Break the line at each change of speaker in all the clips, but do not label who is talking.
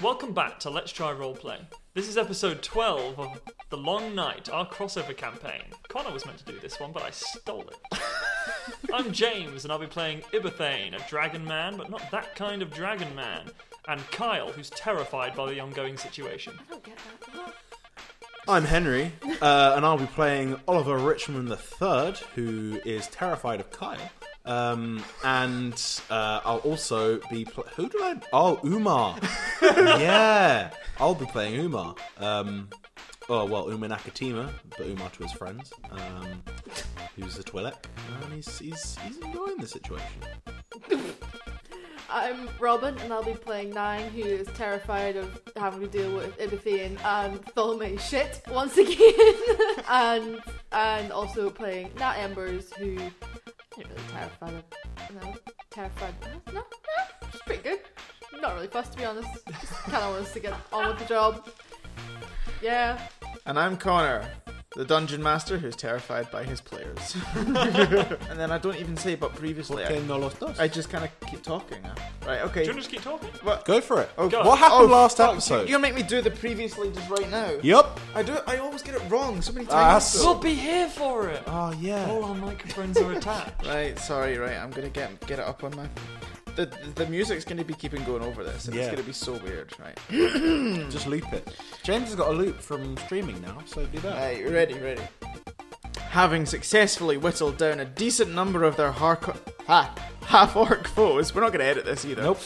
Welcome back to Let's Try Roleplay. This is episode 12 of The Long Night, our crossover campaign. Connor was meant to do this one, but I stole it. I'm James, and I'll be playing Ibathane, a dragon man, but not that kind of dragon man, and Kyle, who's terrified by the ongoing situation.
don't get that.
I'm Henry, uh, and I'll be playing Oliver Richmond III, who is terrified of Kyle. Um, and uh, I'll also be pl- who did I? Oh, Umar. yeah, I'll be playing Umar. Um, oh well, Umar Nakatima, but Umar to his friends, um, who's a Twi'lek, and he's, he's he's enjoying the situation.
I'm Robin, and I'll be playing Nine, who is terrified of having to deal with Ibithian and Tholme shit once again, and and also playing Nat Embers, who isn't really terrified of no, terrified no, no, she's pretty good. Not really fussed to be honest. Just kind of wants to get on with the job. Yeah,
And I'm Connor, the dungeon master who's terrified by his players. and then I don't even say but previously. I,
Okay, no los dos.
I just kind of keep talking. now. Right,
Do you
okay.
want to just keep talking?
Go for it.
Oh,
Go.
What happened
oh,
last
fuck,
episode?
You, are gonna make me do the previously just right now.
Yup.
I do. I always get it wrong so many
Ah,
times.
so-
We'll be here for it!
Oh
All
yeah.
our microphones are attached.
Right, sorry. Right, I'm gonna get get it up on my. The, the- the music's gonna be keeping going over this, and it's
Yeah.
gonna be so weird, right?
Just loop it. James has got a loop from streaming now, so do that.
Right, ready, ready. Having successfully whittled down a decent number of their harco- ha, half-orc foes, we're not going to edit this either.
Nope.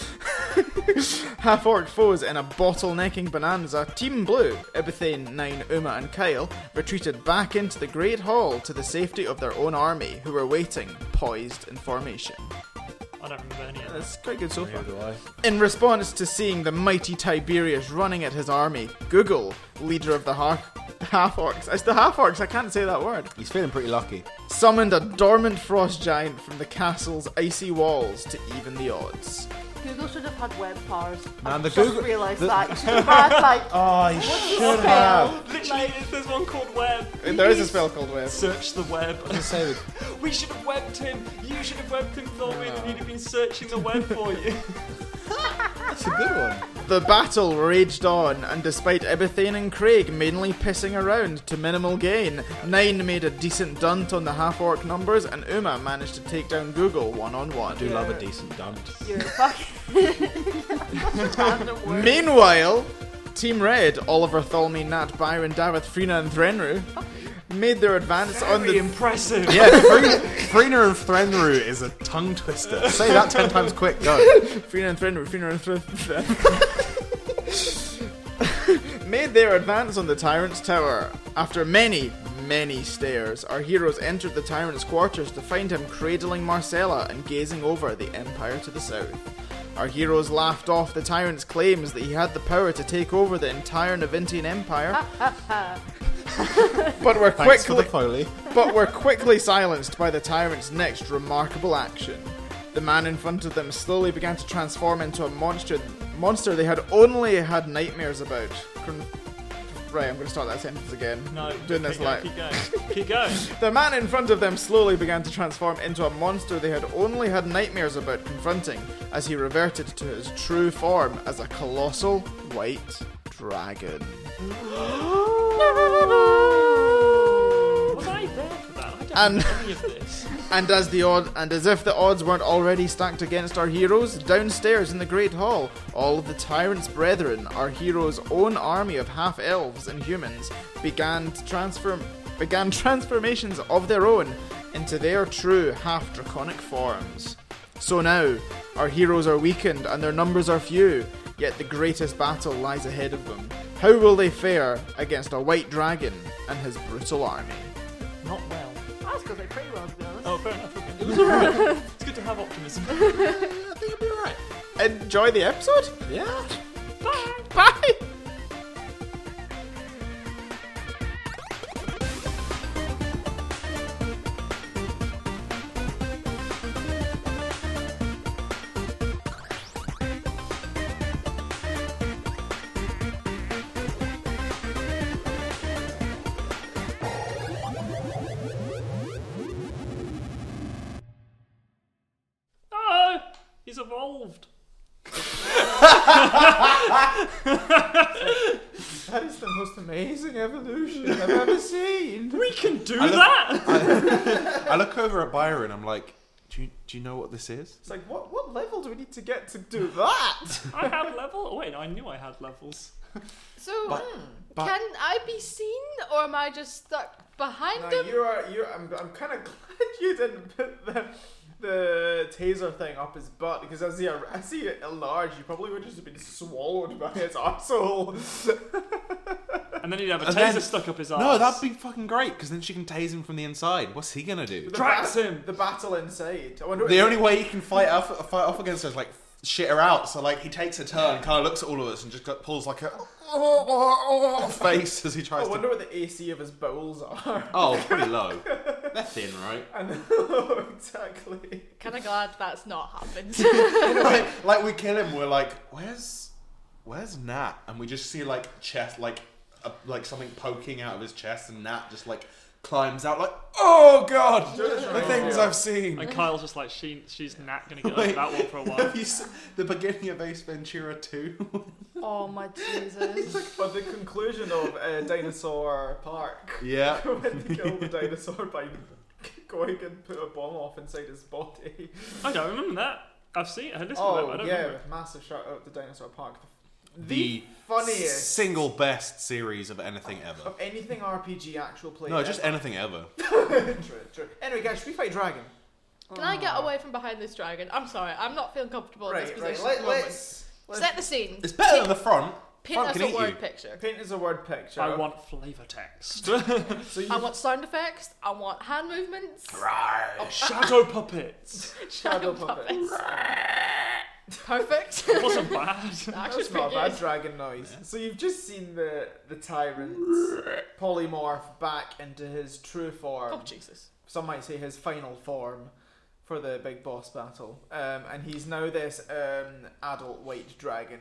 half-orc foes in a bottlenecking bonanza, Team Blue, Ibithane, Nine, Uma, and Kyle retreated back into the Great Hall to the safety of their own army, who were waiting, poised in formation.
I don't remember any of this.
That's quite good so far.
do I.
In response to seeing the mighty Tiberius running at his army, Google, leader of the har- half-orcs, it's the half-orcs, I can't say that word,
He's feeling pretty lucky.
summoned a dormant frost giant from the castle's icy walls to even the odds.
Google should have had web powers. I
Man, the
just
Google-
realised
the-
that you should have had like.
Oh, he
what's the
should
spell?
have.
Literally, there's one called Web.
There is a spell called Web.
Search the web.
Just say that-
We should have webbed him. You should have webbed him, Thorwin, and you'd have been searching the web for you.
That's a good one.
The battle raged on, and despite Ibethane and Craig mainly pissing around to minimal gain, Nine made a decent dunt on the half-orc numbers, and Uma managed to take down Google one-on-one.
Do love a decent dump.
You're fucking. Random word.
Meanwhile, Team Red, Oliver, Tholme, Nat, Byron, Davith, Frina, and Threnru made their advance on
Very
the.
impressive.
Yeah, Frina and Threnru is a tongue twister. Say that ten times quick. Go.
Frina and Threnru, Frina and Threnru. made their advance on the Tyrant's Tower. After many, many stares, our heroes entered the Tyrant's quarters to find him cradling Marcella and gazing over the Empire to the south. Our heroes laughed off the Tyrant's claims that he had the power to take over the entire Navintian Empire, but were
Thanks for
quickly.
the foley.
but were quickly silenced by the tyrant's next remarkable action. The man in front of them slowly began to transform into a monster monster they had only had nightmares about. Con- Right, I'm going to start that sentence again.
No,
doing this
keep going,
live.
Keep going. Keep going.
The man in front of them slowly began to transform into a monster they had only had nightmares about confronting, as he reverted to his true form as a colossal white dragon.
Was I there for that? I don't
And-
know any of this.
And as the odd, and as if the odds weren't already stacked against our heroes, downstairs in the great hall, all of the tyrant's brethren, our hero's own army of half elves and humans, began to transform, began transformations of their own into their true half draconic forms. So now, our heroes are weakened and their numbers are few, yet the greatest battle lies ahead of them. How will they fare against a white dragon and his brutal army?
Not well.
That's because they pretty well, to be honest.
Oh, fair enough. Okay. It was alright. It's good to have optimism.
I think it'll be alright.
Enjoy the episode!
Yeah.
Bye!
Oh, he's evolved.
That is the most amazing evolution I've ever seen.
We can do
I love-
that.
I look over at Byron. I'm like, do you, do you know what this is?
It's like, what, what level do we need to get to do that?
I had level. Oh, wait, I knew I had levels.
So,
But-
hmm,
but-
can I be seen, or am I just stuck behind
No,
them?
you are. You. I'm. I'm kind of glad you didn't put the the taser thing up his butt because as he as he enlarged, you probably would just have been swallowed by his arsehole.
And then he'd have a
And
taser
then-
stuck up his arse.
No, that'd be fucking great because then she can tase him from the inside. What's he gonna do?
The
Drax
bat-
him.
The battle inside. I wonder.
The only way he can fight off, fight off against her is like shit her out. So like he takes a turn, kind of looks at all of us, and just got, pulls like a face as he
Oh, I
tries
wonder
to.
what the AC of his bowels are.
Oh, pretty low. They're thin, right?
And oh, exactly.
Kind of glad that's not happened.
like, like we kill him, we're like, where's, where's Nat? And we just see like chest, like, a, like something poking out of his chest, and Nat just like climbs out, like, oh god, the things I've seen.
And Kyle's just like, she, she's not going to get over
Wait.
that one for a while.
Have you seen the beginning of Ace Ventura 2?
oh my Jesus!
But the conclusion of uh, Dinosaur Park
yeah.
when they kill the dinosaur by going and put a bomb off inside his body.
I don't remember that. I've seen it. I listened to it, but I
Oh
don't
yeah,
remember.
massive shout out to Dinosaur Park. The,
The
funniest
single best series of anything ever.
of anything RPG actual play.
No, just anything ever.
true, true. Anyway, guys, should we fight dragon?
Can I get away from behind this dragon? I'm sorry, I'm not feeling comfortable in
Oh. Right,
this
right.
position. at
Let,
the moment.
let's, let's
Set the scene.
It's better than the front.
Paint
front
us
can
a
eat
word
you.
picture.
paint is a word picture.
I want flavor text.
so you
I want sound effects. I want hand movements.
Right.
Shadow puppets.
shadow puppets.
Perfect.
It wasn't bad.
Actually,
That's
pretty
not a bad
good.
dragon noise. So you've just seen the the tyrant's polymorph back into his true form.
Oh Jesus!
some might say his final form for the big boss battle. Um, and he's now this um, adult white dragon.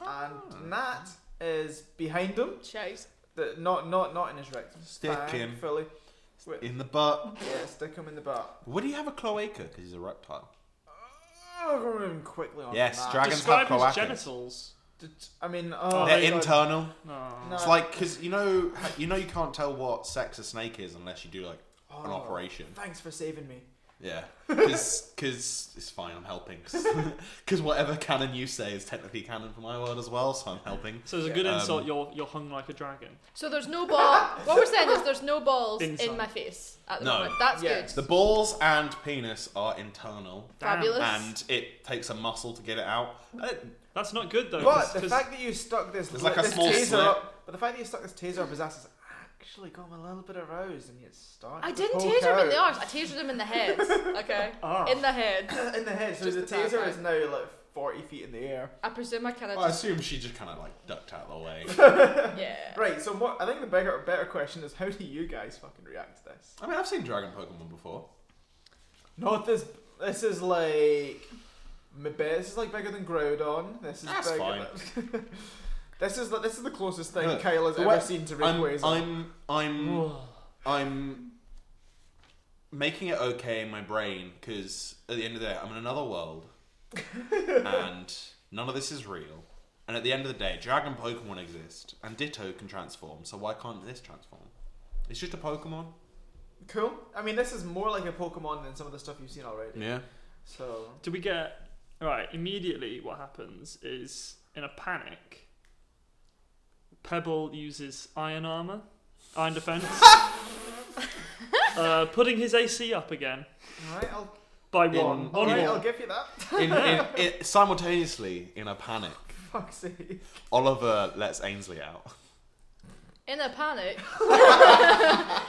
Um, And Nat is behind him,
Chase.
the, not not not in his rectum.
Stick him.
Fully. Wait,
In the butt.
yeah, stick him in the butt.
Would he have a cloaca? Because he's a reptile.
Oh, we're moving quickly on.
Yes, dragon-
Nat.
Dragons
Describe
have
his
cloacas.
genitals.
D- I mean,
They're
oh, my
They're
God.
internal.
No.
No.
It's like because you know you know you can't tell what sex a snake is unless you do like
Oh,
an operation.
Thanks for saving me.
Yeah, because it's fine. I'm helping because whatever canon you say is technically canon for my world as well, so I'm helping.
So it's a good
Um,
insult. You're you're hung like a dragon.
So there's no ball. what we're saying is there's no balls
Inside.
in my face at the
No.
moment. That's
Yeah.
good.
The balls and penis are internal,
Damn.
Fabulous.
and it takes a muscle to get it out. Uh, I don't-
That's not good though.
But
'cause-
the
'cause
fact that you stuck this,
There's like a
this
small
taser
slit.
up, but the fact that you stuck this taser up his ass has actually got him a little bit aroused, and it's starting.
I
to
didn't
poke
taser him in the
out.
arse. I tasered him in the head. Okay.
Ah.
In the head.
in the head. So
Just
the
the
taser
taser.
is now like forty feet in the air.
I presume I kind of
Oh,
well, I
just
assume she just kind of like ducked out of the way.
yeah.
Right. So what? I think the bigger, better question is, how do you guys fucking react to this?
I mean, I've seen dragon Pokemon before.
Not this. This is like. m- bi- This is like bigger than Groudon. This is
That's
bigger
fine.
Than, this is the, this is the closest thing
Look,
Kyle has
the
ever
way-
seen to
I'm
Rayquaza.
I'm I'm I'm making it okay in my brain because at the end of the day, I'm in another world, and none of this is real. And at the end of the day, Dragon Pokemon exist, and Ditto can transform. So why can't this transform? It's just a Pokemon.
Cool. I mean, this is more like a Pokemon than some of the stuff you've seen already.
Yeah.
So
Do we get right immediately? What happens is in a panic, Pebble uses iron armor, iron defense, uh, putting his AC up again
Alright, I'll,
by
In-
one.
all
One
right,
more.
I'll give you that.
In, in, in, simultaneously, in a panic,
Fuck's sake.
Oliver lets Ainsley out.
In a panic.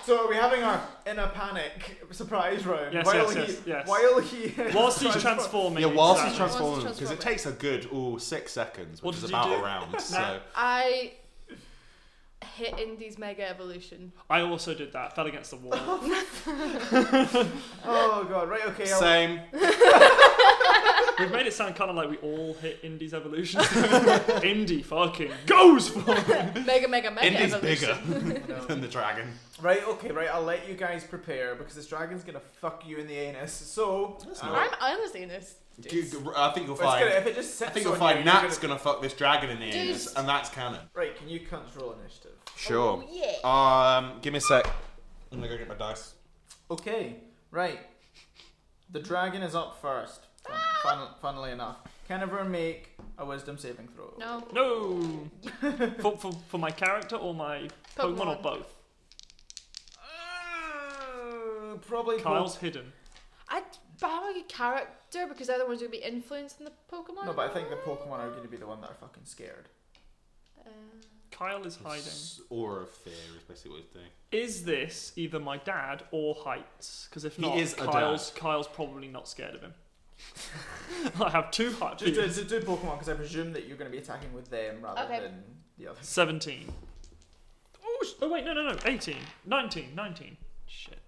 So are we having our in a panic surprise round?
Yes,
while
yes,
he,
yes, yes.
While he is
Whilst he's
transform-
transforming.
Yeah, whilst he's
exactly.
Whilst he's
transforming, because it
transforming.
takes a good ooh six seconds,
What
which is
did you
about
do?
a round. So
I hit Indy's mega evolution.
I also did that. Fell against the wall.
Oh god. Right. Okay. I'll,
same.
We've made it sound kind of like we all hit Indy's evolution. Indy fucking goes for it.
Mega mega mega
Indy's
evolution.
bigger
no.
than the dragon.
Right. Okay. Right. I'll let you guys prepare because this dragon's gonna fuck you in the anus. So.
That's
uh,
not-
I'm honestly in this.
G-
It's
g- I think you'll
It's gonna,
find.
if it just sits
I think
on
you'll find
you, you're
Nat's
gonna-
gonna fuck this dragon in the anus,
Dude.
and that's canon.
Right, can you cunts roll initiative?
Sure.
Oh, yeah.
Um, give me a sec. I'm gonna go get my dice.
Okay, right. The dragon is up first. fun- fun- funnily enough, can everyone make a wisdom saving throw?
No.
No. for, for, for my character or my Pokemon, or
Pokemon.
both?
Uh, probably both.
Kyle's hidden.
I but I'm a good character because they're the ones who will be influencing the Pokemon.
No, but I think the Pokemon are going to be the one that are fucking scared.
Uh,
Kyle is hiding.
S- Aura of fear is basically what he's doing.
Is this either my dad or Heights? Because if
He
not,
is a
Kyle's Kyle's probably not scared of him. I have two heights.
Just, just do Pokemon because I presume that you're going to be attacking with them rather
Okay.
than the others.
Seventeen. Oh, sh- oh wait, no, no, no. 18, 19, 19. Shit.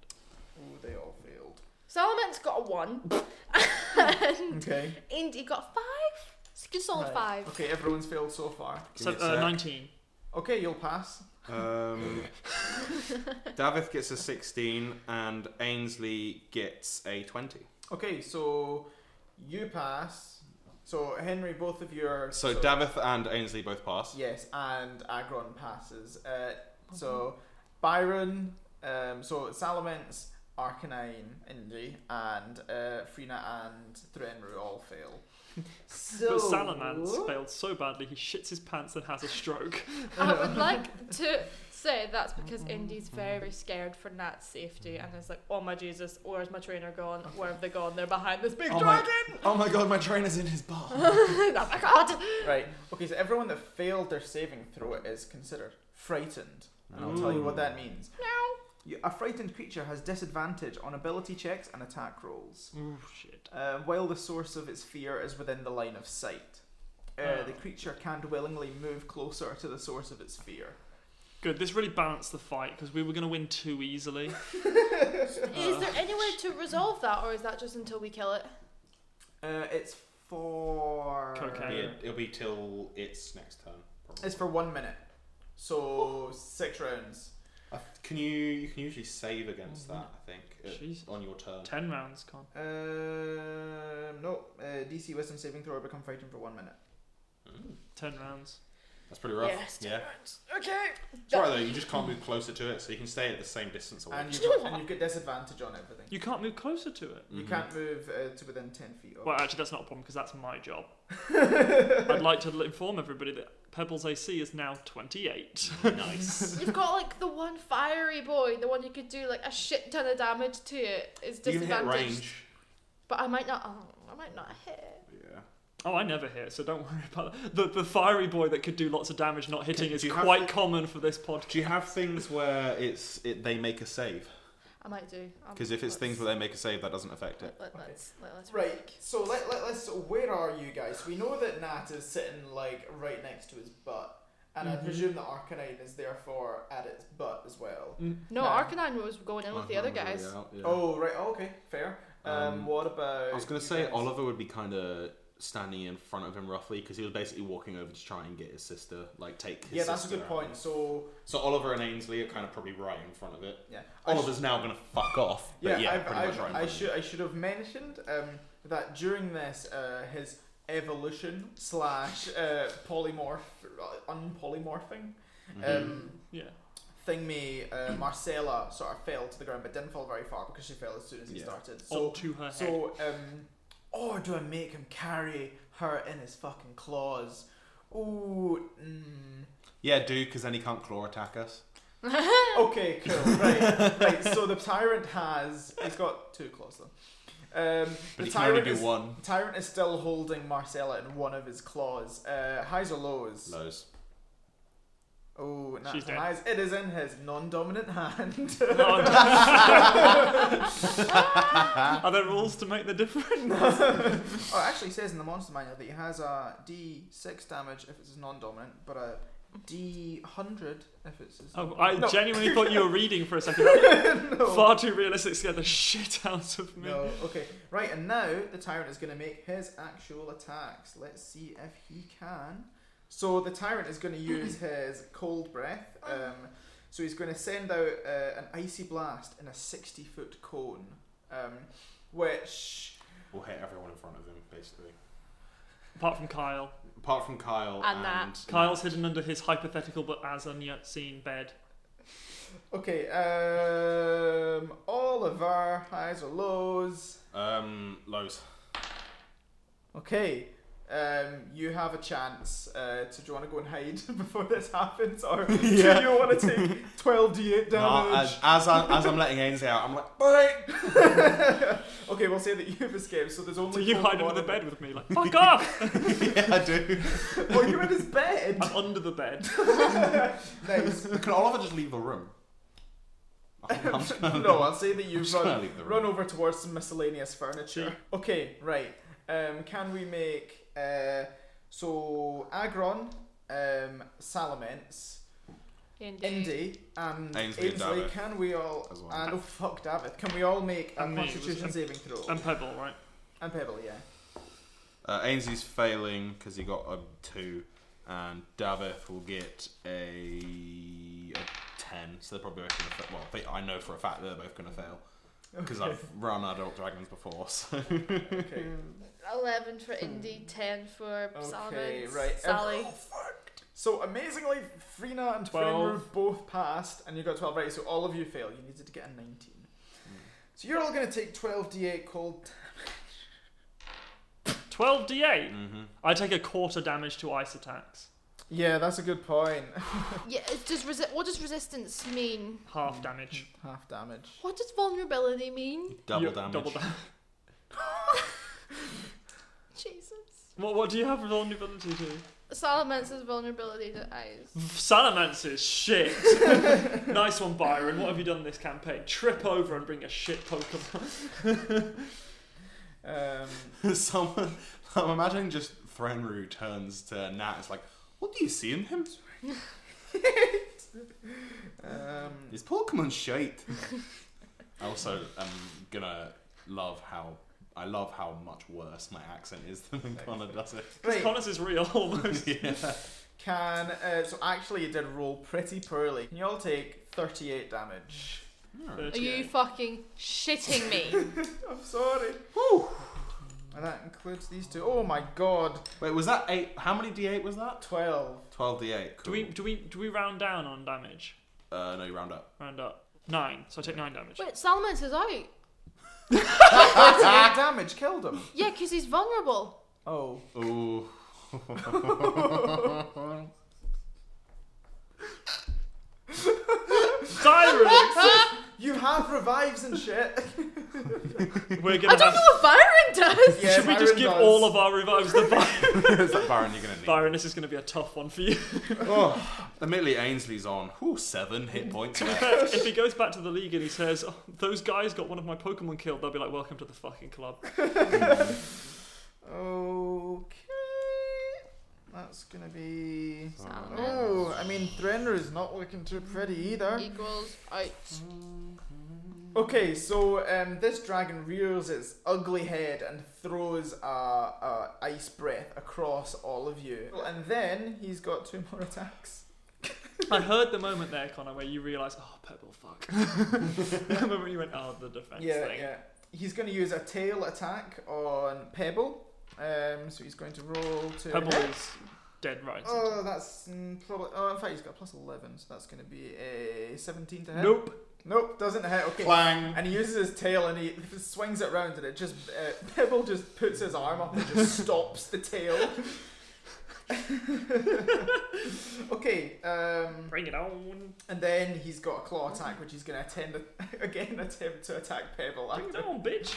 Oh, they all failed.
Solomon's got a one.
Okay.
Indy got a five. It's a good solid
Right.
five.
Okay, everyone's failed so far.
Give me
So,
a
uh,
sec.
Nineteen.
Okay, you'll pass.
Um, Davith gets a 16 and Ainsley gets a 20.
Okay, so you pass. So Henry, both of you are.
So Davith and Ainsley both pass.
Yes, and Agron passes. Uh, so Byron, um, so Salamence, Arcanine, Indy, and uh, Freena and Threnru all fail. So
But Salamance failed so badly he shits his pants and has a stroke.
I would like to say that's because Indy's very, very scared for Nat's safety and is like, oh my Jesus, where's my trainer gone? Where have they gone? They're behind this big
Oh my-
dragon!
Oh my god, my trainer's in his bar.
oh my god!
Right. Okay, so everyone that failed their saving throw is considered frightened. And I'll tell you what that means.
No!
You- A frightened creature has disadvantage on ability checks and attack rolls,
Ooh, shit.
uh, while the source of its fear is within the line of sight.
Hmm.
Uh, the creature can't willingly move closer to the source of its fear.
Good. This really balanced the fight because we were going to win too easily.
Is there any way to resolve that or is that just until we kill it?
Uh, it's for.
Cocaine.
it, will be till it's next turn. probably.
Uh, It's for one minute. So, six rounds.
I th- Can you? You can usually save against
Mm-hmm.
that. I think uh,
Jeez.
on your turn.
Ten rounds, con.
Um, no, uh, DC Wisdom saving throw or become frightened for one minute.
Mm,
Ten rounds.
that's pretty rough.
Yes,
yeah.
Okay!
It's alright though. You just can't move closer to it, so you can stay at the same distance away.
And
Do
you've,
you know
got,
what?
and you've got disadvantage on everything.
You can't move closer to it.
You
Mhm.
can't move uh, to within 10 feet of
Well, actually, that's not a problem because that's my job. I'd like to l- inform everybody that Pebbles AC is now 28.
Nice.
You've got like the one fiery boy, the one you could do like a shit ton of damage to it is
you can hit
disadvantaged.
range.
But I might not, oh, I might not hit.
Yeah.
oh, I never hit, so don't worry about that. The, the fiery boy that could do lots of damage not hitting
Can-
is
do you have
quite
to-
common for this podcast.
Do you have things where it's it, they make a save?
I might do. Um,
Because if it's
let's-
things where they make a save, that doesn't affect it.
Let, let, let's, let, let's
Right, so let, let, let's. Where are you guys? We know that Nat is sitting, like, right next to his butt. And I
Mhm.
presume that Arcanine is therefore at its butt as well.
No,
No.
Arcanine was going in with the other guys.
Oh, right, oh, okay, fair. Um,
Um,
what about.
I was
you
gonna say
guys?
Oliver would be kind of standing in front of him roughly because he was basically walking over to try and get his sister, like take. His
Yeah, that's a
sister
good
out.
point. So,
So Oliver and Ainsley are kind of probably right in front of it.
yeah. I sh-
Oliver's now gonna fuck off. But yeah,
I've-
pretty
I've-
much right. in
I
front of
should I should have mentioned um, that during this uh, his evolution slash uh, polymorph uh, unpolymorphing
him. Mhm.
um,
Yeah.
thing me
Mm.
uh, Marcella sort of fell to the ground but didn't fall very far because she fell as soon as he
Yeah.
started.
So,
So
Onto her head.
so um, or do I make him carry her in his fucking claws? Ooh. Mm.
yeah, dude, because then he can't claw attack us.
Okay, cool. Right, right. So the tyrant has he's got two claws though. Um,
But
the
he can only
tyrant
do
is
one.
Tyrant is still holding Marcella in one of his claws. Uh, highs or lows?
Lows.
Oh, not
She's dead.
highs. It is in his non-dominant hand.
Oh, no. Are there rules to make the difference?
oh, it actually says in the monster manual that he has a D6 damage if it's his non-dominant, but a D100 if it's his.
Oh, I
No.
genuinely thought you were reading for a second. That- Far too realistic to get the shit out of me.
No, okay. Right, and now the tyrant is going to make his actual attacks. Let's see if he can. So the tyrant is going to use his cold breath. Um, so he's going to send out uh, an icy blast in a 60 foot cone, um, which
will hit everyone in front of him, basically.
Apart from Kyle.
Apart from Kyle
And
and,
that.
Kyle's hidden under his hypothetical but as unseen bed.
Okay, um, all of our highs or lows.
um, Lowe's.
Okay, um, you have a chance. Uh, to, do you want to go and hide before this happens, or
Yeah.
do you want to take twelve d8
No,
damage?
as, as, I, as I'm letting Ainsley out, I'm like, bye!
okay, we'll say that you've escaped, so there's only.
So you
four
hide under
more
the
of
bed with me, like, fuck off!
yeah, I do.
them. Oh, you're in his bed.
I'm under the bed.
nice.
Can Oliver just leave the room? I'm, I'm just gonna-
no, I'll say that
I'm
you've
just
run,
gonna leave the
run
room.
over towards some miscellaneous furniture. Okay, right. Um, can we make uh, so Agron, um, Salamence, Indy, and
Ainsley and
Ainsley,
Davith
Can we all
as well.
and oh fuck, David? Can we all make a
And me, was it?
Constitution saving throw?
And Pebble, right?
and Pebble, yeah.
Uh, Ainsley's failing because he got a 2, and Davith will get a, a 10. So they're probably both going to fail. Well, they, I know for a fact they're both going to fail. Because
Okay.
I've run adult dragons before, so.
Okay.
11 for Indy, 10 for
Okay,
Salmon.
right.
Sally.
Oh, fuck. So amazingly, Frina and
Twelve.
Twinru both passed, and you got 12 right, so all of you failed. You needed to get a 19. Hmm. So you're all going to take 12d8 cold.
12d8.
hmm
I take a quarter damage to ice attacks.
Yeah, that's a good point.
Yeah, it's just resi- what does resistance mean?
Mm.
Half damage.
Half damage.
What does vulnerability mean?
Double
You-
damage.
Double damage.
Jesus.
What, what do you have vulnerability to?
Salamance's vulnerability to ice.
Salamancer's shit. nice one, Byron. What have you done this campaign? Trip over and bring a shit Pokemon.
Um,
Someone, I'm imagining just Threnru turns to Nat. It's like, what do you see in him?
um,
His Pokemon shite. I also am gonna love how I love how much worse my accent is than when Connor does it.
Because
right,
Connors is real almost.
yeah.
can. Uh, so actually, you did roll pretty poorly. Can you all take 38 damage?
Are you
38.
fucking shitting me?
I'm sorry. And that includes these two. Oh my god,
Wait, was that eight? How many d8 was that?
12.
Twelve d8. Cool.
Do we do we do we round down on damage?
Uh, no, you round up.
Round up. Nine. So I take nine damage.
Wait, Salamence is out.
38 damage killed him.
Yeah, 'cause he's vulnerable.
Oh.
Ooh.
Byron!
You have revives and shit.
We're gonna
I don't
have.
know what Byron does.
Yeah,
Should we just
Byron
give
does.
all of our revives the Byron?
is that Baron you're gonna need?
Byron, this is gonna be a tough one for you.
Oh, admittedly, Ainsley's on. Ooh, seven hit points.
To be
left.
fair, if he goes back to the league and he says, oh, those guys got one of my Pokemon killed, they'll be like, welcome to the fucking club.
Okay. That's gonna be.
Salamence
Oh, I mean, Threnor is not looking too pretty either.
equals out.
Okay, so um, this dragon rears its ugly head and throws a, a ice breath across all of you, and then he's got two more attacks.
I heard the moment there, Connor, where you realise, oh, Pebble, fuck. the moment you went, oh, the defense
yeah,
thing.
yeah. He's going to use a tail attack on Pebble. Um, so he's going to roll to
Pebble
hit.
is dead right.
Oh, that's mm, probably. Oh, in fact, he's got a plus 11, so that's going to be a 17 to hit.
Nope.
Nope, doesn't hit. Okay.
Clang.
And he uses his tail and he swings it round, and it just. Uh, Pebble just puts his arm up and just stops the tail. okay, um,
Bring it on.
and then he's got a claw attack, which he's going to attend again attempt to attack Pebble.
Bring it
After.
on, bitch.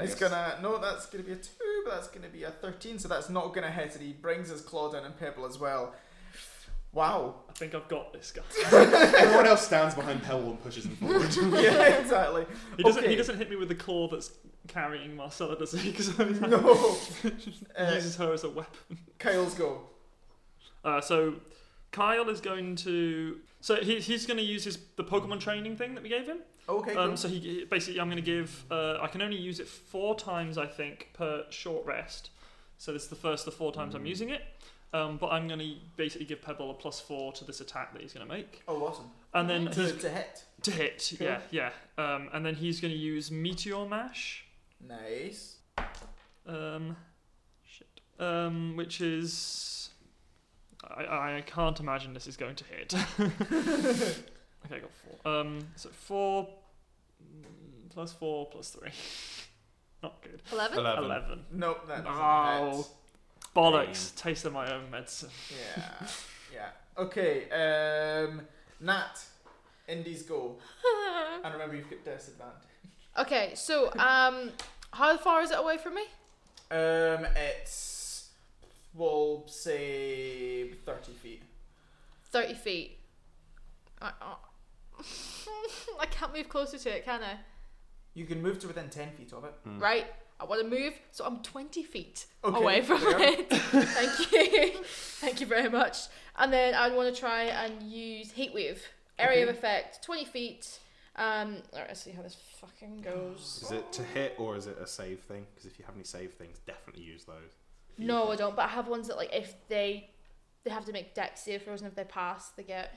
It's
Yes.
gonna no, that's gonna be a two, but that's gonna be a thirteen, so that's not gonna hit it. He brings his claw down and pebble as well. Wow.
I think I've got this guy.
Everyone else stands behind Pebble and pushes him forward.
yeah, exactly.
He doesn't,
Okay.
he doesn't hit me with the claw that's carrying Marcella, does he? Because
No. Uh,
uses her as a weapon.
Kyle's go.
Uh, so Kyle is going to. So he, he's going to use his the Pokemon training thing that we gave him.
Okay.
Um,
cool.
so he- he basically, I'm going to give. Uh, I can only use it four times, I think, per short rest. So this is the first of the four times I'm
Hmm.
using it. Um, but I'm going to basically give Pebble a plus four to this attack that he's going to make,
oh, awesome.
and then
to,
he's,
to hit.
to hit.
Cool.
Yeah, yeah. Um, and then he's going to use Meteor Mash.
Nice.
Um, shit. Um, which is. I, I can't imagine this is going to hit. okay, I got four. Um, so four mm, plus four plus three. Not good.
Eleven.
Eleven.
Eleven.
Nope, that doesn't
Ow.
hit.
Bollocks. Taste of my own medicine.
Yeah. Yeah. Okay, um, Nat, Indies go. And remember, you've got disadvantage.
okay, so um, how far is it away from me?
Um, it's we'll say thirty feet.
Thirty feet. I, I- I can't move closer to it, can I?
You can move to within ten feet of it.
Right. I want to move, so I'm 20 feet
Mm. Okay,
away from
there.
it. Thank you. Thank you very much. And then I'd want to try and use heat wave. Area of
Okay.
effect, 20 feet. Um, all right, let's see how this fucking goes.
Is it to hit or is it a save thing? Because if you have any save things, definitely use those.
No, I don't, but I have ones that, like, if they they have to make dex save throws, and if they pass, they get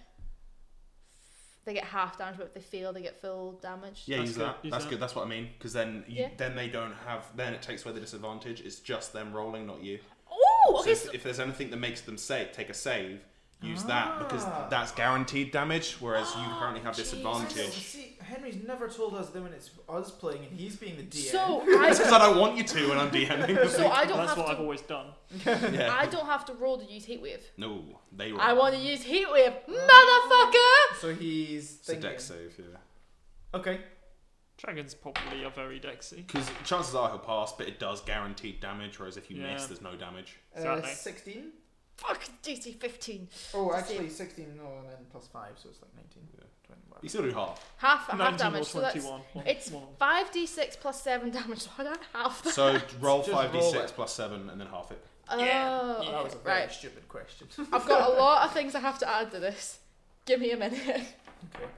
they get half damage, but if they fail, they get full damage.
Yeah,
That's
use
good,
that.
use
That's
that.
good. That's what I mean. Because then, you,
Yeah.
then they don't have. Then it takes away the disadvantage. It's just them rolling, not you.
Oh,
So
okay.
if,
So,
if there's anything that makes them say take a save, use that because that's guaranteed damage. Whereas you currently have disadvantage.
See, Henry's never told us then when it's us playing and he's being the DM.
so
It's because
I,
I don't want you to when I'm DMing.
so I don't
That's
have
what
to.
I've always done.
yeah.
I don't have to roll to use heat wave.
No, they were.
I want to use heat wave, motherfucker.
So he's
It's a
thinking.
dex save, yeah.
Okay.
Dragons probably are very dexy.
Because chances are he'll pass, but it does guaranteed damage. Whereas if you
Yeah.
miss, there's no damage.
Uh,
Exactly.
sixteen.
Fuck DC fifteen.
Oh,
Same.
actually, sixteen. No, and then plus five, so it's like nineteen.
Yeah. You
20,
still do half.
Half half
19 or
damage. So that's
21. One-
it's
one.
five d6 plus seven damage. So I don't have that.
So roll
Just
five d
roll
six
it.
plus seven, and then half it.
Oh,
Yeah,
okay,
yeah.
That was a very
right.
stupid question.
I've got a lot of things I have to add to this. Give me a minute.
okay.
Um,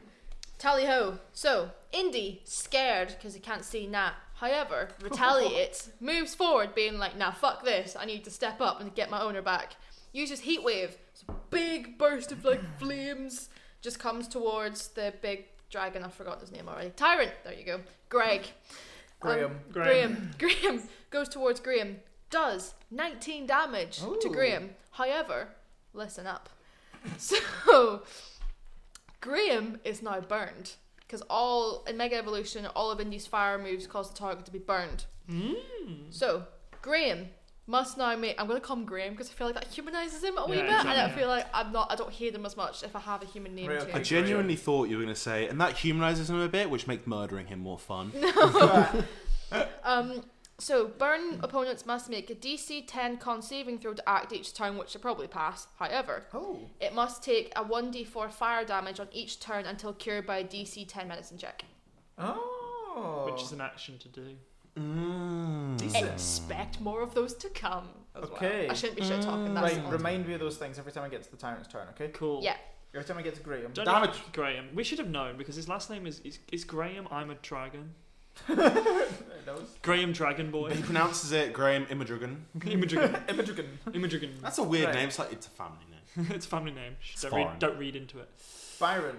Tally ho. So Indy scared because he can't see Nat. However, retaliates, moves forward, being like, "Nah, fuck this. I need to step up and get my owner back." Uses heat wave. It's a big burst of like flames. Just comes towards the big dragon. I forgot his name already. Tyrant. There you go. Greg. Um,
Graham.
Graham.
Graham. Graham. goes towards Graham. Does 19 damage to
Ooh.
Graham. However, listen up. So, Graham is now burned. Because all, in Mega Evolution, all of Indy's fire moves cause the target to be burned. So, Graham must now make. I'm going to call him Graham because I feel like that humanizes him a wee
Yeah,
bit.
exactly,
And I
yeah.
feel like I'm not, I don't hate him as much if I have a human name
Right,
to
okay.
I
Graham.
genuinely thought you were going to say, and that humanises him a bit, which makes murdering him more fun.
Um, so burn opponents must make a DC 10 con saving throw to act each turn, which they probably pass. However,
oh.
it must take a 1d4 fire damage on each turn until cured by a DC 10 medicine check.
Oh.
Which is an action to do.
Mm. Hmm.
Decent.
Expect more of those to come. as well.
Okay.
I shouldn't be shit talking. That's
Right,
odd.
remind me of those things every time I get to the tyrant's turn, okay?
Cool.
Yeah.
Every time I get to Graham.
Don't
Damn
know- Graham. We should have known because his last name is is, is Graham. I'm a dragon.
Those.
Graham Dragon Boy.
He pronounces it Graham Imadrugan.
Imadragon.
Imajugan.
Imadragon.
That's a weird
Right.
name. It's like it's a family name.
it's a family name. Shh,
It's
Don't
foreign.
read, don't read into it.
Byron.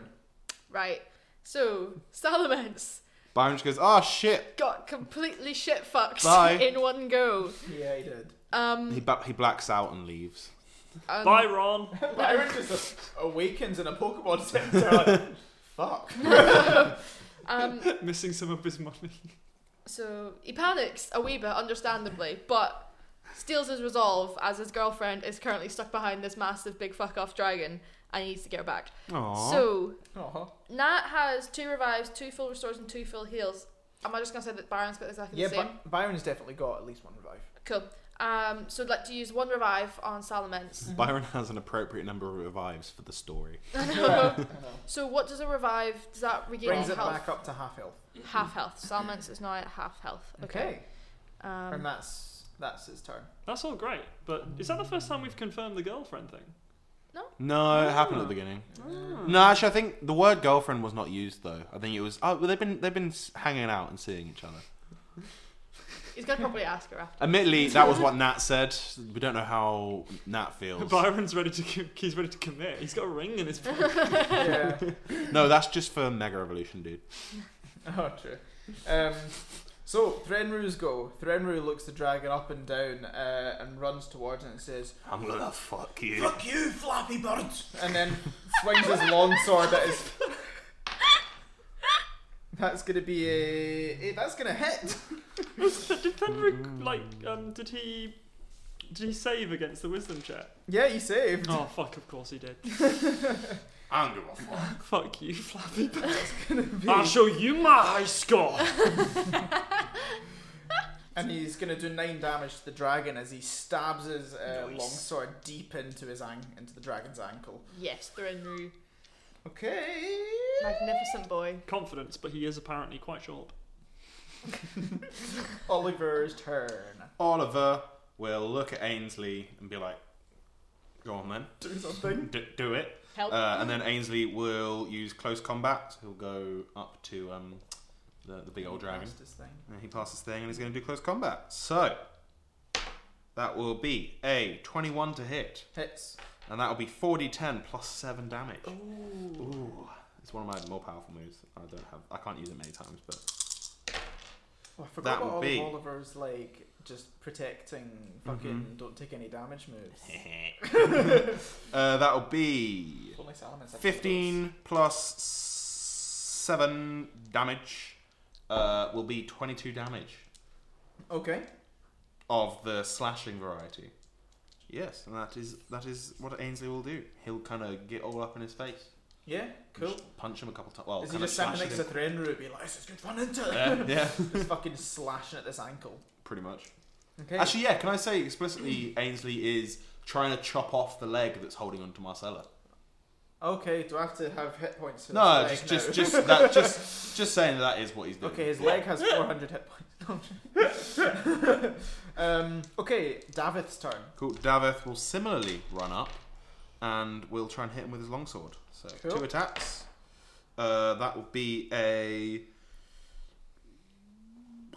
Right. So, Salamence
Byron just goes, "Ah, shit."
got completely shit fucked
Bye.
in one go.
Yeah, he did.
Um,
He ba- he blacks out and leaves.
um,
Bye, Ron.
Byron just awakens in a Pokemon center. Like, Fuck.
um,
Missing some of his money.
So he panics a wee bit, understandably, but steals his resolve as his girlfriend is currently stuck behind this massive big fuck off dragon and he needs to get her back.
Aww.
So
Aw.
Nat has two revives, two full restores, and two full heals. Am I just gonna say that Byron's got exactly
Yeah,
the same?
Bi- Byron's definitely got at least one revive.
Cool. Um, so I'd like to use one revive on Salamence.
Byron has an appropriate number of revives for the story.
Yeah, I know.
so what does a revive? Does that regain
Brings it
health?
back up to half health.
Half health. Salamence is now at half health. Okay. Um,
and that's that's his turn.
That's all great, but is that the first time we've confirmed the girlfriend thing?
No, it happened at the beginning.
Ah.
No, actually, I think the word girlfriend was not used though. I think it was. Oh, well, they've been they've been s- hanging out and seeing each other.
he's gonna probably ask her after.
Admittedly, that was what Nat said. We don't know how Nat feels.
Byron's ready to co- he's ready to commit. He's got a ring in his pocket.
yeah.
No, that's just for Mega Evolution, dude.
Oh, true. Um, So Threnru's go. Threnru looks the dragon up and down uh, and runs towards it and says,
I'm gonna fuck you.
you, flappy birds!" And then swings his long sword at his. That's gonna be a. eh, That's gonna hit.
Was the defender like? Um, did he? Did he save against the wisdom check?
Yeah, you saved.
Oh fuck! Of course he did.
I'm gonna fuck.
fuck you, Flappy.
Be-
I'll show you my high score.
And he's gonna do nine damage to the dragon as he stabs his uh,
Nice.
long sword deep into his ang- into the dragon's ankle.
Yes, Threnru.
Okay.
Magnificent boy.
Confidence, but he is apparently quite short.
Oliver's turn.
Oliver will look at Ainsley and be like, "Go on then,
Do something.
do, do it."
Help.
Uh, and then Ainsley will use close combat. So he'll go up to um, the, the big old dragon.
Fastest thing.
And he passes thing and he's going to do close combat. So, that will be a 21 to hit.
Hits.
And that will be 4d10 plus 7 damage. Ooh. It's one of my more powerful moves. I don't have. I can't use it many times, but.
Oh, I forgot
That
about
would
all
be-
of Oliver's like just protecting fucking
Mm-hmm.
don't take any damage moves.
uh, that will be
If only Salamence had
15 plus 7 damage, uh, will be 22 damage
those. Okay.
of the slashing variety. Yes, and that is that is what Ainsley will do. He'll kind of get all up in his face.
Yeah. Cool.
Just punch him a couple times. Well,
Is he
kinda
just standing
slash
next
at
to Threnru and be like, "This is good fun, isn't it?"
him. yeah, yeah,
He's fucking slashing at this ankle.
pretty much.
Okay.
Actually, yeah. Can I say explicitly, Ainsley is trying to chop off the leg that's holding onto Marcella.
okay. Do I have to have hit points? For
No,
this
just
leg
just
now?
just that just just saying that is what he's doing.
Okay, his leg has 400 hit points. um, okay, Davith's turn.
Cool. Davith will similarly run up, and will try and hit him with his longsword. So
Cool.
two attacks. Uh, that would be a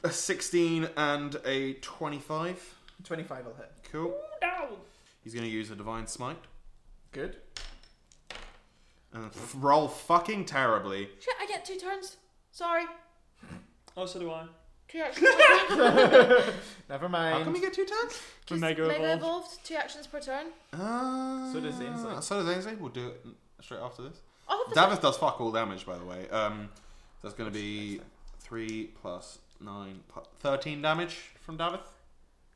a sixteen and a twenty-five.
25 will hit.
Cool. He's going to use a divine smite
Good.
and f- roll fucking terribly.
Shit, I get two turns. Sorry.
Oh, so do I.
Two actions.
Never
How come
mind.
you get two turns?
For
'Cause
mega
mega
evolve.
evolved. Two actions per turn.
Uh,
So does Ainsley.
So does Ainsley. We'll do it straight after this.
Oh, that's
Davith does fuck all damage, by the way. Um, that's going to be 3 plus 9, pu- 13 damage from Davith.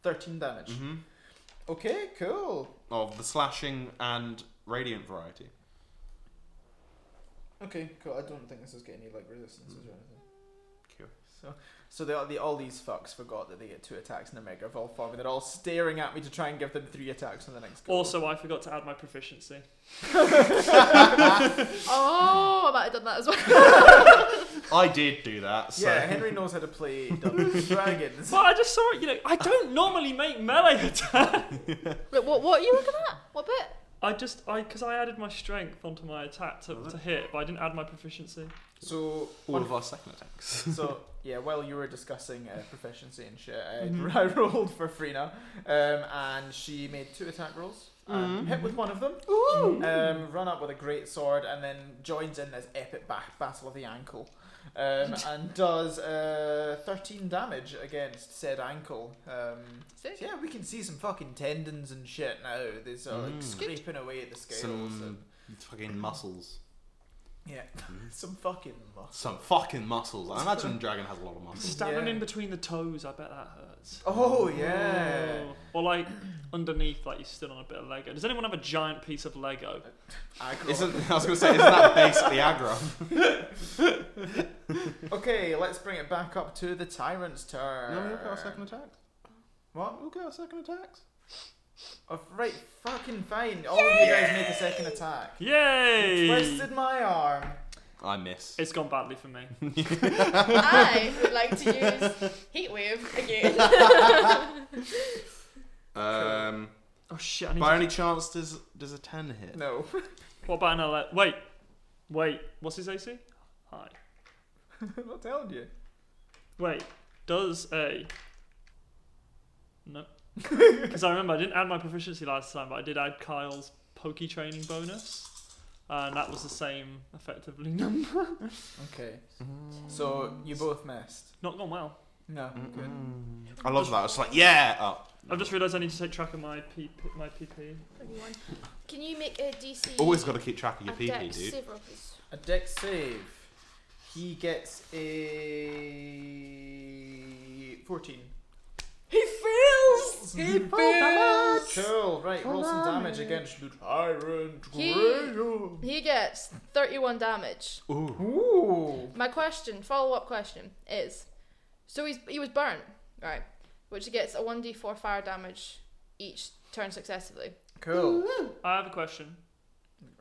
13 damage.
hmm
Okay, cool.
Of the slashing and radiant variety.
Okay, cool. I don't think this is getting any like resistances or anything.
Cool.
So, so they, the, all these fucks forgot that they get two attacks in their mega evolve form, and they're all staring at me to try and give them three attacks on the next. go.
Also, I forgot to add my proficiency.
Oh, I might have done that as well.
I did do that, so.
yeah, Henry knows how to play double dragons.
But I just saw it. You know, I don't normally make melee attack.
Wait, what, what are you looking at? What bit?
I just, I, because I added my strength onto my attack to, to hit, but I didn't add my proficiency.
So
All of our second attacks.
So yeah, while you were discussing uh, proficiency and shit, I, I rolled for Frina, um, and she made two attack rolls. And Hit with one of them,
Mm.
um, run up with a great sword, and then joins in this epic ba- battle of the ankle, um, and does uh, thirteen damage against said ankle. Um,
Sick.
yeah, we can see some fucking tendons and shit now. They're sort of, like
Mm.
scraping away at the scales.
Some
and-
fucking muscles.
yeah, some fucking muscle.
Some fucking muscles. I imagine Dragon has a lot of muscles.
Stabbing
Yeah.
in between the toes, I bet that hurts.
Oh yeah.
Oh. Or like underneath, like you stood on a bit of Lego. Does anyone have a giant piece of Lego?
Aggro.
Isn't, I was going to say, isn't that basically aggro?
Okay, let's bring it back up to the tyrant's turn.
No, look at our second attack.
What?
Look at our second attacks.
Oh, right, fucking fine. All of you guys make a second attack.
Yay!
Twisted my arm.
I miss.
It's gone badly for me.
I would like to use Heatwave again.
Uh,
Um,
Oh shit! I need
by
to...
any chance, does does a ten hit?
No.
What about an ele- Wait, wait. What's his AC? Hi.
I'm not telling you.
Wait. Does a no? Because I remember I didn't add my proficiency last time, but I did add Kyle's pokey training bonus, and that was the same effectively number.
Mm.
Okay. So you both missed.
Not gone well.
No. Good.
I love that. It's like, yeah. Oh,
I've just realised I need to take track of my P- my PP.
Everyone. Can you make a DC?
always got to keep track of your
a dex
PP, dude.
save roll, please?
A dex save. He gets a 14.
He fails. He fails.
Cool. Right, roll some damage against the tyrant.
He-
Graham.
He gets 31 damage.
Ooh.
My question, follow up question, is so he's he was burnt, right? Which he gets a 1d4 fire damage each turn successively.
Cool.
I have a question.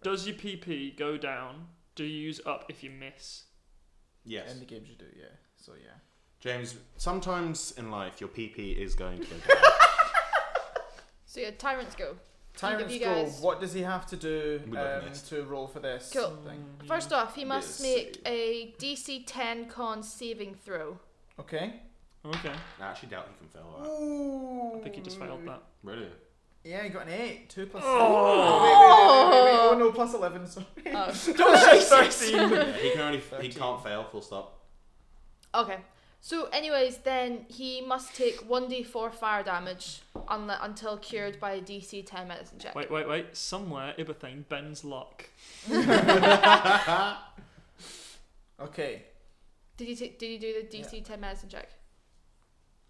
Does your PP go down? Do you use up if you miss?
Yes.
End the games you do, yeah. So yeah.
James, sometimes in life your PP is going to go down.
So yeah, tyrants go.
Tyrant's
you
goal.
guys-
What does he have to do
We both
um,
missed.
to roll for this
Cool.
thing?
Mm,
First off, he must
Yes.
make a DC 10 con saving throw.
Okay.
Okay.
I actually doubt he can fail
Ooh.
I think you just failed that.
that. Really?
Yeah, he got an 8. 2 plus
Oh.
Oh, wait, wait, wait, wait, wait. oh no, plus 11. Sorry.
Oh.
Yeah, he can only he
13.
can't fail. Full stop.
Okay. So, anyways, then he must take 1d4 fire damage unle- until cured by a DC 10 medicine check.
Wait, wait, wait. Somewhere Ibathane bends luck.
Okay.
Did you t- did you do the DC 10 medicine check?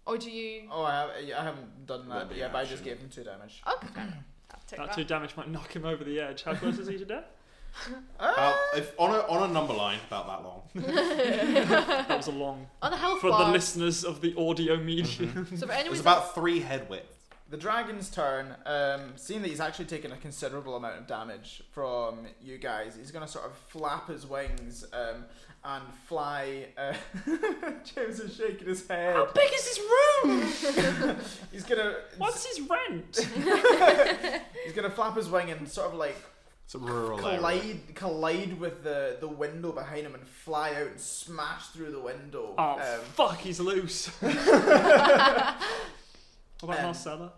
Or do you?
Oh, I, have, yeah, I haven't done that,
That'd
but
be
yeah, but I just
action.
gave him 2 damage.
Okay. I'll take
That
that.
two damage might knock him over the edge. How close is he to death?
Uh, if on a on a number line about that long.
That was a long.
On the health
For
bar.
the listeners of the audio medium.
So for
It
anyone
was about three head width.
The dragon's turn, um, seeing that he's actually taken a considerable amount of damage from you guys, he's going to sort of flap his wings um, and fly. Uh, James is shaking his head.
How big is this room?
He's going to
What's his rent?
he's gonna flap his wing and sort of like
It's a rural area.
collide collide with the, the window behind him and fly out and smash through the window.
Oh,
Um,
fuck, he's loose. what about
Um,
Marcella?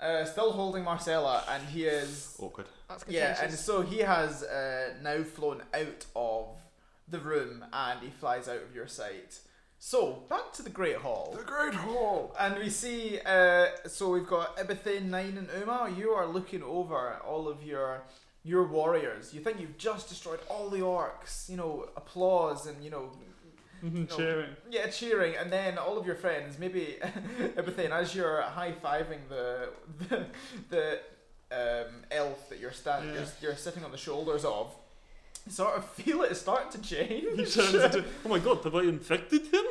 uh, still holding Marcella, and he is
Awkward.
That's
yeah, and
contentious.
so he has uh, now flown out of the room and he flies out of your sight. So back to the Great Hall.
Great Hall.
And we see, uh, so we've got Ibithane, Nine, and Uma. You are looking over all of your your warriors. You think you've just destroyed all the orcs. You know, applause and you know,
Mhm,
no.
Cheering.
yeah, cheering. And then all of your friends, maybe Ibithane, as you're high fiving the the, the um, elf that you're standing,
Yeah.
you're, you're sitting on the shoulders of. Sort of feel it start to change.
He turns into. Oh my god, have I infected him?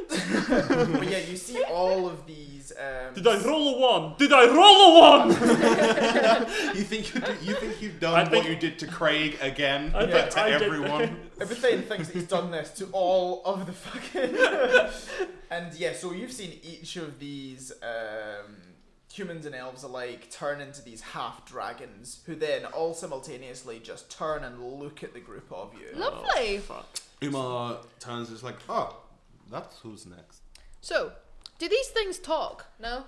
but yeah, you see all of these. Um,
Did I roll a one? Did I roll a one? Oh,
you think you do, you think you've
I
done
think-
what you did to Craig again,
I
but
think
to
I did
everyone.
Everything thinks he's done this to all of the fucking. and yeah, so you've seen each of these um, humans and elves alike turn into these half dragons, who then all simultaneously just turn and look at the group of you.
Lovely.
Oh, fuck.
Umar turns and is like, oh, that's who's next.
So, do these things talk? No.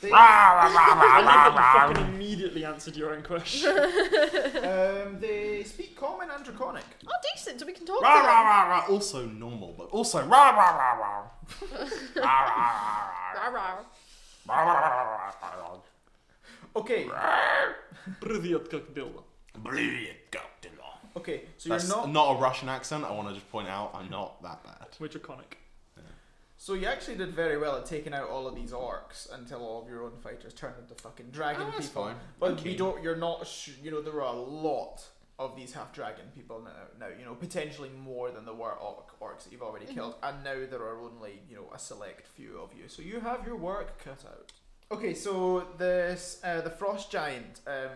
They-
I love that you fucking immediately answered your own question.
um, they speak common and draconic.
Oh, decent. So we can talk.
Rah,
to
rah,
them.
rah, rah. Also normal, but also rah, rah, rah, rah. Rah, rah,
Rah, rah.
rah, rah, rah, rah, rah, rah.
Okay,
Привет, как дела?
Brilliant, Godzilla.
okay, so
That's
you're
not,
not.
a Russian accent. I want to just point out I'm not that bad.
We're draconic.
So you actually did very well at taking out all of these orcs until all of your own fighters turned into fucking dragon
Oh, that's
people.
fine.
But
Okay.
we don't. You're not. Sh- you know, there are a lot of these half dragon people now. Now, you know, potentially more than there were orc- orcs that you've already
Mm-hmm.
killed, and now there are only you know a select few of you. So you have your work cut out. Okay, so this uh, the frost giant um,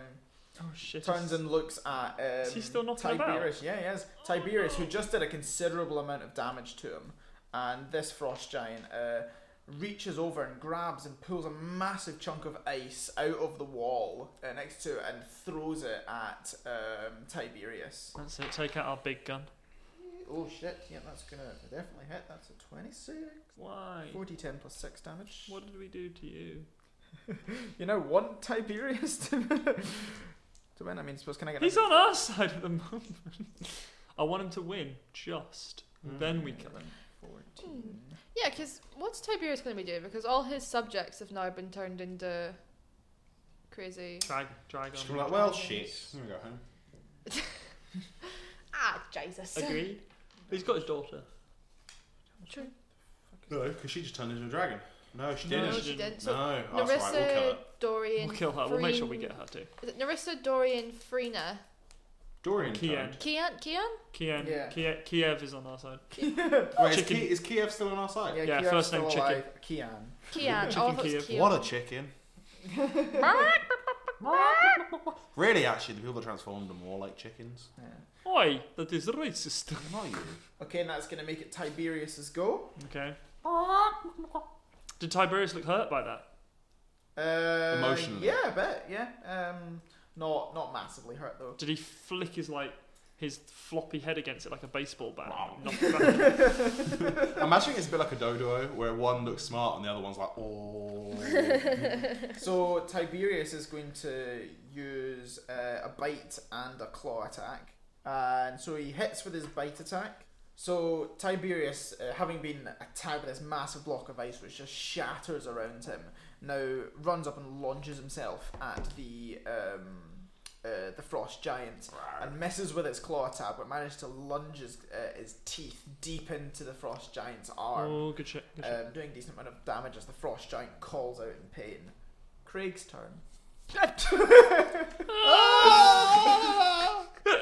Oh shit.
turns and looks at. Um,
Is he still knocking about?
Tiberius? Yeah, yes. Tiberius, who just did a considerable amount of damage to him, and this frost giant uh, reaches over and grabs and pulls a massive chunk of ice out of the wall uh, next to it and throws it at um, Tiberius.
That's it, take out our big gun.
Oh shit! Yeah, that's gonna definitely hit. That's a twenty-six.
Why?
40, 10 plus six damage.
What did we do to you?
You know, want Tiberius to to win. I mean, suppose can I get?
He's
a-
on
Mm.
our side at the moment. I want him to win, just. Then we kill him.
Fourteen.
Yeah, because what's Tiberius going to be doing? Because all his subjects have now been turned into crazy.
Drag, dragon.
She's like, well, shit. I'm gonna go home.
Ah, Jesus.
Agreed. He's got his daughter.
True.
No, because she just turned into a dragon. No, she
No,
didn't.
she
she didn't. So
no, oh, that's right. We'll kill
Narissa,
her.
Dorian.
We'll kill her. We'll make sure we
Freen-
get her too.
Is it Narissa, Dorian, Freena,
Dorian
Kian.
turned.
Kian? Kian?
Kiev,
Yeah.
Kiev, Kiev is on our side.
Wait, is,
Chicken.
Ki- is Kiev still on our side?
Yeah,
Kian's
first name
still
Chicken.
alive. Kian.
Kian.
Chicken
oh, I thought it
Kiev.
was Kian.
What a chicken. really, actually, the people that transformed are more like chickens.
Yeah.
Oi, that is racist.
Not you.
Okay, and that's gonna make it Tiberius's go.
Okay. Did Tiberius look hurt by that?
Uh,
Emotionally.
Yeah, I bet. Yeah. Um, not not massively hurt though.
Did he flick his like his floppy head against it like a baseball bat?
Wow.
Knock it back?
I'm imagining it's a bit like a dodo, where one looks smart and the other one's like, oh.
So Tiberius is going to use uh, a bite and a claw attack, and so he hits with his bite attack. So Tiberius, uh, having been attacked by this massive block of ice which just shatters around him, now runs up and launches himself at the um, uh, the frost giant and misses with its claw attack, but manages to lunge his, uh, his teeth deep into the frost giant's arm
oh, good shit. Good shit.
um, doing a decent amount of damage as the frost giant calls out in pain. Craig's turn. Uh,
Ah!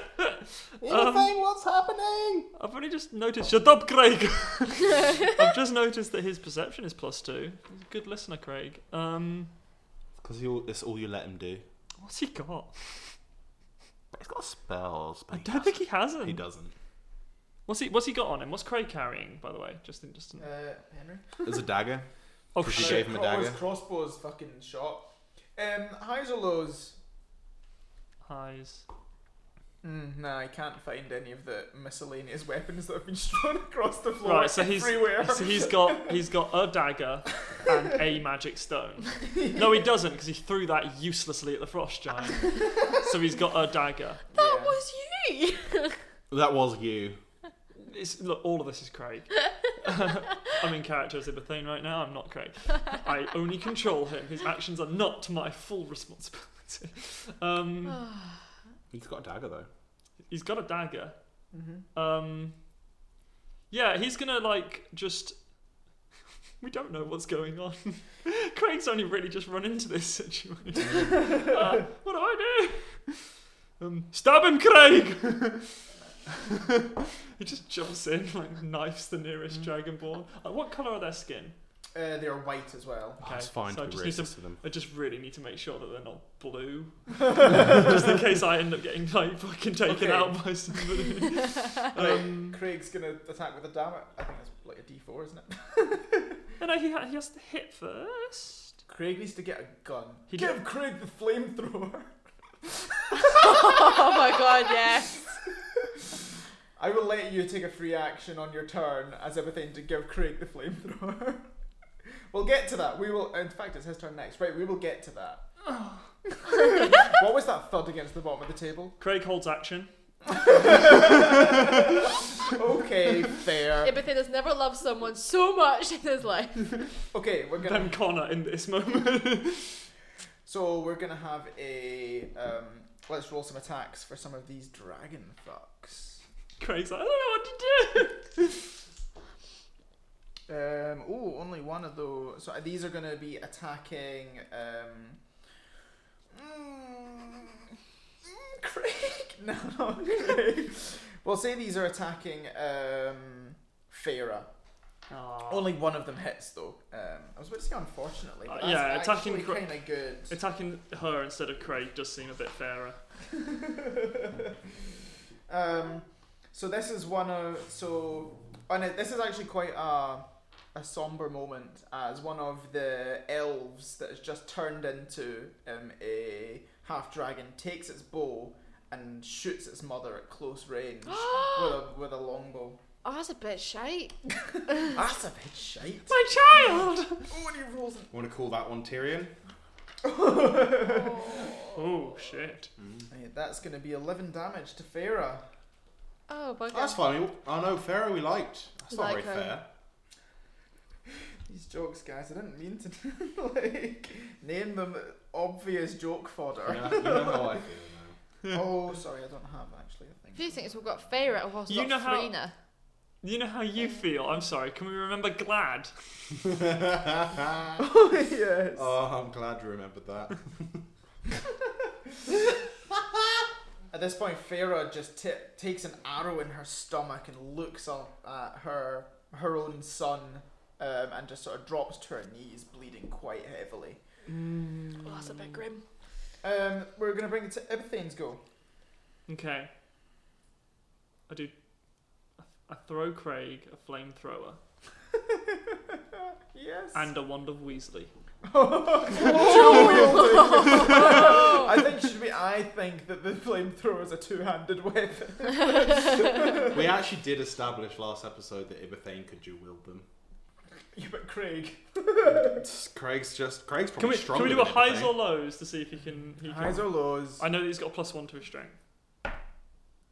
Everything,
what's happening?
I've only just noticed. Shut up, Craig. I've just noticed that his perception is plus two. He's a good listener, Craig. Um,
Because that's all you let him do.
what's he got?
He's got spells,
I
but
don't think he
he
hasn't.
doesn't.
What's he? What's he got on him? What's Craig carrying, by the way? Just in, just in.
Uh, Henry.
There's a dagger.
Oh
Craig- She
shit!
gave him a
Crossbows-
dagger.
Crossbows fucking shot. Um, highs or lows?
Highs.
Mm, nah, I can't find any of the miscellaneous weapons that have been strewn across the floor
Right, so he's
everywhere.
so he's got he's got a dagger and a magic stone. No, he doesn't because he threw that uselessly at the frost giant. so he's got a dagger.
That
Yeah.
was you!
That was you.
It's, look, all of this is Craig. I'm in character as Ibathane right now. I'm not Craig. I only control him. His actions are not my full responsibility.
Oh.
Um,
He's got a dagger, though.
he's got a dagger.
Mhm.
Um, yeah, he's gonna like just. We don't know what's going on. Craig's only really just run into this situation. Uh, what do I do? Um, stab him, Craig! he just jumps in, like knifes the nearest dragonborn. Uh, what colour are their skin?
Uh, they are white as well.
Okay,
Oh, it's fine
so I
to
just
be
need to-
racist to them.
I just really need to make sure that they're not blue, just in case I end up getting like fucking taken
Okay.
out by somebody. um,
Craig's gonna attack with a damage. I think that's like a D4, isn't it?
No, no, he, ha- he has to hit first.
Craig needs to get a gun.
He
Give Craig the flamethrower.
oh my god, yes.
I will let you take a free action on your turn as everything to give Craig the flamethrower. we'll get to that. We will. In fact, it's his turn next. Right, we will get to that. what was that thud against the bottom of the table?
Craig holds action.
Okay, fair.
Ibithin has never loved someone so much in his life.
Okay, we're
Then
gonna.
Connor in this moment.
So we're gonna have a. Um, let's roll some attacks for some of these dragon fucks.
Craig's like, I don't know what to do.
Um, oh, only one of those. So uh, these are gonna be attacking. Um, mm, mm, Craig. No, not Craig. well, say these are attacking um, Farah. Only one of them hits though. Um, I was about to say unfortunately, but
Uh,
that's
yeah, attacking
actually
Cra-
kind of good.
Attacking her instead of Craig does seem a bit fairer.
um, so this is one of so, and it, this is actually quite a a somber moment as one of the elves that has just turned into um, a half dragon takes its bow and shoots its mother at close range with a with a longbow.
Oh, that's a bit shite.
That's a bit shite.
My child!
Oh, and he rolls.
Want to call that one Tyrion?
Oh, shit. Oh,
Right, that's going to be eleven damage to Farah.
Oh, bugger.
That's fine. We- Oh no, Pharaoh we liked. That's not
Like
uh,
very
her.
fair.
These jokes, guys, I didn't mean to like name them obvious joke
You
fodder.
know, you know how I feel now.
oh, sorry, I don't have actually a
If you
thing.
think it's we've got Feyre or what's
You
got
know how-
Farina.
You know how you feel. I'm sorry. Can we remember Glad?
Oh yes.
Uh,
Oh, I'm glad you remembered that.
At this point, Farah just t- takes an arrow in her stomach and looks up at her her own son, um, and just sort of drops to her knees, bleeding quite heavily.
Oh, that's a bit grim.
Um, we're gonna bring it to Ibethane's go.
Okay. I do. I throw Craig a flamethrower
Yes.
and a wand of Weasley.
Dual-wielding. I think should be. I think that the flamethrower is a two-handed weapon.
we actually did establish last episode that Ibethane could dual wield them.
Yeah, but Craig.
Craig's just Craig's
Can we,
probably
can
stronger.
we do a
than
highs
Ibethane.
or lows to see if he can? He can.
Highs or lows?
I know that he's got a plus one to his strength.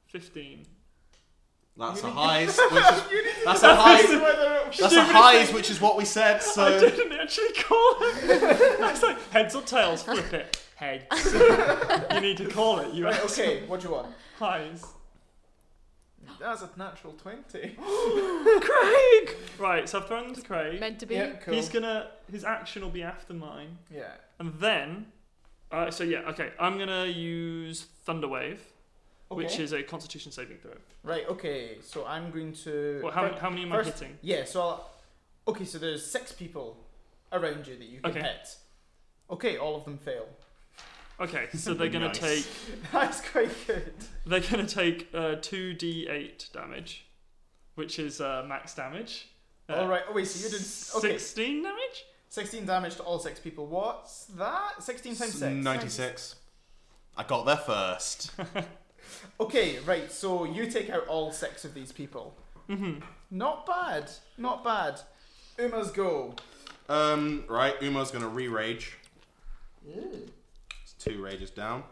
Fifteen.
That's
You
a
need-
highs, which is
You need to
that's a
decide
high.
whether it-
That's a highs, which is what we said.
I
So
didn't actually call it. I was like heads or tails. Flip it. Heads. you need to call it. You
Right,
asked
okay, what do you want?
highs.
That's a natural 20.
Craig. Right. So I've thrown them to Craig.
Meant to be.
Yeah, cool.
He's gonna. His action will be after mine.
Yeah.
And then, uh, so yeah, okay, I'm gonna use Thunder Wave, which
Okay. Uh,
is a Constitution saving throw.
Right, okay, so I'm going to.
Well, how, how many am I
first-
hitting?
Yeah, so I'll. Okay, so there's six people around you that you can
Okay.
hit. Okay, all of them fail.
Okay, so they're gonna
Nice.
take
That's quite good.
they're gonna take uh, two d8 damage, which is uh, max damage. Uh,
Alright, oh wait, so you did. Okay,
sixteen damage.
16 damage to all six people. What's that? 16 times 6.
ninety-six. I got there first.
Okay, right, so you take out all six of these people.
Mm-hmm.
Not bad, not bad. Uma's go.
Um, right, Uma's gonna re-rage. Mm. It's two rages down.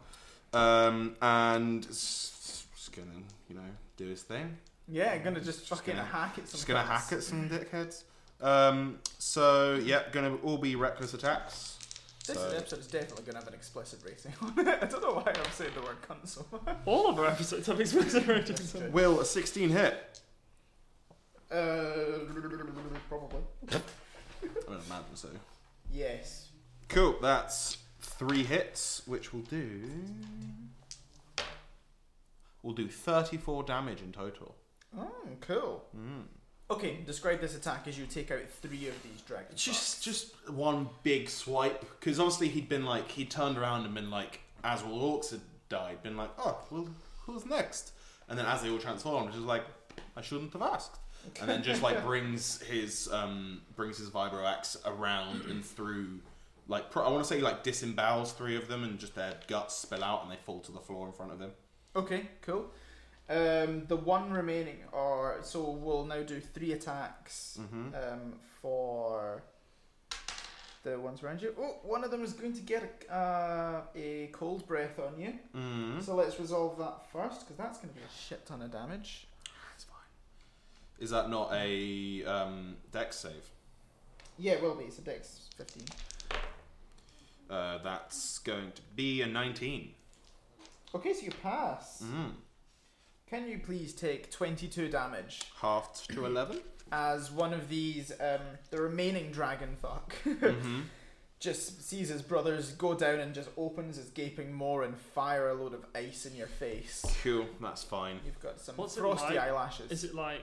Um, and s- s- just gonna, you know, do his thing.
Yeah, gonna just, fucking
gonna-
hack it.
Just gonna hack at some dickheads. Um, so yep, gonna all be reckless attacks.
This
So-
episode is definitely going to have an explicit rating on it. I don't know why I'm saying the word cunt so much.
All of our episodes have explosive ratings.
good.
Will a sixteen hit?
Uh, probably.
I would imagine so.
Yes.
Cool. That's three hits, which will do. We'll do thirty-four damage in total.
Oh, cool.
Mm.
Okay, describe this attack as you take out three of these dragons.
Just, just one big swipe, because obviously he'd been like, he turned around and been like, as all orcs had died, been like, oh, well, who's next? And then as they all transformed, just like, I shouldn't have asked. And then just like brings his, um, brings his vibro axe around and through, like, pro- I want to say like disembowels three of them, and just their guts spill out, and they fall to the floor in front of him.
Okay, cool. Um, the one remaining are so we'll now do three attacks
Mm-hmm.
um, for the ones around you. Oh, one of them is going to get a, uh, a cold breath on you.
Mm-hmm.
So let's resolve that first because that's going to be a shit ton of damage.
That's fine. Is that not a um, dex save?
Yeah, it will be. It's a dex 15.
Uh, that's going to be a 19.
Okay, so you pass.
Mm.
Can you please take 22 damage
Half to 11?
as one of these, um, the remaining dragon fuck,
mm-hmm.
just sees his brothers go down and just opens his gaping maw and fire a load of ice in your face.
Cool, that's fine.
You've got some
What's it
frosty
like?
eyelashes.
Is it like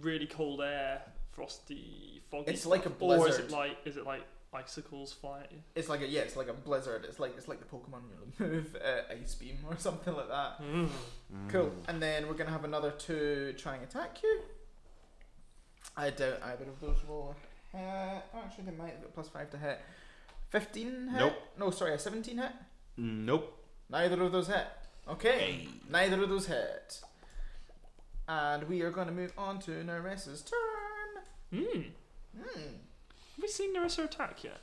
really cold air, frosty, foggy?
It's like a
Or is
blizzard.
it like is it like icicles fly at you?
It's like a yeah, it's like a blizzard. It's like it's like the Pokemon you move uh, ice beam or something like that.
Mm.
Cool.
Mm-hmm.
And then we're gonna have another two trying attack you. I doubt either of those will hit. Oh, actually, they might. Plus five to hit. Fifteen hit.
Nope.
No, sorry, a seventeen hit.
Nope.
Neither of those hit. Okay.
Hey.
Neither of those hit. And we are gonna move on to Naresa's turn.
Mm.
Hmm. Uh,
Have we seen Narissa attack yet?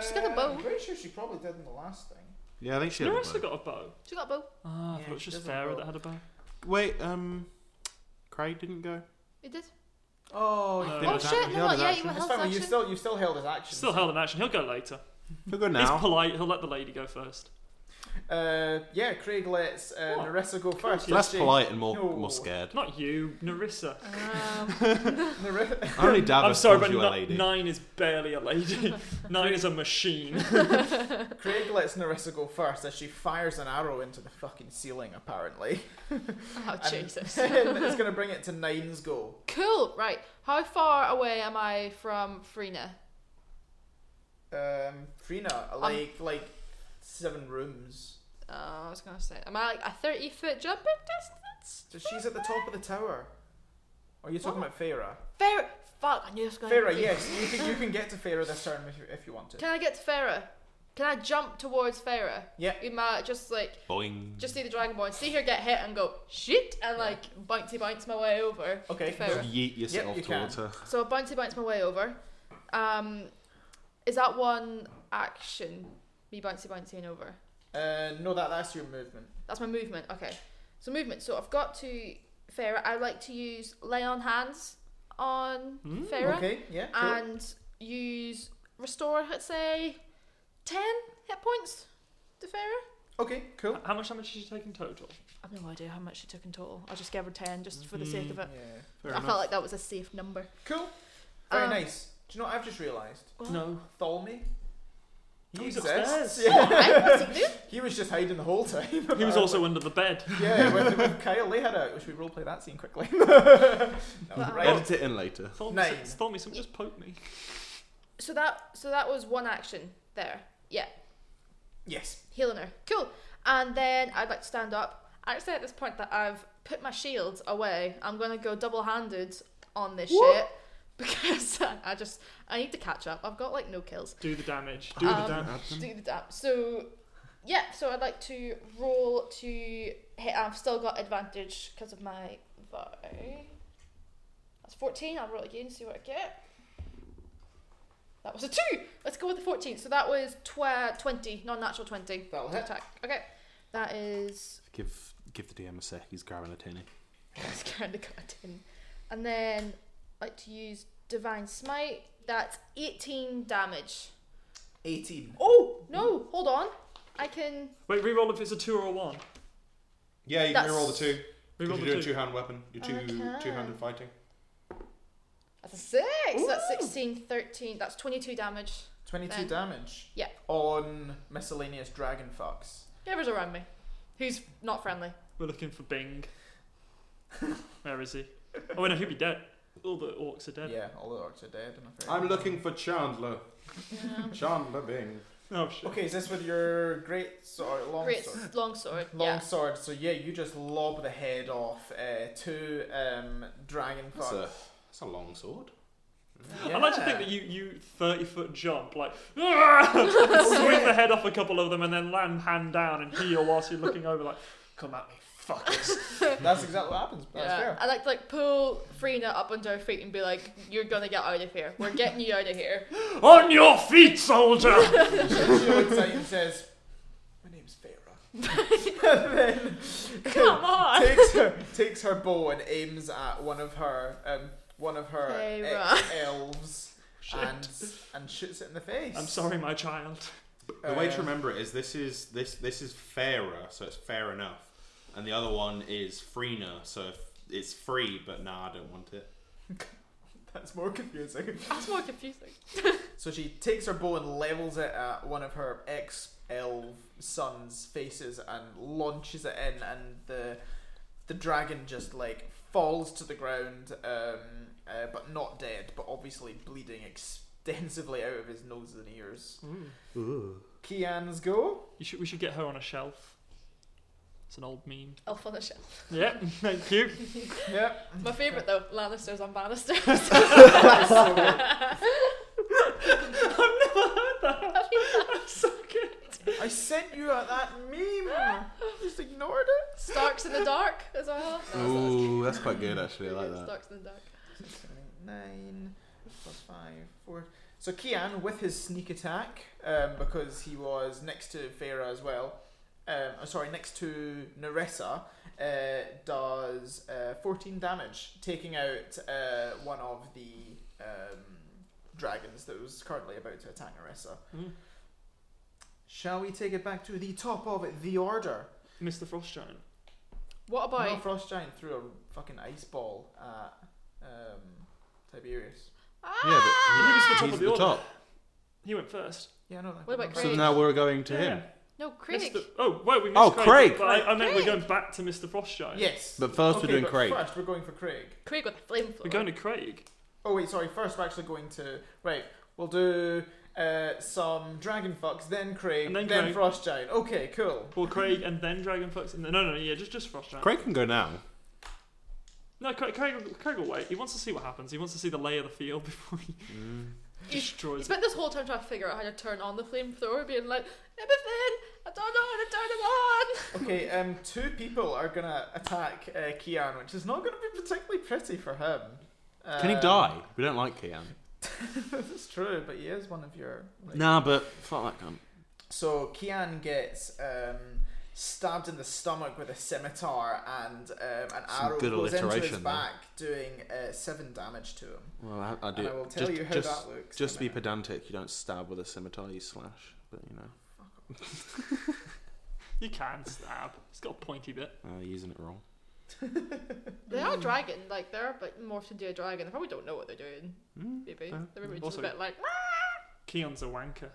She's got a bow.
I'm pretty sure she probably did in the last thing.
Yeah, I think she
Narissa got a bow.
She got a bow.
Ah, I
Yeah,
thought it was
she
just
does have a
Farah
bow.
that had a bow.
Wait, um, Craig didn't go.
It did.
Oh,
no.
Didn't
Oh
attack.
shit!
He
No,
held his
yeah, you
action.
were
It's
held
fine,
action.
you still you still held his action.
Still held in action. He'll go later.
He'll go
He's
now.
polite. He'll let the lady go first.
Uh, yeah, Craig lets uh,
What?
Narissa go first.
Less
She-
polite and more
No.
more scared.
Not you, Narissa.
Um,
Nari-
Only Davos
I'm sorry,
calls
but
you a
ni-
lady.
nine is barely a lady. nine is a machine.
Craig lets Narissa go first as she fires an arrow into the fucking ceiling. Apparently,
oh
And-
Jesus.
it's gonna bring it to Nine's goal.
cool. Right. How far away am I from Frina?
Um, Frina, like like seven rooms.
Uh, I was gonna say, am I like a thirty foot jumping distance?
So she's at the top of the tower. Or are you
Oh.
talking about Feyre?
Farah. Fuck! I knew this was going.
Feyre, yes, you can, you can get to Feyre this turn if you, if you want to.
Can I get to Farah? Can I jump towards Farah?
Yeah.
Am I just like
Boing.
just see the dragonborn, see her get hit, and go shit, and like bouncy bounce my way over. to
Okay,
Farah.
yeet yourself
you can.
towards her.
So I bouncy bounce my way over. Um, is that one action? Me bouncy bouncing over.
Uh, no, that that's your movement.
That's my movement. Okay. So movement. So I've got to Farah. I like to use lay on hands on
Mm,
Farah
Okay, yeah. Cool.
and use restore. Let's say ten hit points to Farah.
okay, cool.
How much damage did you take in total?
I've no idea how much she took in total. I just gave her ten just for the sake of
Yeah.
it. I felt like that was a safe number.
Cool. Very
Um,
nice. Do you know what I've just realised?
No.
Tholme.
Oh,
He
he's
exists.
upstairs.
Yeah.
Right? What's it do?
He was just hiding the whole time.
He was
apparently.
also under the bed.
yeah, with, with Kyle. They had a. Should we roleplay that scene quickly? No, right.
um,
Edit it in later.
Thormy,
Nine.
Thormy, someone just poke me.
So that so that was one action there. Yeah,
Yes.
healing her. Cool. And then I'd like to stand up. I would say at this point that I've put my shield away. I'm gonna go double handed on this shit because I just I need to catch up. I've got like no kills.
Do the damage. Do
Um,
the damage.
Mm.
Do the dab. So yeah, so I'd like to roll to hit. I've still got advantage because of my vow. That's 14. I'll roll again, see what I get. That was a 2. Let's go with the 14. So that was tw- 20, non natural 20.
That'll
to
hit.
attack. Okay. That is.
Give give the DM a sec. He's grabbing a tinny.
That's kind of got in. And then I'd like to use Divine Smite. That's 18 damage.
18.
Oh! No! Hold on. I can.
Wait, reroll if it's a two or a one.
Yeah, you
can That's- reroll the
two.
Reroll the two.
hand weapon. You're
two- Okay. two-handed
fighting.
That's a six. So that's 16, 13. That's 22 damage.
22
Then-
damage.
Yeah.
On miscellaneous dragon fucks.
Whoever's around me. Who's not friendly.
We're looking for Bing. Where is he? Oh, no, he'd be dead. All the orcs are dead.
Yeah, all the orcs are dead. I'm afraid.
I'm looking for Chandler. Chandler Bing.
Oh, shit.
Okay, is this with your great sword, long
Great
sword?
long sword.
Long
yeah.
sword. So yeah, you just lob the head off uh, two um, dragon
That's
fucks.
a that's a long sword.
I like to think that you you thirty foot jump like swing the head off a couple of them and then land hand down and heel whilst you're looking over like come at me fuckers.
That's exactly what happens. That's
yeah.
fair.
I like to like pull Frina up onto her feet and be like, "You're gonna get out of here. We're getting you out of here."
On your feet, soldier.
she looks at you and says, "My name's Feyre." and then
Come on.
takes her takes her bow and aims at one of her um, one of her e-
Feyre.
elves
Shit.
and and shoots it in the face.
I'm sorry, my child.
The way to
Uh,
remember it is this is this this is fairer, so it's fair enough, and the other one is freener, so if it's free. But nah, I don't want it.
That's more confusing.
That's more confusing.
So she takes her bow and levels it at one of her ex elf son's faces and launches it in, and the the dragon just like falls to the ground, um, uh, but not dead, but obviously bleeding extensively out of his nose and ears. Kian's go.
You should we should get her on a shelf. It's an old meme.
Elf on a shelf.
Yeah, thank you.
Yep.
My favorite though, Lannisters on Bannisters.
So weird.
so good.
I sent you out that meme. You just ignored it.
Starks in the dark as well. No,
Ooh, that's quite good actually.
that's- Starks in the dark.
Six, seven, eight, nine, plus five, four. So Kian with his sneak attack, um, because he was next to Feyre as well, um, oh, sorry, next to Nerissa, uh, does uh, 14 damage, taking out uh, one of the um, dragons that was currently about to attack Nerissa.
Mm.
Shall we take it back to the top of the order?
Mr. Frost Giant.
What about
No, Frost Giant threw a fucking ice ball at um, Tiberius.
Yeah,
Ah!
He was the
but
top
he-
of
he's
the
the
order.
top.
He went first.
Yeah, no, that
What about
could
So
Craig.
now we're going to him.
no Craig?
Mr. Oh, wait, we missed
Oh,
Craig.
Craig.
But I, I meant we're
Craig.
going back to Mr. Frost Giant.
Yes.
But first we're
Okay,
doing
but
Craig.
First, we're going for Craig.
Craig with a flamethrower.
We're going to Craig.
Oh wait, sorry. First, we're actually going to right. We'll do uh, some dragon fucks, then Craig,
And then Craig.
frost giant. Okay, cool.
Well, Craig and then Dragon Fox. And then, no, no, no, yeah, just, just Frost Giant.
Craig can go now.
No, Craig, Craig, Craig will wait. He wants to see what happens. He wants to see the lay of the field before he
He
Mm.
destroys it.
spent this whole time trying to figure out how to turn on the flamethrower, being like, everything. I don't know how to turn them on.
Okay, um, two people are gonna attack uh, Kian, which is not gonna be particularly pretty for him. Um,
Can he die? We don't like Kian.
That's true, but he is one of your. like-
Nah, but fuck that cunt.
So Kian gets um, stabbed in the stomach with a scimitar, and um, an
Some
arrow
good
goes into his
alliteration there.
back, doing uh, seven damage to him.
Well, I, I do.
and I will tell
just,
you how
just,
that looks.
just to
in
be
a minute.
pedantic, you don't stab with a scimitar, you slash. But you know,
You can stab. It's got a pointy bit.
uh, using it wrong.
They
Hmm.
are dragon, like they're but morphed into a dragon. They probably don't know what they're doing.
Mm.
Maybe
Uh,
they're maybe just
also-
a bit like "Ah,
Keon's a wanker.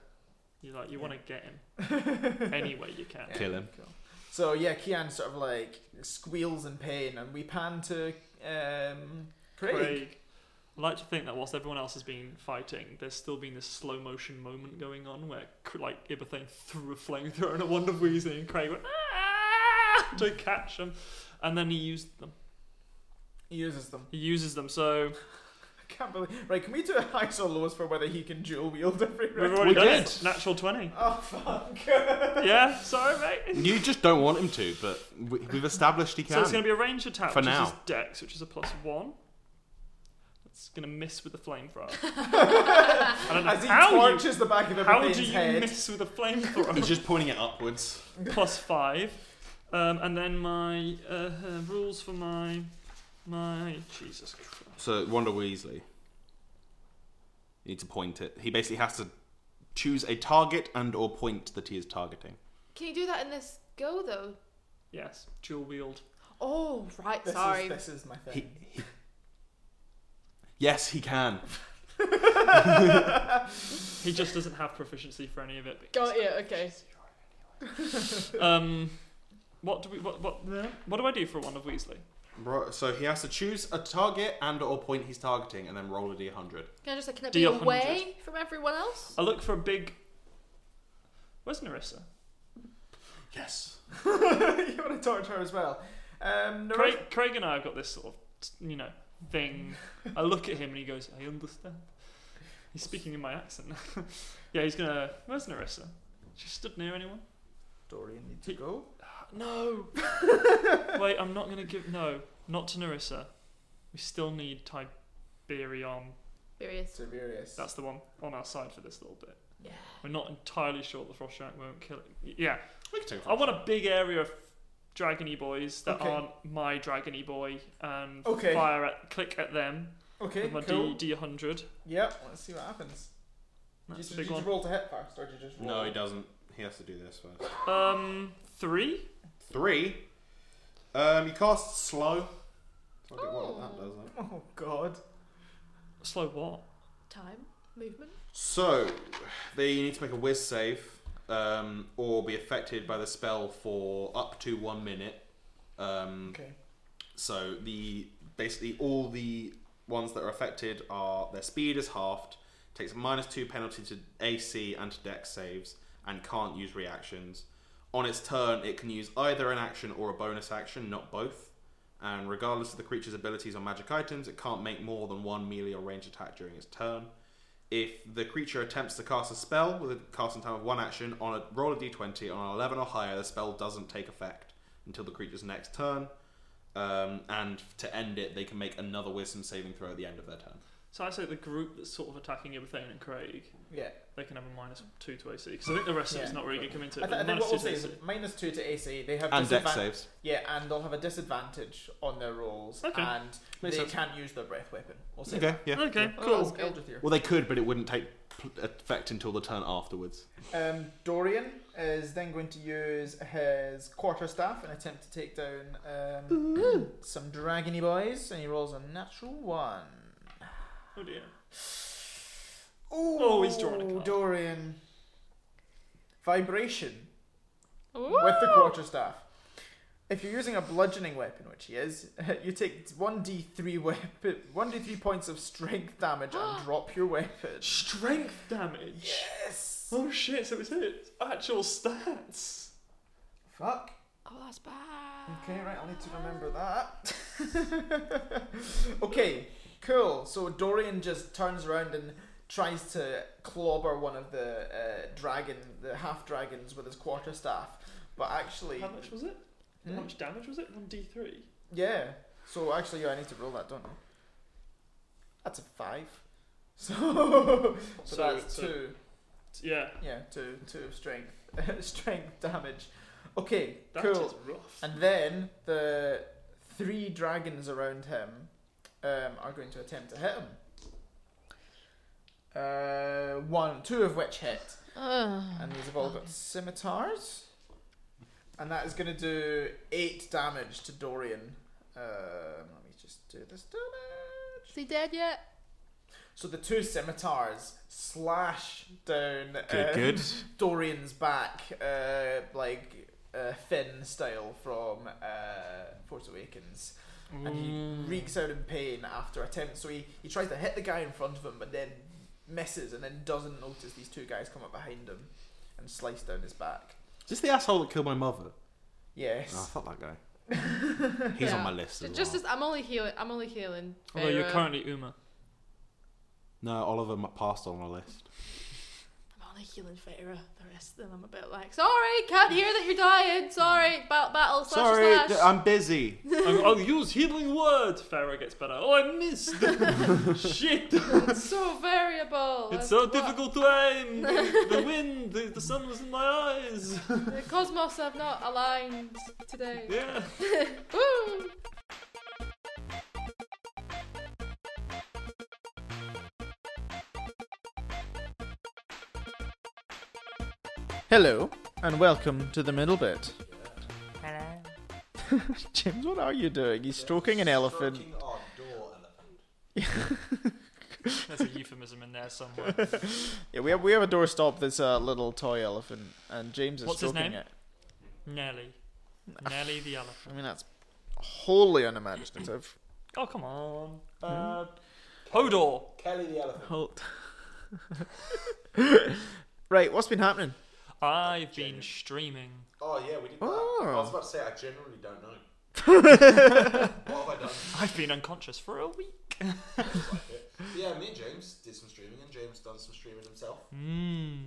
You like you want to get him any way you can.
Yeah,
Kill him.
cool. So yeah, Kian sort of like squeals in pain, and we pan to um, Craig.
Craig, I like to think that whilst everyone else has been fighting, there's still been this slow motion moment going on where cr- like Ibathane threw a flamethrower and a wand of wheezing, and Craig went ah! to catch them, and then he used them.
He uses them.
He uses them. So
I can't believe. Right, can we do a highs or lows for whether he can dual wield every
we've
round?
already
We
done
did.
it. Natural twenty.
Oh fuck!
yeah. Sorry, mate.
You just don't want him to, but we, we've established he
So
can.
it's going to be a range attack,
For
which
now.
is his dex, which is a plus one. It's going to miss with the flamethrower. I don't know
As he
how you-
torches the back of
How do
everything's
you
head.
miss with a flamethrower?
He's just pointing it upwards.
Plus five, um, and then my uh, uh, rules for my my Jesus Christ.
So Wanda Weasley. You need to point it. He basically has to choose a target and or point that he is targeting.
Can you do that in this go though?
Yes, dual wield.
Oh right,
This
sorry.
Is, this is my thing.
He, he... Yes, he can.
He just doesn't have proficiency for any of it.
Got you, okay.
Um, what do we? What what? What do I do for one of Weasley?
Right, so he has to choose a target and or point he's targeting and then roll a d100.
Can I just like can it
Do
be
your hundred.
away from everyone else?
I look for a big. Where's Narissa?
Yes.
you want to torch her as well? Um, Nor-
Craig, Craig and I have got this sort of you know thing. I look at him and he goes, "I understand." He's speaking in my accent. yeah, he's gonna. Where's Narissa? She stood near anyone?
Dorian needs to
He-
go.
No. Wait, I'm not gonna give. No, not to Narissa. We still need Tiberium.
Various.
Tiberius.
That's the one on our side for this little bit.
Yeah.
We're not entirely sure the frost giant won't kill it. Yeah,
We can take
I want a big area of dragony boys that
Okay.
aren't my dragony boy and
Okay.
fire at click at them
okay,
with my
cool.
D D hundred.
Yep. Let's see what happens.
That's a
did
big
you
one.
roll to hit first, or did you just roll?
No, he doesn't. He has to do this first.
Um, three.
Three. Um, you cast slow. So I get one
Oh.
of that, doesn't it?
Oh God.
Mm. Slow what?
Time? Movement?
So they need to make a whiz save, um, or be affected by the spell for up to one minute. Um,
Okay.
so the basically all the ones that are affected are their speed is halved, takes a minus two penalty to AC and to Dex saves, and can't use reactions. On its turn, it can use either an action or a bonus action, not both. And regardless of the creature's abilities or magic items, it can't make more than one melee or range attack during its turn. If the creature attempts to cast a spell with a casting time of one action on a roll of d20 on an 11 or higher, the spell doesn't take effect until the creature's next turn. Um, and to end it, they can make another wisdom saving throw at the end of their turn.
So I say the group that's sort of attacking Ibethane and Craig,
Yeah.
they can have a minus two to AC. Because I think the rest of it's
Yeah.
not really going to come into
I,
it.
th-
but
I think
minus
what we'll
two
say
to
is
AC.
minus two to AC. They have
And deck
disadvan-
saves.
Yeah, and they'll have a disadvantage on their rolls,
Okay.
and
Makes
they
sense.
can't use their breath weapon. We'll say
Okay,
that.
yeah.
Okay,
Oh,
cool.
that's Eldritch Ear.
Well, they could, but it wouldn't take pl- effect until the turn afterwards.
Um, Dorian is then going to use his quarterstaff and attempt to take down um, some dragony boys, and he rolls a natural one.
Oh dear.
Ooh,
Oh, he's drawn a card.
Dorian. Vibration
Ooh.
with the quarterstaff. If you're using a bludgeoning weapon, which he is, you take 1d3 weapon, 1d3 points of strength damage and drop your weapon.
Strength damage.
Yes.
Oh shit! So it's his actual stats.
Fuck.
Oh, that's bad.
Okay, right, I'll need to remember that. okay, cool. So Dorian just turns around and tries to clobber one of the uh, dragon, the half dragons, with his quarterstaff. But actually,
How much was it?
Hmm?
How much damage was it? One D three.
yeah. So actually, yeah, I need to roll that, don't I? That's a five. So, so,
So
that's
it's a-
two.
Yeah.
Yeah, two, two strength, strength damage. Okay,
that is
cool.
rough.
And then the three dragons around him um, are going to attempt to hit him. Uh, one, two of which hit, and these have all got scimitars, and that is going to do eight damage to Dorian. Um, let me just do this damage.
Is he dead yet?
So the two scimitars slash down um,
good.
Dorian's back, uh, like uh, Finn style from uh, Force Awakens, and
Mm.
he reeks out in pain after attempt. So he, he tries to hit the guy in front of him, but then misses, and then doesn't notice these two guys come up behind him and slice down his back.
Is this the asshole that killed my mother?
Yes.
Oh, fuck that guy. He's on
Yeah.
my list. As
Just
well.
as I'm only healing. I'm only healing.
Although you're
Feyre.
currently Uma.
No, Oliver m- passed on my list.
I'm only healing Feyre. The rest of them, I'm a bit like, sorry, can't hear that you're dying. Sorry, battle, battle, slash,
Sorry,
slash.
d- I'm busy.
I'll, I'll use healing word. Farah gets better. Oh, I missed. Shit.
It's so variable.
It's
as
so
to what-
difficult to aim. The, the wind, the, the sun was in my eyes.
The cosmos have not aligned today.
Yeah.
Woo! Oh
Hello, and welcome to the middle bit. Hello. James, what are you doing? He's stroking an elephant.
There's a euphemism in there somewhere.
Yeah, we have we have a doorstop that's a little toy elephant, and James is
What's his
stroking
name?
it.
Nelly. Nelly the elephant.
I mean, that's wholly unimaginative.
Oh, come on. Uh, Hodor.
Kelly the elephant.
Halt. right, what's been happening?
I've been streaming.
Oh yeah, we did
Oh. I was
about to say I generally don't know. what have I done?
I've been unconscious for a week.
Yeah, me and James did some streaming, and James done some streaming himself. Hmm.
Mm.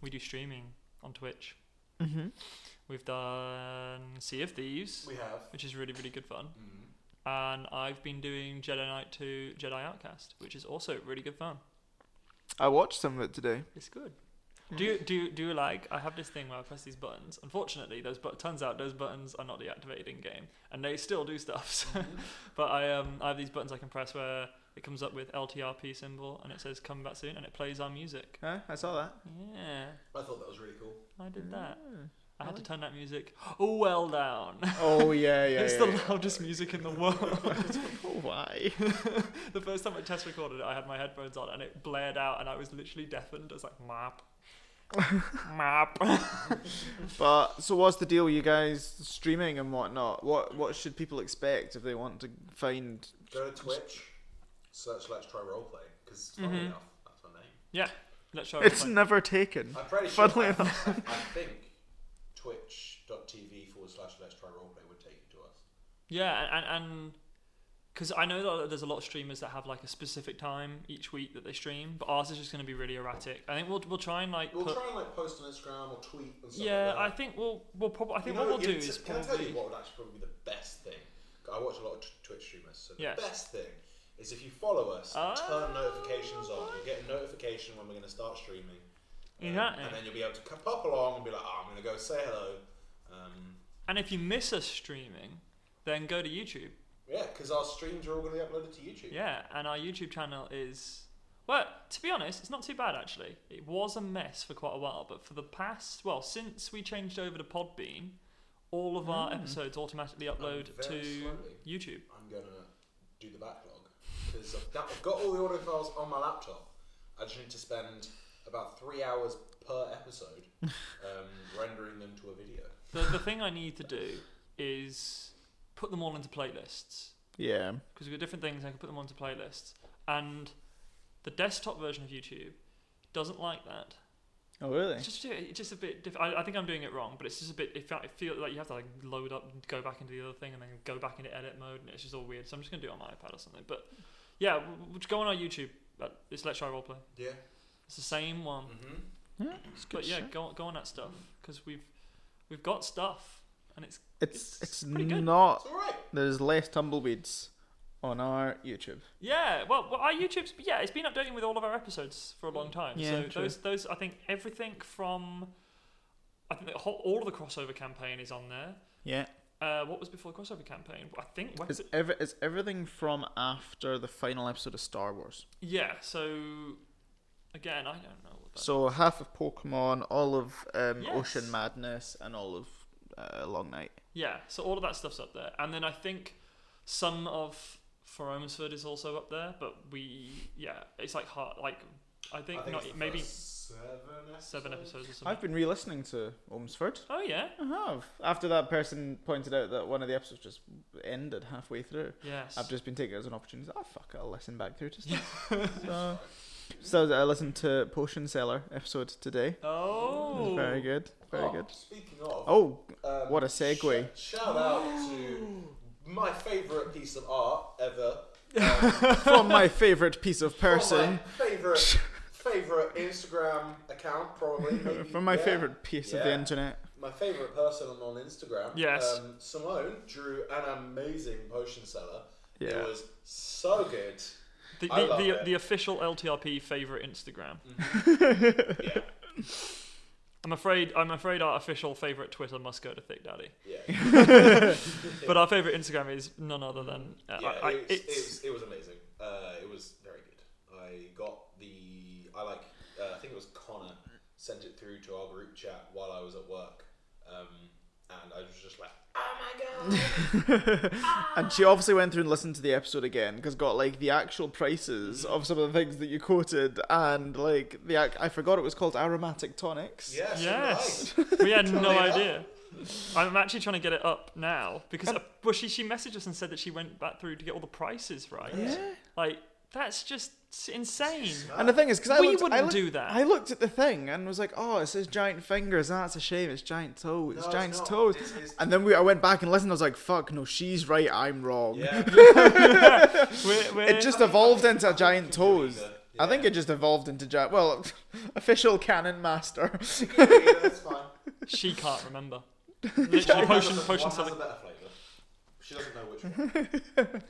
We do streaming on Twitch.
Mm-hmm.
We've done Sea of Thieves,
We have.
which is really, really good fun.
Mm.
And I've been doing Jedi Knight 2 Jedi Outcast, which is also really good fun.
I watched some of it today.
It's good. Do you, do you, do you like? I have this thing where I press these buttons. Unfortunately, those but turns out those buttons are not deactivated in game, and they still do stuff. So.
Mm-hmm.
But I um I have these buttons I can press where it comes up with LTRP symbol and it says come back soon and it plays our music.
Huh? I saw that.
Yeah,
I thought that was really cool.
I did that. I had to turn that music well down.
Oh Mm, yeah, yeah.
it's
yeah,
the
yeah.
loudest music in the world.
Oh, why?
the first time I test recorded it, I had my headphones on and it blared out and I was literally deafened. I was like, map, map.
but so, what's the deal? You guys streaming and whatnot? What what should people expect if they want to find?
Go to Twitch, search Let's Try Roleplay, because funny
Mhm.
enough, that's my name.
Yeah, let's show
It's
everyone.
never taken.
I'm pretty sure.
Funnily
I,
enough.
I, I think twitch.tv forward slash Let's Try Roleplay would take you to us.
Yeah, and and because I know that there's a lot of streamers that have like a specific time each week that they stream, but ours is just going to be really erratic. I think we'll we'll try and like
We'll
put.
try and like post on Instagram or tweet and stuff.
yeah,
like that.
I think we'll we'll probably. I think
You know,
what we'll
you-
do is
Can I tell
probably.
you what would actually probably be the best thing? I watch a lot of t- Twitch streamers, so the
Yes.
best thing is if you follow us,
Ah.
turn notifications on. You'll get a notification when we're going to start streaming. Um,
Exactly.
And then you'll be able to c- pop along and be like, oh, I'm going to go say hello. Um,
And if you miss us streaming, then go to YouTube.
yeah, because our streams are all going to be uploaded to YouTube.
Yeah, and our YouTube channel is. Well, to be honest, it's not too bad actually. It was a mess for quite a while, but for the past, well, since we changed over to Podbean, all of our episodes automatically upload
very
to
slowly.
YouTube.
I'm going to do the backlog because I've, got- I've got all the audio files on my laptop. I just need to spend about three hours per episode um, rendering them to a video.
The, the thing I need to do is put them all into playlists
Yeah.
because we've got different things. and I can put them onto playlists, and the desktop version of YouTube doesn't like that.
Oh, really?
It's just it's just a bit. Diff- I, I think I'm doing it wrong, but it's just a bit. It, fe- it feels like you have to like load up, and go back into the other thing, and then go back into edit mode, and it's just all weird. So I'm just gonna do it on my iPad or something. But yeah, w- w- just go on our YouTube. uh, It's Let's Try Roleplay.
Yeah.
It's the same one.
Mm-hmm.
But yeah, go on- go on that stuff because we've we've got stuff, and it's
It's
It's
it's
pretty good.
It's
not.
all right.
There's less tumbleweeds on our YouTube.
yeah. Well, well, our YouTube's yeah, it's been updating with all of our episodes for a long time.
Yeah,
so
true.
those those I think everything from I think the whole, all of the crossover campaign is on there.
Yeah.
Uh, what was before the crossover campaign? I think Wes-
It's ever it's everything from after the final episode of Star Wars.
Yeah, so again, I don't know what that
So half of Pokemon, all of um,
Yes.
Ocean Madness, and all of uh, Long Night.
Yeah, so all of that stuff's up there. And then I think some of For Omsford is also up there, but we yeah, it's like hard like I think,
I think
not
it's the
maybe
first seven episodes.
seven episodes or something.
I've been re-listening to Omsford.
Oh yeah.
I have. After that person pointed out that one of the episodes just ended halfway through,
Yes.
I've just been taking it as an opportunity. Oh fuck! I'll listen back through to stuff. so, so I listened to Potion Seller episode today. It was
oh
very good. Very
Oh,
good.
Speaking of,
Oh,
um,
what a segue.
sh- shout out to my favourite piece of art ever. Um,
Oh, from my favorite piece of person.
favourite favourite Instagram account, probably. maybe,
From my
yeah.
favorite piece of the
Yeah.
internet.
My favourite person on, on Instagram.
Yes.
Um, Simone drew an amazing potion seller.
Yeah.
It was so good.
the
I
the,
love
the,
it. Mm.
the official LTRP favorite Instagram.
Yeah.
I'm afraid I'm afraid our official favorite Twitter must go to Thick Daddy.
Yeah.
But our favorite Instagram is none other than uh,
yeah,
I, I,
it, was,
it's,
it was it was amazing. Uh, it was very good. I got the I like uh, I think it was Connor sent it through to our group chat while I was at work, um, and I was just like, oh my god,
And she obviously went through and listened to the episode again because got like the actual prices of some of the things that you quoted and like the ac- I forgot it was called aromatic tonics.
yes, so
Yes,
nice.
we had no
me that.
idea. I'm actually trying to get it up now because uh, well, she she messaged us and said that she went back through to get all the prices right.
Yeah.
Like that's just s- insane.
And the thing is, because I
We
looked, I
wouldn't
looked-
do that.
I looked at the thing and was like, "Oh, it says giant fingers. That's a shame. It's giant toe. It's
No, it's
giant
not.
toes."
It's- it's-
And then we, I went back and listened. I was like, "Fuck, no, she's right. I'm wrong."
Yeah,
We're, we're,
It just evolved into giant toes.
Yeah.
I think it just evolved into giant. Well, official canon master.
yeah, that's fine.
she can't remember. Literally, potion
One
potion
has a
selling.
better flavour. She doesn't know which one.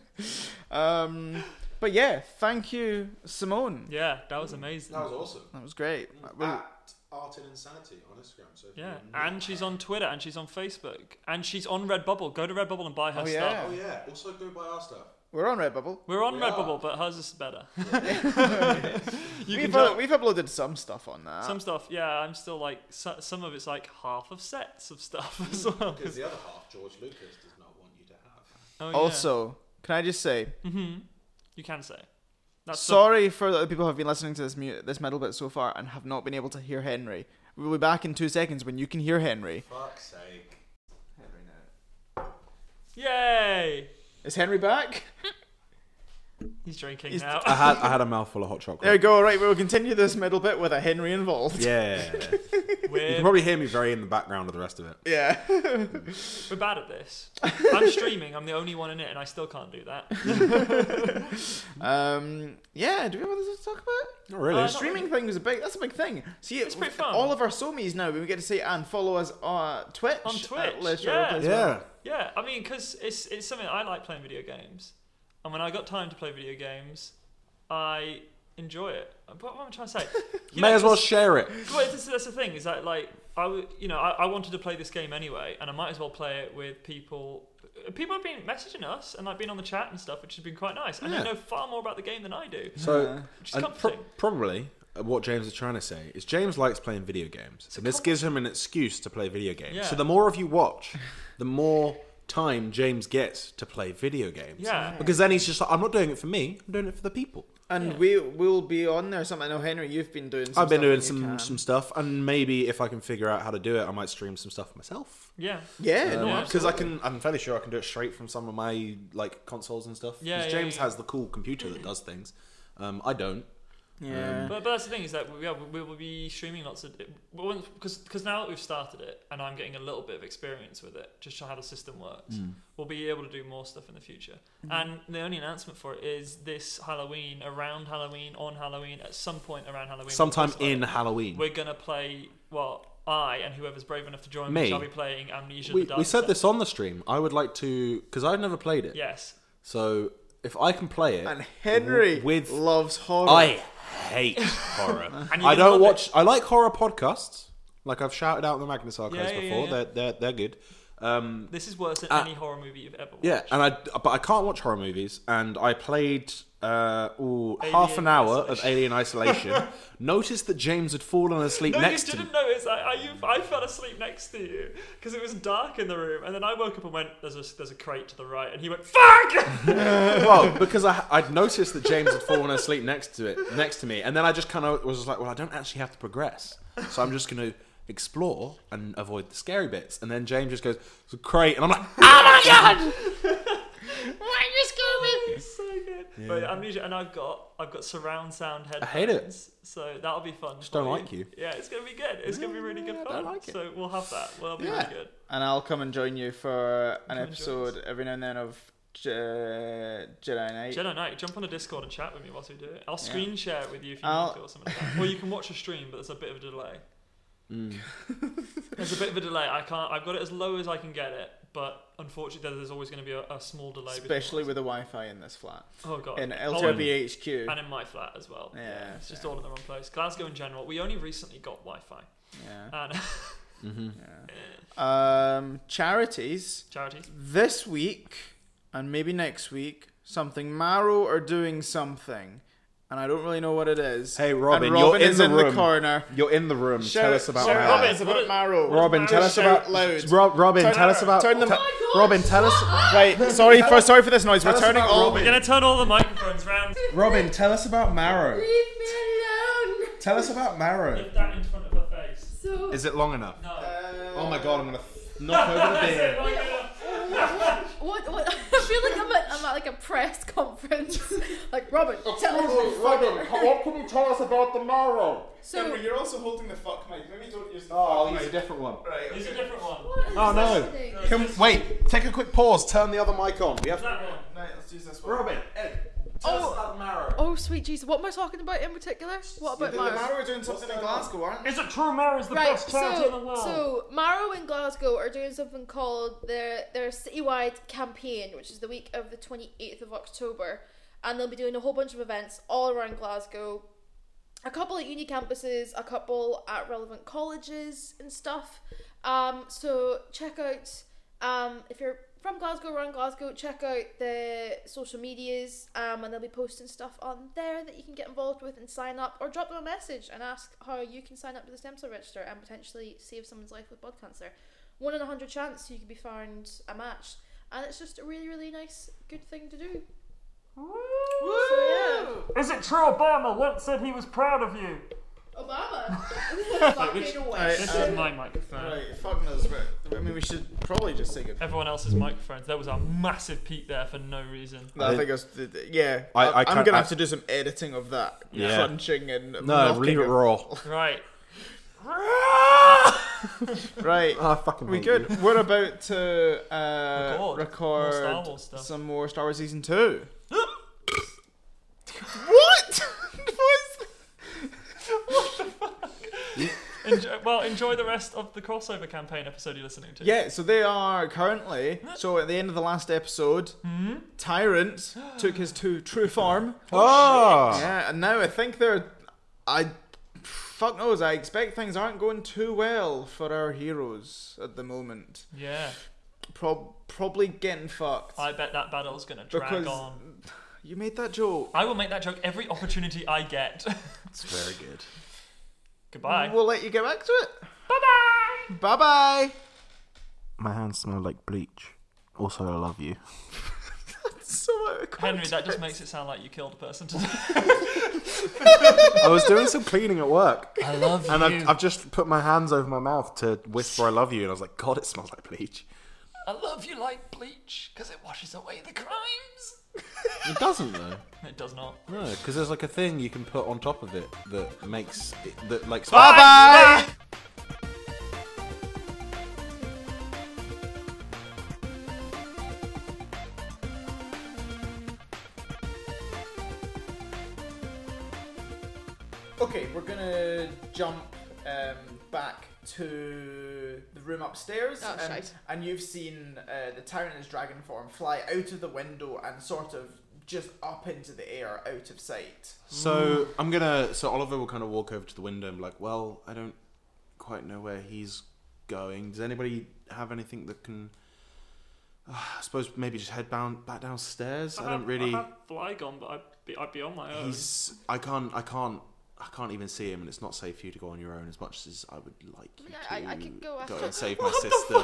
Um, but yeah, thank you, Simone.
Yeah, that was amazing.
Mm. That was awesome.
That was great. We-
At Art and Insanity on Instagram. So if
Yeah,
you're not-
and she's on Twitter and she's on Facebook and she's on Redbubble. Go to Redbubble and buy her
Oh,
stuff.
yeah.
oh yeah, also go buy our stuff.
We're on Redbubble.
We're on
We are.
Redbubble, but hers is better. you
We've,
can
uh,
tell.
we've uploaded some stuff on that.
Some stuff, yeah, I'm still like, so, some of it's like half of sets of stuff as well.
Because the other half, George Lucas does not want you to have.
Oh, yeah.
also, can I just say,
You can say. That's the-
sorry for the people who have been listening to this mu- this metal bit so far and have not been able to hear Henry. We'll be back in two seconds when you can hear Henry.
Fuck's sake. Henry now.
Yay!
Is Henry back?
He's drinking
He's-
now.
I had I had a mouthful of hot
There we
chocolate.
go. Right, we will continue this metal bit with a Henry involved.
Yeah, you
we're,
can probably hear me very in the background of the rest of it.
Yeah.
we're bad at this. I'm streaming, I'm the only one in it, and I still can't do that.
Um, yeah, do we have others to talk about?
Not really.
Uh,
The streaming thing was a big, that's a big thing. See, it's
pretty fun.
all of our somies now, we get to see and follow us on Twitch.
On
at
Twitch,
Let's
yeah.
Roleplay as
yeah,
well.
Yeah, I mean, because it's, it's something I like playing video games. and when I got time to play video games, I enjoy it. But what am I trying to say? You
May
know,
as well
this-
share it.
well, that's, that's the thing is that like I, w- you know, I, I wanted to play this game anyway, and I might as well play it with people. People have been messaging us and like been on the chat and stuff, which has been quite nice. And
Yeah.
they know far more about the game than I do,
So,
which is
and pro-
comforting.
probably uh, what James is trying to say is James likes playing video games, and this
com-
gives him an excuse to play video games.
Yeah.
So the more of you watch, the more time James gets to play video games.
Yeah.
Because then he's just like, I'm not doing it for me. I'm doing it for the people.
And we will be on there. Something I know, Henry, you've been doing. Some
I've been
stuff
doing
when you
some
can.
some stuff, and maybe if I can figure out how to do it, I might stream some stuff myself.
yeah,
Yeah,
Um,
no,
Yeah.
Because I can, I'm fairly sure I can do it straight from some of my like consoles and stuff.
Yeah,
'Cause
yeah,
James
yeah.
has the cool computer that does things. Um, I don't.
yeah.
But, but that's the thing is that we, yeah, we will be streaming lots of because because now that we've started it and I'm getting a little bit of experience with it, just how the system works,
Mm.
we'll be able to do more stuff in the future. And the only announcement for it is this Halloween, around Halloween, on Halloween, at some point around Halloween, we'll
Sometime
post about
in
it.
Halloween.
we're gonna play. Well, I and whoever's brave enough to join
Me.
me shall be playing Amnesia.
we,
the Dark
we said
Descent.
this on the stream. I would like to because I've never played it.
Yes,
So if I can play it,
and Henry
w- with
loves horror.
I hate horror.
and you
I
can love
don't
it.
watch. I like horror podcasts. Like I've shouted out in the Magnus Archives
yeah, yeah,
before.
yeah.
They're they're they're good. Um,
This is worse than
Uh,
any horror movie you've ever watched.
yeah, uh, and I but I can't watch horror movies. And I played uh, ooh, half
Alien
an hour of
Isolation.
Alien Isolation. Noticed that James had fallen asleep
No,
next
you
to me.
didn't notice. I, I, you, I fell asleep next to you because it was dark in the room, and then I woke up and went, "There's a there's a crate to the right," and he went, "Fuck!"
well, because I, I'd noticed that James had fallen asleep next to it, next to me, and then I just kind of was just like, well, I don't actually have to progress, so I'm just going to explore and avoid the scary bits. And then James just goes, "It's a crate," and I'm like, "Ah!"
It's so good. But yeah, amnesia, and I've got I've got surround sound headphones.
hate it.
So that'll be fun. Just
don't like you.
Yeah, it's gonna be good. It's gonna be really good
I
fun.
don't like it.
So we'll have that. Well, that'll be
Yeah.
really good.
And I'll come and join you for an
Come and join us.
episode every now and then of Je- Jedi Knight.
Jedi Knight, jump on a Discord and chat with me whilst we do it. I'll
Yeah.
screen share it with you if you
I'll-
want to or something. Like that. or you can watch a stream, but there's a bit of a delay.
Mm.
there's a bit of a delay. I can't. I've got it as low as I can get it, but unfortunately, there- there's always going to be a, a small delay. between
especially
ones.
with the Wi-Fi in this flat
oh god,
in
Oh,
LWBHQ.
and in my flat as well.
Yeah,
it's just
yeah.
all in the wrong place. Glasgow in general. We only recently got Wi-Fi
yeah.
and
yeah. Um, charities
charities.
this week and maybe next week. Something Marrow are doing something, and I don't really know what it is.
Hey, Robin,
and
you're
Robin
in
is
the
in the
room.
corner.
"You're in the room. tell
Shout-
us about
shout
Marrow.
Marrow.
out
Robin,
about Marrow.
Robin, tell us
Shout
about
loud.
Rob, Robin,
Turn
tell
the-
us about
turn the-
te-
Oh
Robin. Tell us,
Right, sorry for sorry for this noise. We're
us
turning
about
all
Robin.
We're gonna turn all the microphones round.
Robin. Tell us about Marrow.
Leave me alone.
Tell us about Marrow.
Put that in front of her face.
So
Is it long enough?
No.
Uh,
Oh my god, I'm gonna f- knock over the beer.
Why not?
What? What? I feel like I'm at, I'm at like a press conference. like Robert, tell us.
Oh, Robin, what can you tell us about the Marrow?
So
you're also holding the fuck mic. Maybe don't use the
Oh, he's a different one.
Use a different one.
Oh no! Can, wait, take a quick pause. Turn the other mic on. We have
That one.
let's use this
Robin. Ed, tell
Oh.
us about the marrow.
Oh sweet Jesus, what am I talking about in particular? What about Mara?
are doing something in Glasgow, aren't
Is it true Mara is the
Right,
best charity in the
so
world?
so Marrow in Glasgow are doing something called their their citywide campaign, which is the week of the twenty eighth of October, and they'll be doing a whole bunch of events all around Glasgow, a couple at uni campuses, a couple at relevant colleges and stuff. Um, so check out um, if you're from Glasgow, around Glasgow, check out the social medias, um, and they'll be posting stuff on there that you can get involved with and sign up, or drop them a message and ask how you can sign up to the stem cell register and potentially save someone's life with blood cancer. One in a hundred chance you could be found a match, and it's just a really, really nice, good thing to do. So, yeah.
Is it true Obama once said he was proud of you?
Obama.
This
Um,
is my microphone.
Right, fuck knows. But I mean, we should probably just say goodbye.
Everyone else's microphones. There was a massive peak there for no reason.
I think it's the- the- yeah.
I- I
am
can't-
gonna
I-
have to do some editing of that
Yeah.
crunching and
No,
knocking
leave it
of-
raw.
Right.
Right,
Ah, I fucking
we
hate
good.
you.
We're about to uh,
Record. More
record
Star Wars stuff.
some more Star Wars season two. what? what? is-
Enjoy, well, enjoy the rest of the crossover campaign episode you're listening to.
Yeah, so they are currently. So at the end of the last episode,
Hmm?
Tyrant took his two, true form.
Ah.
Oh,
Yeah, and now I think they're. I. Fuck knows, I expect things aren't going too well for our heroes at the moment.
Yeah.
Prob- probably getting fucked.
I bet that battle's going to drag
because.
on.
You made that joke.
I will make that joke every opportunity I get.
it's very good.
Goodbye.
We'll let you get back to it. Bye bye! Bye bye!
My hands smell like bleach. Also, I love you.
So out of
Henry, that just makes it sound like you killed a person today.
I was doing some cleaning at work,
I love
and I've, I've just put my hands over my mouth to whisper "I love you," and I was like, "God, it smells like bleach."
I love you like bleach because it washes away the crimes.
It doesn't though.
It does not.
No, because there's like a thing you can put on top of it that makes it, that like.
Bye bye! Okay, we're gonna jump um, back to the room upstairs,
Oh,
um,
shite.
and you've seen uh, the tyrant in his dragon form fly out of the window and sort of just up into the air, out of sight.
So I'm gonna. So Oliver will kind of walk over to the window and be like, "Well, I don't quite know where he's going. Does anybody have anything that can? Ah, I suppose maybe just head bound back downstairs. I don't really.
I have Flygon, but I'd be, I'd be on my own.
He's. I can't. I can't. I can't even see him, and it's not safe for you to go on your own as much as I would like you
Yeah, I-
to
I could go after-
and save my sister.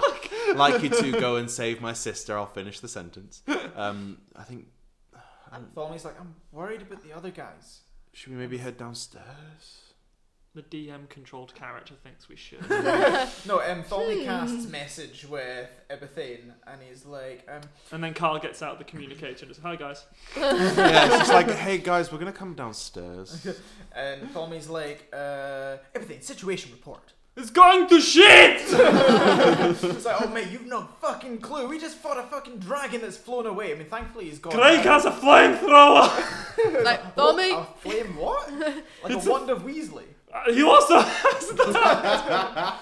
Like you to go and save my sister. I'll finish the sentence. Um, I think.
Um,
And Tholomy's like, I'm worried about the other guys.
Should we maybe head downstairs?
The DM controlled character thinks we should.
No, um,
Hmm.
Tholmy casts message with Ibethane, and he's like, um,
and then Carl gets out the communicator and says, Hi guys.
yeah, it's just like, hey guys, we're gonna come downstairs.
and Tholmy's like, uh, Ibethane, situation report.
It's going to shit!
It's like, oh mate, you've no fucking clue. We just fought a fucking dragon that's flown away. I mean, thankfully he's gone.
Craig has a flamethrower!
Like,
What?
Tommy,
A flame what? Like a wand of Weasley.
Uh, he also has that!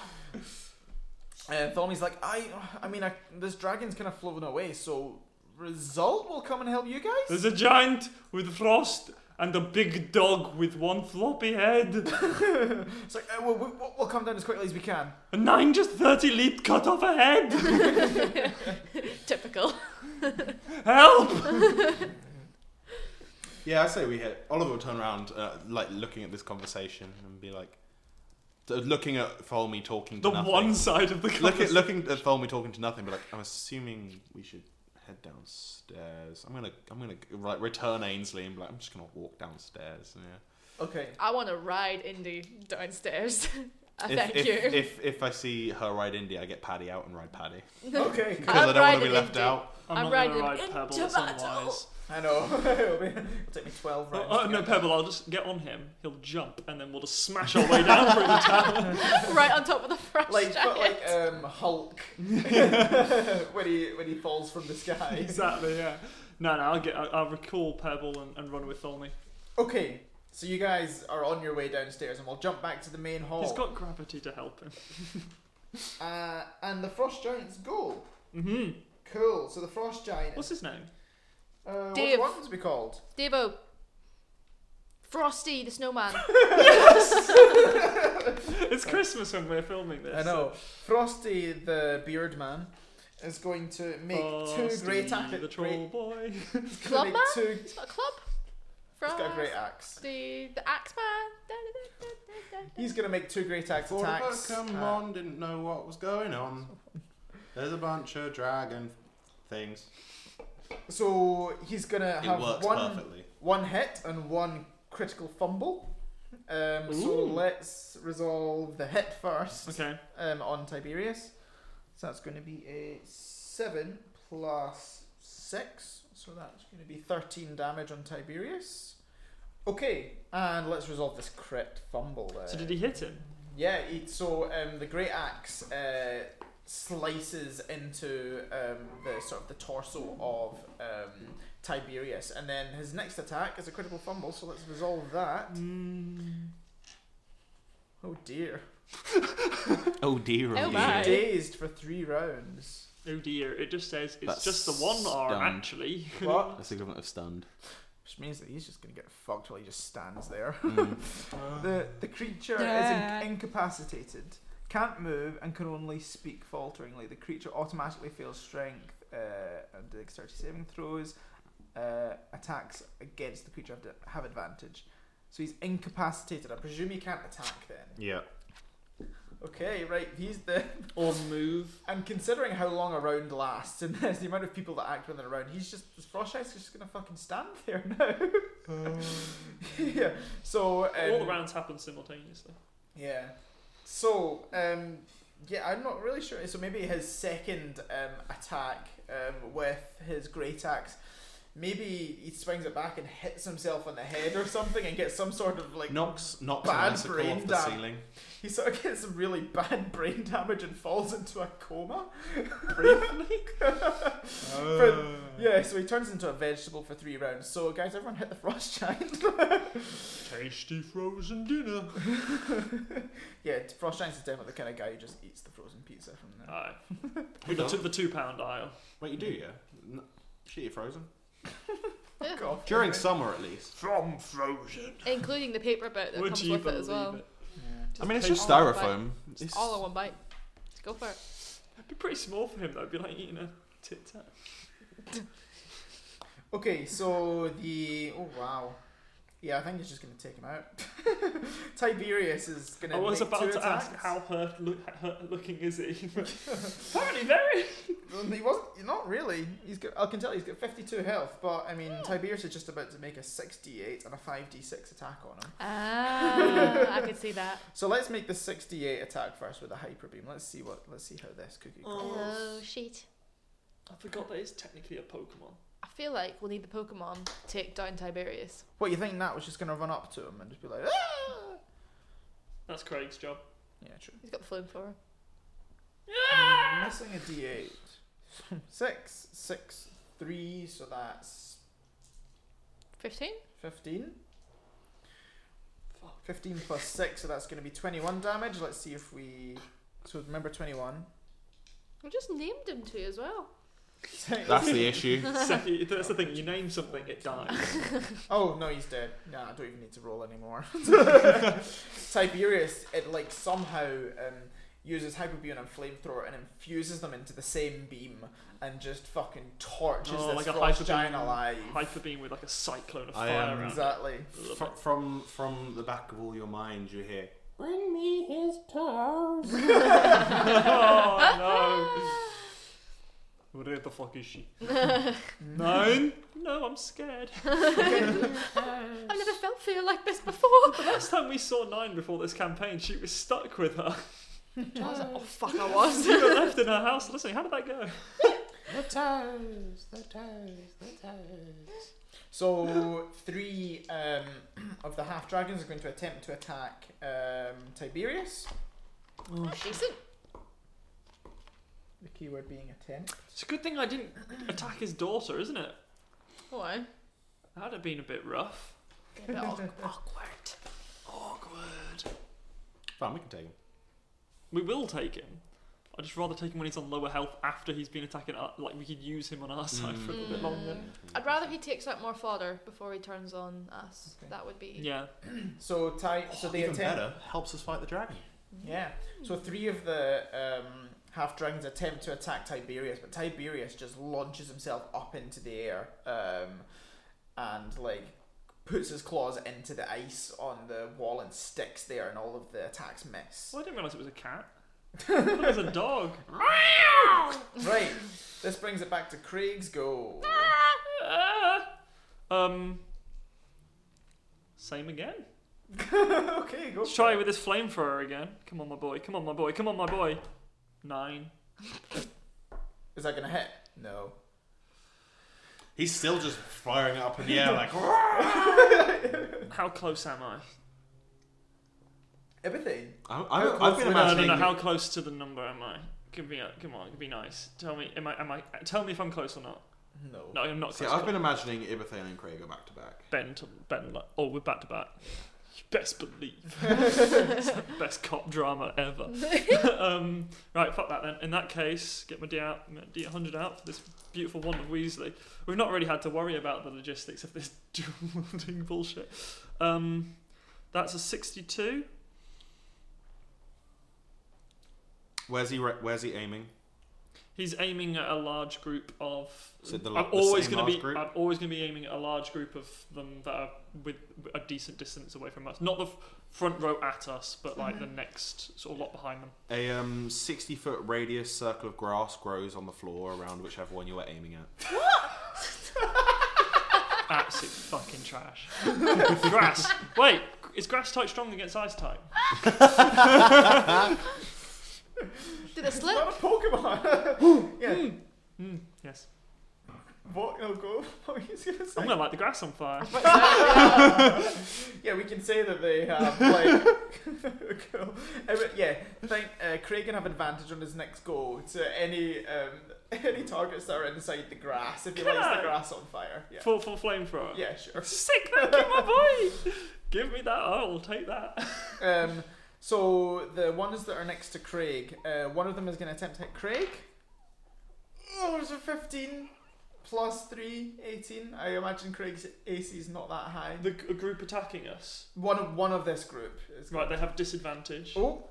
And Tholmy's like, I, I mean, I, this dragon's kind of flown away, so result will come and help you guys.
There's a giant with frost and a big dog with one floppy head.
It's like, uh, we'll, we'll, we'll come down as quickly as we can.
And nine just 30 leaped cut off a head!
typical.
Help!
Yeah, I say we hit. Oliver will turn around, uh, like looking at this conversation, and be like, t- looking at Folmy talking to
The
nothing.
one side of the
Look at,
conversation.
looking at Folmy talking to nothing, but like, I'm assuming we should head downstairs. I'm gonna, I'm gonna like return Ainsley and be like, I'm just gonna walk downstairs. Yeah.
Okay.
I want to ride Indy downstairs. I
if,
Thank
if,
you.
If, if I see her ride India, I get Paddy out and ride Paddy
Okay.
because I
I'm
don't want to be
riding
left
Indy.
out.
I'm,
I'm
not going to
riding
ride
into
Pebble, it's
battle.
unwise.
I know. it'll, be, it'll take me twelve rounds.
Oh,
to
no,
get
Pebble, I'll just get on him, he'll jump, and then we'll just smash our way down through the town.
right on top of the frost
like but
giant.
like um, Hulk when he when he falls from the sky.
Exactly, yeah. No, no, I'll get. I'll, I'll recall Pebble and, and run with Tholme.
Okay, so you guys are on your way downstairs, and we'll jump back to the main hall.
He's got gravity to help him.
uh, and the frost giant's goal.
hmm
Mm-hmm. Cool. So the frost giant.
What's his name?
uh, what do
Dave.
you want him to be called?
Devo. Frosty the snowman.
It's Christmas when we're filming this.
I know. Frosty the beard man is going to make two great
Frosty Oh,
ac-
the troll
great-
boy.
he's gonna make
Clubman?
Two,
He's got a club.
he's got a great
Frosty
axe.
the axe man.
He's gonna make two great axe attacks.
come
Uh,
on, didn't know what was going on. There's a bunch of dragon things.
So he's gonna
It
have
works
one
perfectly.
one hit and one critical fumble. Um, so
Ooh.
let's resolve the hit first
okay.
um, on Tiberius. So that's going to be a 7 plus 6. So that's going to be 13 damage on Tiberius. Okay, and let's resolve this crit fumble there.
So did he hit him?
Yeah, he, so um, the great axe uh, slices into um, the sort of the torso of um, Tiberius, and then his next attack
Mm.
Mm. is a critical fumble. So let's resolve that. Oh dear.
Oh dear.
Oh my.
Dazed for three rounds.
Oh dear, it just says it's
That's
just the one R
stunned.
actually.
What?
That's the equivalent of stunned.
Which means that he's just gonna get fucked while he just stands there. the the creature
Yeah.
is in- incapacitated, can't move, and can only speak falteringly. The creature automatically fails strength uh, and dexterity saving throws. Uh, attacks against the creature have, to have advantage. So he's incapacitated. I presume he can't attack then.
Yeah.
Okay, right. He's the
Or move.
and considering how long a round lasts and there's the amount of people that act when they're around, he's just Froshice is just gonna fucking stand there now. yeah. So um,
All the rounds happen simultaneously.
yeah. So, um, yeah, I'm not really sure. So maybe his second um, attack um, with his great axe, maybe he swings it back and hits himself on the head or something and gets some sort of like
Knocks knocks
Bad
an icicle
brain
off the
dam-
ceiling.
he sort of gets some really bad brain damage and falls into a coma.
Uh.
Briefly. yeah, so he turns into a vegetable for three rounds. So guys, everyone hit the frost giant.
Tasty frozen dinner.
yeah, frost giant is definitely the kind of guy who just eats the frozen pizza from there.
Aye. the, two, the two pound aisle.
Wait, you do, yeah? N- Shit, you're frozen.
Ah.
Yeah.
God.
During summer, at least.
From Frozen.
Including the paper bit that
Would
comes
you
with it
believe
as well.
it?
I mean, it's
take
just
all of it.
styrofoam. It's-
All in one bite. Go for it.
It'd be pretty small for him though. It'd be like eating a tit tat.
Okay, so the oh wow. Yeah, I think he's just gonna take him out. Tiberius is gonna.
I was
make
about
two
to
attacks.
ask how hurt, look, hurt looking is he? but Apparently very.
Um, He wasn't. Not really. He's got. I can tell he's got 52 health, but I mean,
Hmm.
Tiberius is just about to make a 68 and a 5d6 attack on him.
Ah, I could see that.
So let's make the 68 attack first with a hyper beam. Let's see what. Let's see how this cookie. goes.
Oh, shit.
I forgot that is technically a Pokemon.
I feel like we'll need the Pokemon to take down Tiberius.
What you think? Nat was just gonna run up to him and just be like, ah!
That's Craig's job.
Yeah, true.
He's got the flamethrower.
I'm missing a d8. Six, six, three. So that's
15?
15. 15 plus 6, so that's going to be 21 damage. Let's see if we. So remember 21.
We just named him to as well.
That's the issue.
So you- that's the thing. You name something, it dies.
Oh no, he's dead. Nah, I don't even need to roll anymore. Tiberius, it like somehow um, uses hyperbeam and flamethrower and infuses them into the same beam and just fucking torches
Oh,
this
like a
frost
hyperbeam-
giant alive.
Hyper beam with like a cyclone of
I,
fire
um,
around. it.
exactly.
Love
Fr- from from the back of all your mind, you hear.
it. oh no. Where the fuck is she? Nine? No, I'm scared.
I've never felt fear like this before.
Last time we saw Nine before this campaign, she was stuck with her.
I was like, oh fuck, I was.
You were left in her house listening. How did that go?
So three um, of the half dragons are going to attempt to attack um, Tiberius.
Oh,
Decent.
The keyword being attempt.
It's a good thing I didn't attack his daughter, isn't it?
Why?
That'd have been a bit rough.
A bit awk- awkward.
Awkward.
Fine, we can take him.
We will take him. I'd just rather take him when he's on lower health after he's been attacking. Our, like we could use him on our side for a little bit longer.
I'd rather he takes out more fodder before he turns on us.
Okay.
That would be.
Yeah.
So Ty,
Oh,
so they
Even
attempt.
better, helps us fight the dragon.
Yeah. So three of the um, half dragons attempt to attack Tiberius, but Tiberius just launches himself up into the air um, and like puts his claws into the ice on the wall and sticks there, and all of the attacks miss.
Well, I didn't realise it was a cat. I thought it was a dog.
right. This brings it back to Craig's goal.
Ah! um. Same again.
okay, go.
Let's try it with this flamethrower again. Come on, my boy. Come on, my boy. Come on, my boy. Nine.
Is that gonna hit? No.
He's still just firing it up in the air like.
How close am I?
Everything.
I'm,
How
I'm,
close
I've been
we-
No, no,
imagining.
no. How close to the number am I? Give me, a, come on, be nice. Tell me, am I, am I? Tell me if I'm close or not.
No.
No, I'm not
See,
close.
I've been imagining Ibethane and Craig go back to back.
bent, bent. Like, oh, we're back to back. You best believe. it's the best cop drama ever. um, right, fuck that then. In that case, get my D out, my D100 out for this beautiful wand of Weasley. We've not really had to worry about the logistics of this dueling bullshit. Um, that's a 62.
Where's he? Re- where's he aiming?
He's aiming at a large group of.
So the,
I'm
the
always
same
going to
large
be.
group?
I'm always going to be aiming at a large group of them that are with a decent distance away from us. Not the f- front row at us, but like the next sort of lot behind them.
A um, 60 foot radius circle of grass grows on the floor around whichever one you were aiming at.
Absolute fucking trash. grass. Wait, is grass type strong against ice type?
Did it slip?
Pokemon. yeah.
Mm, yes.
What? No, go. What were you gonna say?
I'm gonna light the grass on fire.
yeah, we can say that they have like. cool. Uh, but yeah, think uh, Craig can have advantage on his next goal to any um, any targets that are inside the grass if he
Can
lights
I?
the grass on fire. Yeah.
Full, full flamethrower.
Yeah, sure.
Sick, thank you, my boy. Give me that. I'll take that.
Um, so the ones that are next to Craig, uh, one of them is going to attempt to hit Craig. Oh, it's a 15 plus 3, 18. I imagine Craig's AC is not that high.
The g- group attacking us.
One of, one of this group is
Right,
gonna-
they have disadvantage.
Oh,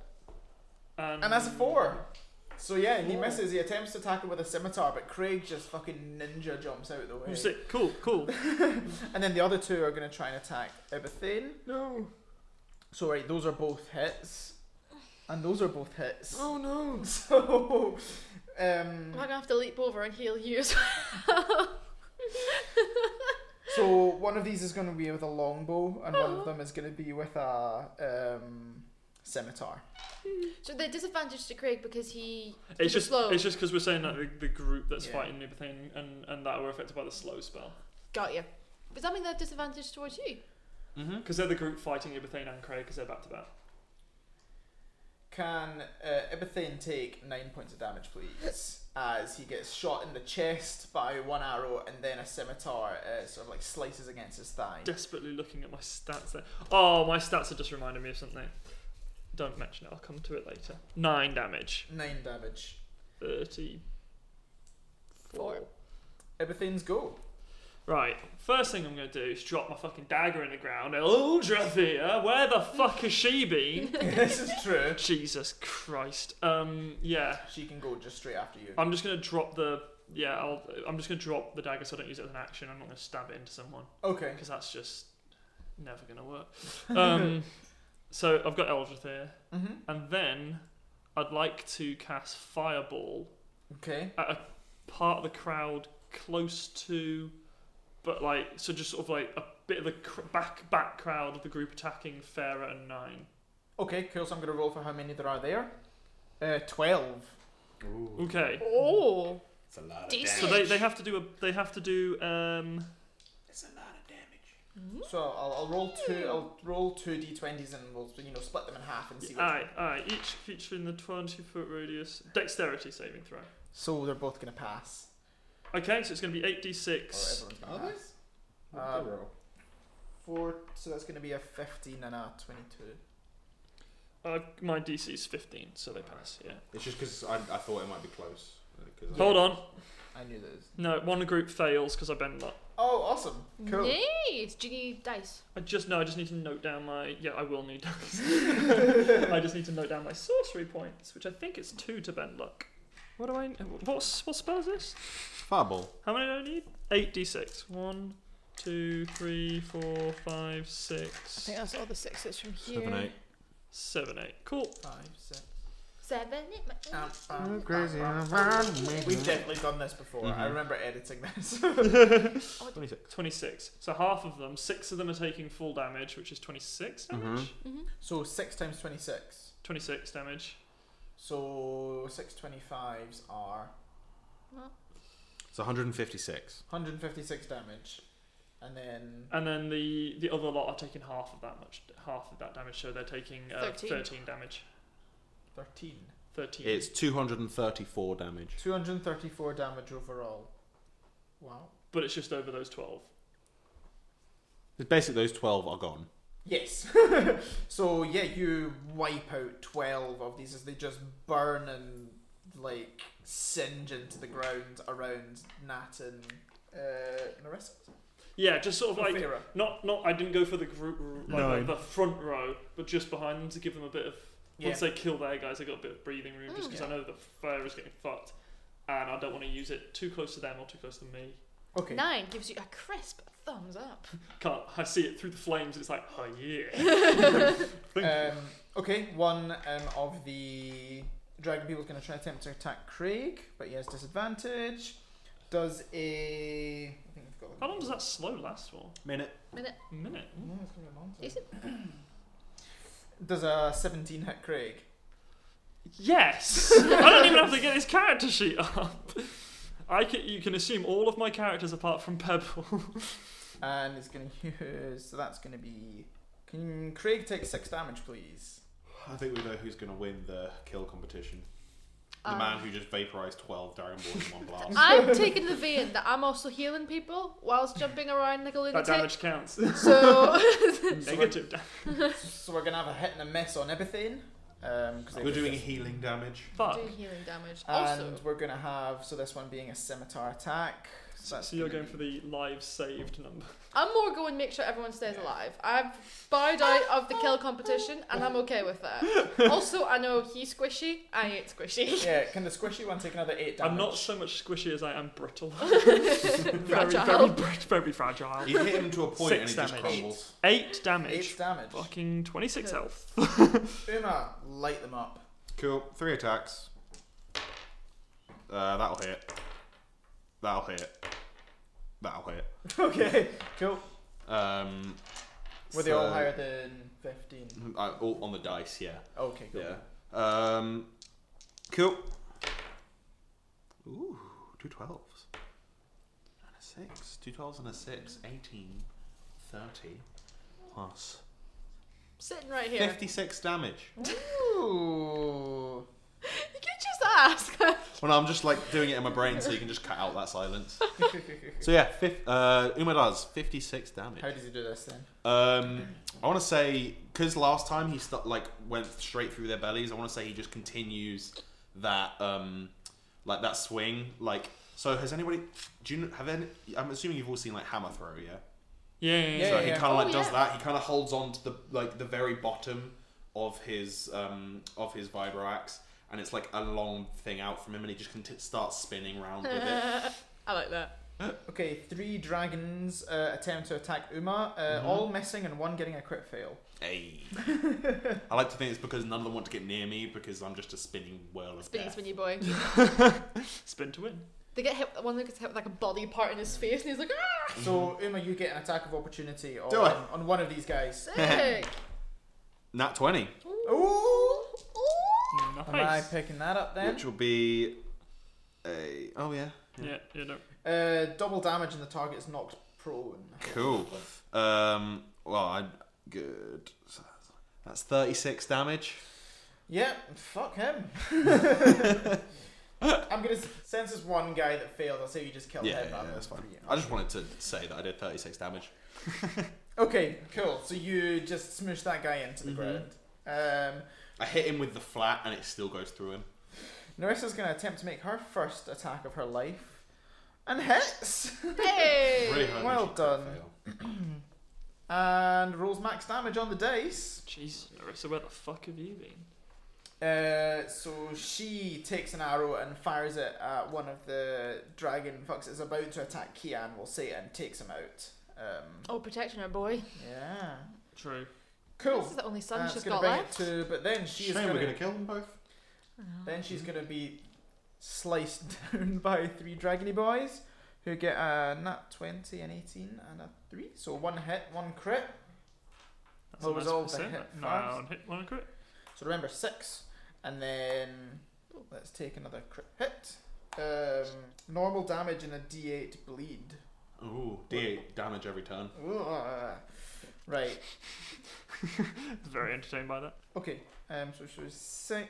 And,
and that's a 4. So yeah, he misses. He attempts to tackle with a scimitar, but Craig just fucking ninja jumps out of the
Oh,
way.
sick. Cool, cool.
And then the other two are going to try and attack Ibethane.
No.
So right, those are both hits. And those are both hits.
Oh no.
So, um,
I'm not gonna have to leap over and heal you. as
So one of these is going to be with a longbow, and one of them is going to be with a um, scimitar.
So the disadvantage to Craig because he he was
It's just,
slow.
it's just because we're saying that the, the group that's
Yeah.
fighting Nubathane and, and that were affected by the slow spell.
got you. Does that mean they're disadvantaged towards you?
Mm-hmm.
Because they're the group fighting Nubathane and Craig because they're back to back.
Can uh, Ibethane take nine points of damage, please? As he gets shot in the chest by one arrow, and then a scimitar uh, sort of like slices against his thigh.
Desperately looking at my stats there. Oh, my stats are just reminding me of something. Don't mention it, I'll come to it later. Nine damage.
Nine damage.
30.
Four.
Ibethane's go.
Right, first thing I'm going to do is drop my fucking dagger in the ground. Eldrathea, where the fuck has she been?
this is true.
Jesus Christ. Um, yeah.
She can go just straight after you.
I'm just gonna drop the yeah. I'll, I'm just gonna drop the dagger so I don't use it as an action. I'm not gonna stab it into someone
Okay.
because that's just never gonna work. Um, so I've got Eldritch here,
hmm
and then I'd like to cast Fireball
Okay.
at a part of the crowd close to, but like so just sort of like a bit of the cr- back back crowd of the group attacking Farah and Nine.
Okay. Cool. So I'm going to roll for how many there are there. Uh, Twelve.
Okay,
Oh.
It's a lot of
Decent.
so they, they have to do a they have to do um
It's a lot of damage.
So I'll, I'll roll two. I'll roll two d20s and we'll you know split them in half and see. What
Aye, aye. Each creature in the 20 foot radius. Dexterity saving throw.
So they're both gonna pass.
Okay, so it's going to be
Or
8d6.
everyone's
Are
gonna pass.
Uh,
Um, Four. So that's gonna be a 15 and a 22.
Uh, my DC is 15, so they pass, yeah.
It's just because I, I thought it might be close. uh, 'cause I-
Hold on.
I knew those.
No, one group fails because I bend luck.
Oh, awesome! Cool.
Nice. Jiggy dice.
I just, no, I just need to note down my, yeah, I will need dice. I just need to note down my sorcery points, which I think it's two to bend luck. What do I, what, what spell is this?
Fireball.
How many do I need? 8d6. One, two, three, four, five, six,
that's all the sixes from here.
Seven, eight.
seven, eight. Cool.
Five, six.
Seven, eight. my-
bam, bam, bam,
Crazy
bam.
around me.
We've definitely done this before. I
Mhm.
remember editing this.
26.
26. So half of them, six of them are taking full damage, which is 26 damage.
Mhm.
Mm-hmm.
so six times 26.
26 damage.
So six 25s are
It's 156.
156 damage, and then
And then the the other lot are taking half of that much, half of that damage. So they're taking uh, 13.
Thirteen.
damage.
13.
13.
It's 234 damage.
234 damage overall. Wow.
But it's just over those 12.
Basically, those 12 are gone.
Yes. so yeah, you wipe out twelve of these as they just burn and like singe into the ground around Nat and uh, Narissa.
Yeah, just sort of
Or
like
Feyre.
not not. I didn't go for the group r- like,
No.
like the front row, but just behind them to give them a bit of.
Yeah.
Once they kill their guys, I got a bit of breathing room just because I
Yeah.
know that fire is getting fucked, and I don't want to use it too close to them or too close to me.
Okay.
Nine gives you a crisp thumbs up.
Can't. I see it through the flames. It's like, oh yeah.
Um, okay, one um, of the dragon people is going to try to attempt to attack Craig, but he has disadvantage. Does a. I think I've got
How long does that slow last for?
Minute.
Minute.
A minute.
Yeah, it's gonna be a monster.
Is it?
Does a 17 hit Craig?
Yes. I don't even have to get his character sheet up. I can, you can assume all of my characters apart from Pebble.
And it's going to use. So that's going to be. Can Craig take 6 damage, please?
I think we know who's going to win the kill competition. The
Um,
man who just vaporized 12 Dragon Balls in one blast.
I'm taking the vein that I'm also healing people whilst jumping around like a
that
lunatic.
damage counts.
So
Negative damage.
so we're going to have a hit and a miss on everything. Um, cause they
We're
just-
doing healing damage.
Fuck.
do healing damage.
And
Also,
we're going to have. So this one being a scimitar attack. So, that's
So you're
gonna
going for the lives saved number.
I'm more going to make sure everyone stays alive. I've bowed out of the kill competition and I'm okay with that. Also, I know he's squishy, I ain't squishy.
Yeah, can the squishy one take another 8 damage?
I'm not so much squishy as I am brittle. very, very,
Fragile.
brit- very fragile.
You hit him to a point
Six
and it
damage.
just crumbles.
Eight damage.
Eight damage.
Fucking 26
Cool.
health.
Una, light them up.
Cool. Three attacks. Uh, that'll hit. That'll hit. That'll hit.
Okay, cool.
Um,
Were they all
so-
higher than 15?
I, Uh, all on the dice, yeah.
Okay, cool.
Yeah. Um, cool. Ooh, two 12s. And a 6. Two 12s and a 6. 18. 30. Plus.
Sitting right here.
56 damage.
Ooh.
You could just ask.
Well, no, I'm just like doing it in my brain so you can just cut out that silence. so yeah, fif- uh, Uma does 56 damage.
How does he do this then?
Um, I want to say because last time he stu- like went straight through their bellies. I want to say he just continues that um, like that swing. Like, so has anybody? Do you kn- have any? I'm assuming you've all seen like hammer throw, yeah.
Yeah, yeah, yeah.
so he
yeah.
kind of like
Oh,
does
yeah.
that. He kind of holds on to the like the very bottom of his um, of his vibro axe, and it's like a long thing out from him, and he just conti- starts spinning round with it.
I like that.
Okay, three dragons uh, attempt to attack Uma, uh,
Mm-hmm.
all missing and one getting a crit fail.
Hey. I like to think it's because none of them want to get near me because I'm just a spinning whirl of
Spinny,
death.
spinny boy.
Spin to win.
They get hit. One of them gets hit with like a body part in his face, and he's like, ah,
So, Uma, you get an attack of opportunity on,
Mm-hmm. Do I?
on one of these guys.
sick.
Nat 20,
Ooh! Am I
Nice.
picking that up then?
which will be a. Oh, yeah.
Yeah, you know.
Uh, double damage and the target is knocked prone.
Cool. Um, well, I. Good. That's 36 damage.
Yeah, fuck him. I'm gonna s- since there's one guy that failed. I'll say you just killed
Yeah,
him.
yeah,
I'm
that's fine.
pretty-
I just wanted to say that I did 36 damage.
Okay, cool. So you just smush that guy into the
Mm-hmm.
ground. Um,
I hit him with the flat and it still goes through him.
Narissa's gonna attempt to make her first attack of her life, and hits,
Hey.
Really hoping
Well
she didn't
done.
fail.
and rolls max damage on the dice.
Jeez, Narissa, where the fuck have you been?
Uh, so she takes an arrow and fires it at one of the dragon fucks is about to attack Kian. We'll say and takes him out. Um,
Oh, protection, our boy.
yeah,
True.
cool.
This is the only son
Uh,
she's
it's
got
gonna bring it
left. Oh.
to, but then she is
Shame
gonna,
we're going to kill them both.
then she's gonna be sliced down by three dragony boys who get a nat twenty and eighteen and a three. So one hit, one crit.
That's
Well,
a nice
resolve the
percent.
hit
No,
first.
I'll hit one and crit.
So remember six, and then let's take another crit hit. Um, normal damage and a d8 bleed.
Ooh, D8 damage every turn.
Ugh. Right.
Very entertained by that.
Okay. Um. So she was six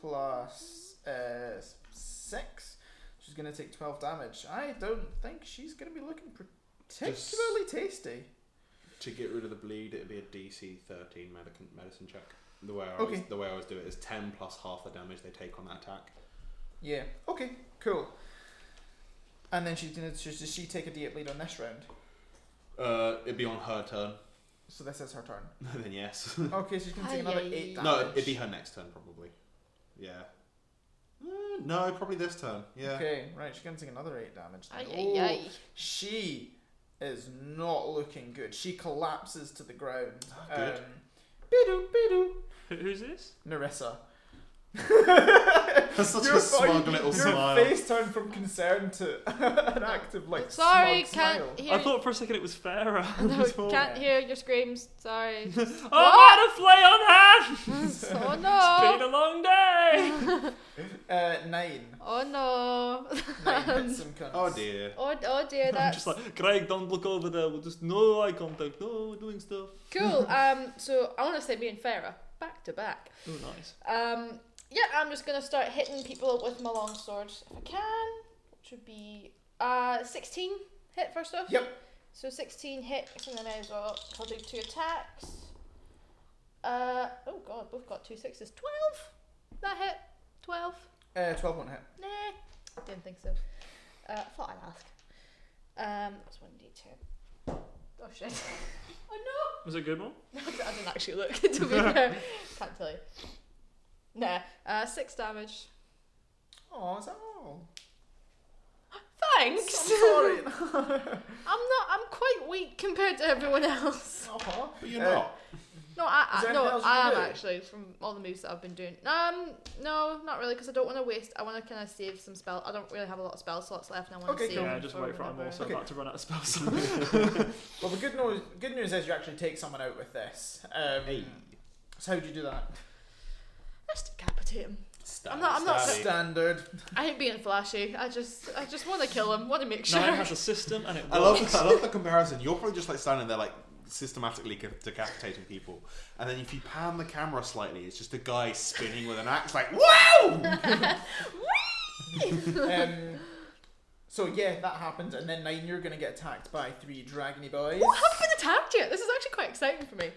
plus uh s- six. She's gonna take twelve damage. I don't think she's gonna be looking particularly tasty.
to get rid of the bleed, it'd be a DC 13 medicin, medicine check. The way I always,
Okay.
the way I always do it is 10 plus half the damage they take on that attack.
Yeah. Okay. Cool. And then she's gonna. so Does she take a D8 lead on this round?
Uh, it'd be on her turn.
So this is her turn.
then yes.
Okay, so she's gonna take another
Aye, aye,
eight
aye.
damage.
no, it'd be her next turn probably. Yeah. Uh, no, probably this turn. Yeah.
Okay, right. She's gonna take another eight damage.
Aye,
then.
aye, aye.
She is not looking good. She collapses to the ground.
Ah, Good.
Um, bidoo, bidoo.
Who, who's this?
Narissa.
That's such
Your
a smug
body-
little
your
smile.
face turned from concern to an active like
Sorry,
smug
can't
smile. Oh.
hear.
I thought for a second it was Farah.
no, can't
Yeah.
hear your screams. Sorry.
oh, I had a flay on hand!
oh
It's been
no.
a long day!
Uh, nine.
Oh no.
Nine hits
Um,
some cunts.
Oh dear.
Oh, oh dear,
I'm
that's
just like, Craig, don't look over there. We'll just, no eye contact, no doing stuff.
cool. Um, so I want to say me and Farah back to back.
Oh, nice.
Um, yeah, I'm just gonna start hitting people with my longsword if I can, which would be uh 16 hit first off.
Yep.
So 16 hits, and I may as well. I'll do two attacks. Uh oh god, both got two sixes. 12. That hit. 12.
Uh, twelve won't hit.
Nah, didn't think so. Uh, thought I'd ask. Um, that's one d10. Oh shit. oh no.
Was it a good one?
I didn't actually look, to be fair. Can't tell you. Nah, uh, six damage.
Oh, is that all?
Thanks!
I'm sorry. Uh-huh.
I'm not, I'm quite weak compared to everyone else.
Aw.
But you're
Uh,
not.
No, I,
Is there
I, no,
anything else you
I am
can do?
actually, from all the moves that I've been doing. Um, no, not really, because I don't want to waste, I want to kind of save some spell. I don't really have a lot of spell slots left, and I want to
Okay,
save
cool.
Yeah,
them
just
for
wait for it. I'm
whenever-
also
Okay.
about to run out of spells. Wait,
Well, the good news, good news is you actually take someone out with this. Um, So how do you do that?
Let's decapitate him.
Stab,
I'm not- I'm not-
stabby.
Standard.
I ain't being flashy. I just, I just want to kill him. Want to make sure.
Nine has a system and it works.
I love, I love the comparison. You're probably just like standing there, like systematically ca- decapitating people, and then if you pan the camera slightly, it's just a guy spinning with an axe, like wow.
Um, so yeah, that happens, and then nine, you're gonna get attacked by three dragony boys.
What haven't been attacked yet? This is actually quite exciting for me.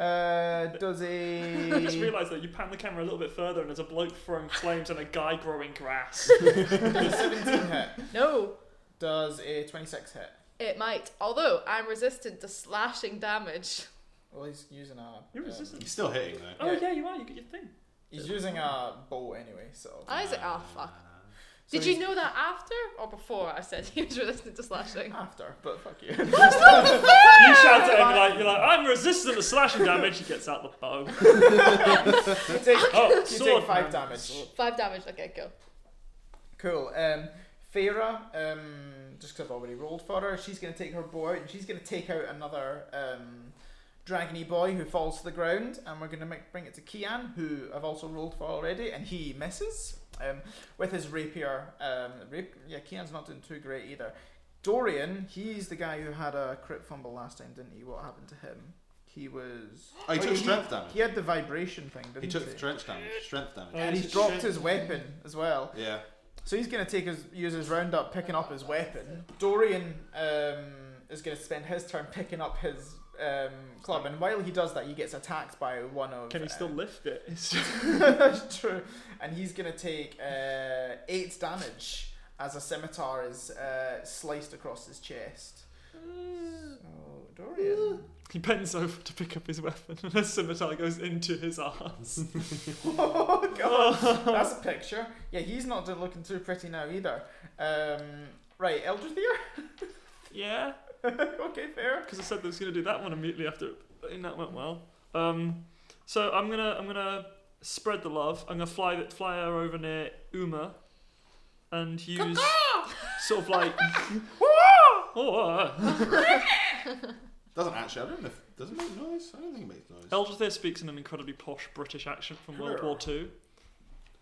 Uh, does
I just
a
realised that you pan the camera a little bit further and there's a bloke throwing flames and a guy growing grass.
seventeen hit?
No,
Does a twenty-six hit?
It might, although I'm resistant to slashing damage.
Well, he's using a.
You're
um,
resistant.
He's still hitting though.
Oh, yeah, you are. You get your thing.
he's using a bow anyway, so.
I was like, oh fuck. Did
So
you
he's-
know that after or before I said he was resistant to slashing?
After, but fuck you. Ah!
You shout at him, like, you're like, I'm resistant to slashing damage. He gets out the bow.
you take,
Oh,
you
sword
take five
man.
damage.
Five damage, okay, go.
Cool. Um, Farah, um, just 'cause I've already rolled for her, she's going to take her bow out and she's going to take out another um, dragony boy who falls to the ground. And we're going to bring it to Kian, who I've also rolled for already, and he misses um, with his rapier. Um, rap- yeah, Kian's not doing too great either. Dorian, he's the guy who had a crit fumble last time, didn't he? What happened to him? He was.
Oh, he
Oh,
took strength damage.
He had the vibration thing, didn't
He
he?
took the strength damage. Strength damage.
and he dropped his weapon as well.
Yeah.
So he's going to take his use his roundup picking up his weapon. Dorian um, is going to spend his turn picking up his um, club, and while he does that, he gets attacked by one of. uh,
Can he still lift it? It's just-
That's true. And he's going to take uh, eight damage as a scimitar is uh, sliced across his chest. So Dorian,
He bends over to pick up his weapon and a scimitar goes into his arse.
oh god, that's a picture. Yeah, he's not do- looking too pretty now either. Um, right, Eldrathir.
yeah,
okay, fair.
because I said that I was going to do that one immediately after, and that went well. Um, so I'm gonna I'm gonna spread the love. I'm gonna fly that fly her over near Uma, and use sort of like oh,
Doesn't actually. I don't know. If, does it make noise? I don't think it makes noise.
Eldrathir speaks in an incredibly posh British accent from World War Two.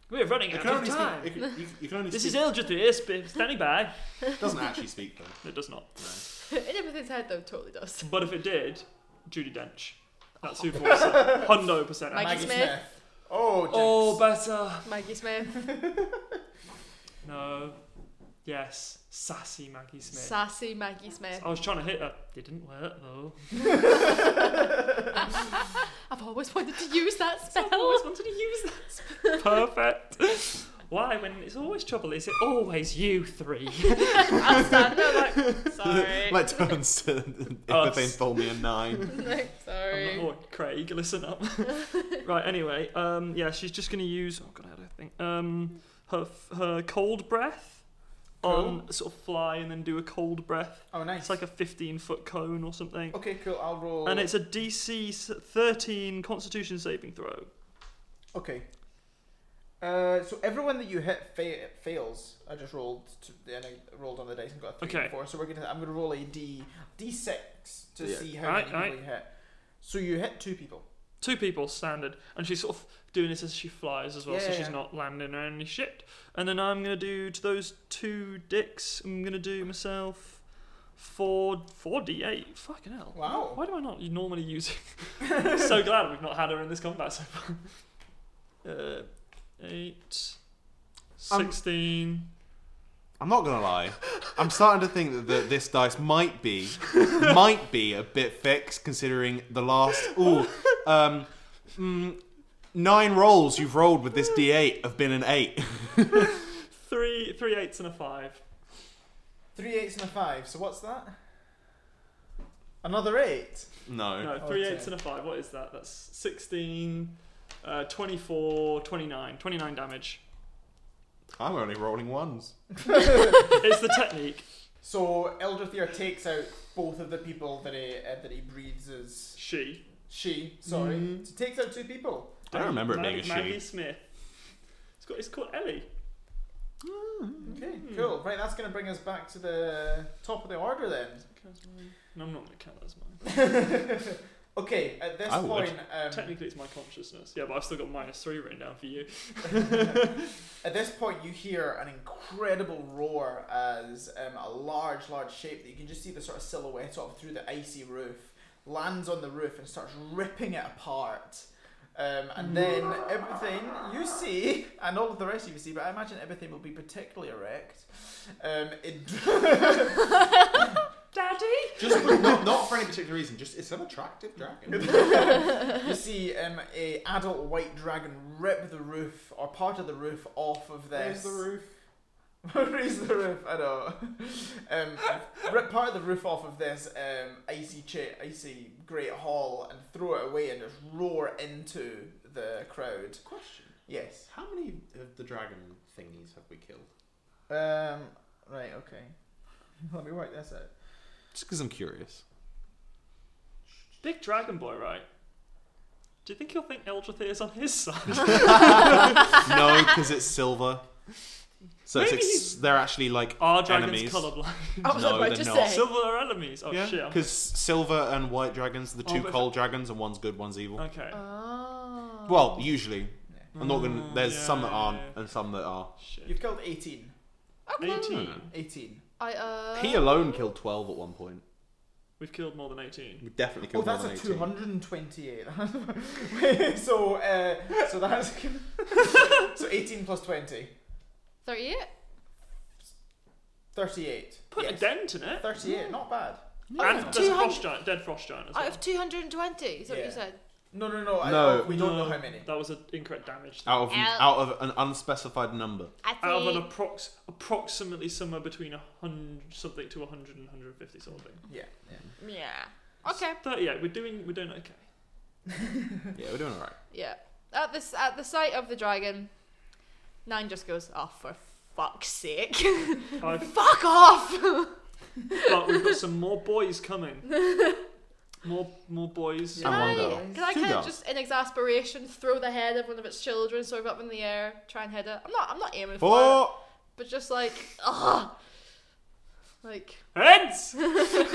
We're running
You
out
can
of
only speak.
time.
You can, you, you can only
This is
speak.
Eldrathir sp- standing by.
It doesn't actually speak though.
It does not.
In everything's head though, totally does.
But if it did, Judy Dench. That's who voiced it. Hundo percent.
Maggie Smith.
Oh, jinx.
Oh, better.
Maggie Smith.
No. Yes, sassy Maggie Smith.
Sassy Maggie Smith.
I was trying to hit her. Didn't work though.
I've always wanted to use that
I always
spell.
wanted to use that. Perfect. Why, when it's always trouble, is it always you three?
I'll stand there like, sorry.
My turns to if
Us.
they uh, told me a nine.
Like,
I'm
sorry.
not, oh, Craig, listen up. right, anyway, um, yeah, she's just going to use. Oh god, I don't think. Um, her f- her cold breath on sort of fly and then do a cold breath.
Oh, nice.
It's like a 15 foot cone or something,
okay, cool. I'll roll.
and it's a DC s- 13 Constitution saving throw.
okay. Uh, so everyone that you hit fa- fails. I just rolled. To, and I rolled on the dice and got a three
Okay.
and four. So we're gonna. I'm gonna roll a d d six to
Yeah.
see how
Alright,
many people you hit. So you hit two people.
two people standard, and she's sort of doing this as she flies as well, so
Yeah.
she's not landing or any shit. And then I'm gonna do to those two dicks. I'm gonna do myself four four d eight. Fucking hell!
Wow.
Why do I not normally use it? so glad we've not had her in this combat so far. Uh, eight.
Um,
16
I'm not gonna lie. I'm starting to think that, that this dice might be might be a bit fixed considering the last ooh um mm, nine rolls you've rolled with this D8 have been an eight.
three three eights and a five
Three eights and a five. So what's that? Another eight.
No.
no
Oh,
three
dear.
eights and a five what is that that's 16 uh, 24 29 29 damage
I'm only rolling ones.
it's the technique
So Eldrathir takes out both of the people that he uh, that he breathes as
She.
she. Sorry, so
Mm-hmm.
takes out two people.
I don't remember it
Maggie,
being a she.
Maggie Smith. It's, got, it's called Ellie.
Okay, cool. Right, that's gonna bring us back to the top of the order then.
No, I'm not going to count that as mine.
okay, at this
I would.
point, um,
Technically, it's my consciousness. Yeah, but I've still got minus three written down for you.
at this point, you hear an incredible roar as um, a large, large shape that you can just see the sort of silhouette of through the icy roof lands on the roof and starts ripping it apart. Um, and then everything you see, and all of the rest of you see, but I imagine everything will be particularly erect. Um, it
Just for, not, not for any particular reason. Just it's an attractive dragon.
you see um, a adult white dragon rip the roof or part of the roof off of this. Raise the roof. I know. Um, rip part of the roof off of this um, icy, cha- icy great hall and throw it away and just roar into the crowd.
Question:
Yes.
How many of the dragon thingies have we killed?
Um. Right. Okay. Let me work this out.
Just because I'm curious.
Big Dragon Boy, right? Do you think he'll think Eldrathir is on his side?
no, because it's silver. So it's
Maybe
ex-
he's-
they're actually like
Are dragons
enemies.
colourblind?
I was
No,
about
they're
to
not.
say.
Silver are enemies. Oh,
yeah,
shit. I'm-
because silver and white dragons, the
Oh,
two
but-
cold dragons, and one's good, one's evil.
Okay.
Oh.
Well, usually. I'm not gonna.
Mm,
There's
yeah,
some that
yeah,
aren't,
yeah.
and some that are.
Shit.
You've killed eighteen.
Oh,
18.
Eighteen.
I, uh,
He alone killed twelve at one point.
We've killed more than 18.
We definitely
Oh,
killed
that's
more
a
than
two
18.
hundred and twenty-eight. so, uh, so that's so eighteen plus twenty.
38?
38.
Put a
yes. Oh,
dent in it.
38, not bad.
and there's a
200
frost giant, dead frost giant as well.
Out of 220, is that what
Yeah.
you said?
No, no, no. I,
No.
we don't know
No,
how many.
That was an incorrect damage.
Out of
Out.
out of an unspecified number.
I
out of an
think.
approx- approximately somewhere between a hundred something to 100 and 150 sort of thing.
Yeah, yeah.
Yeah. Okay.
38. We're doing we're doing okay.
Yeah, we're doing alright.
Yeah. At this at the sight of the dragon, Nine just goes, Oh for fuck's sake.
I've,
Fuck off
but we've got some more boys coming. More more boys.
And one girl.
Can I
Two
kind of
girls.
just in exasperation throw the head of one of its children sort of up in the air, try and head it. I'm not I'm not aiming for it.
Four.
But just like ugh. Like
Heads.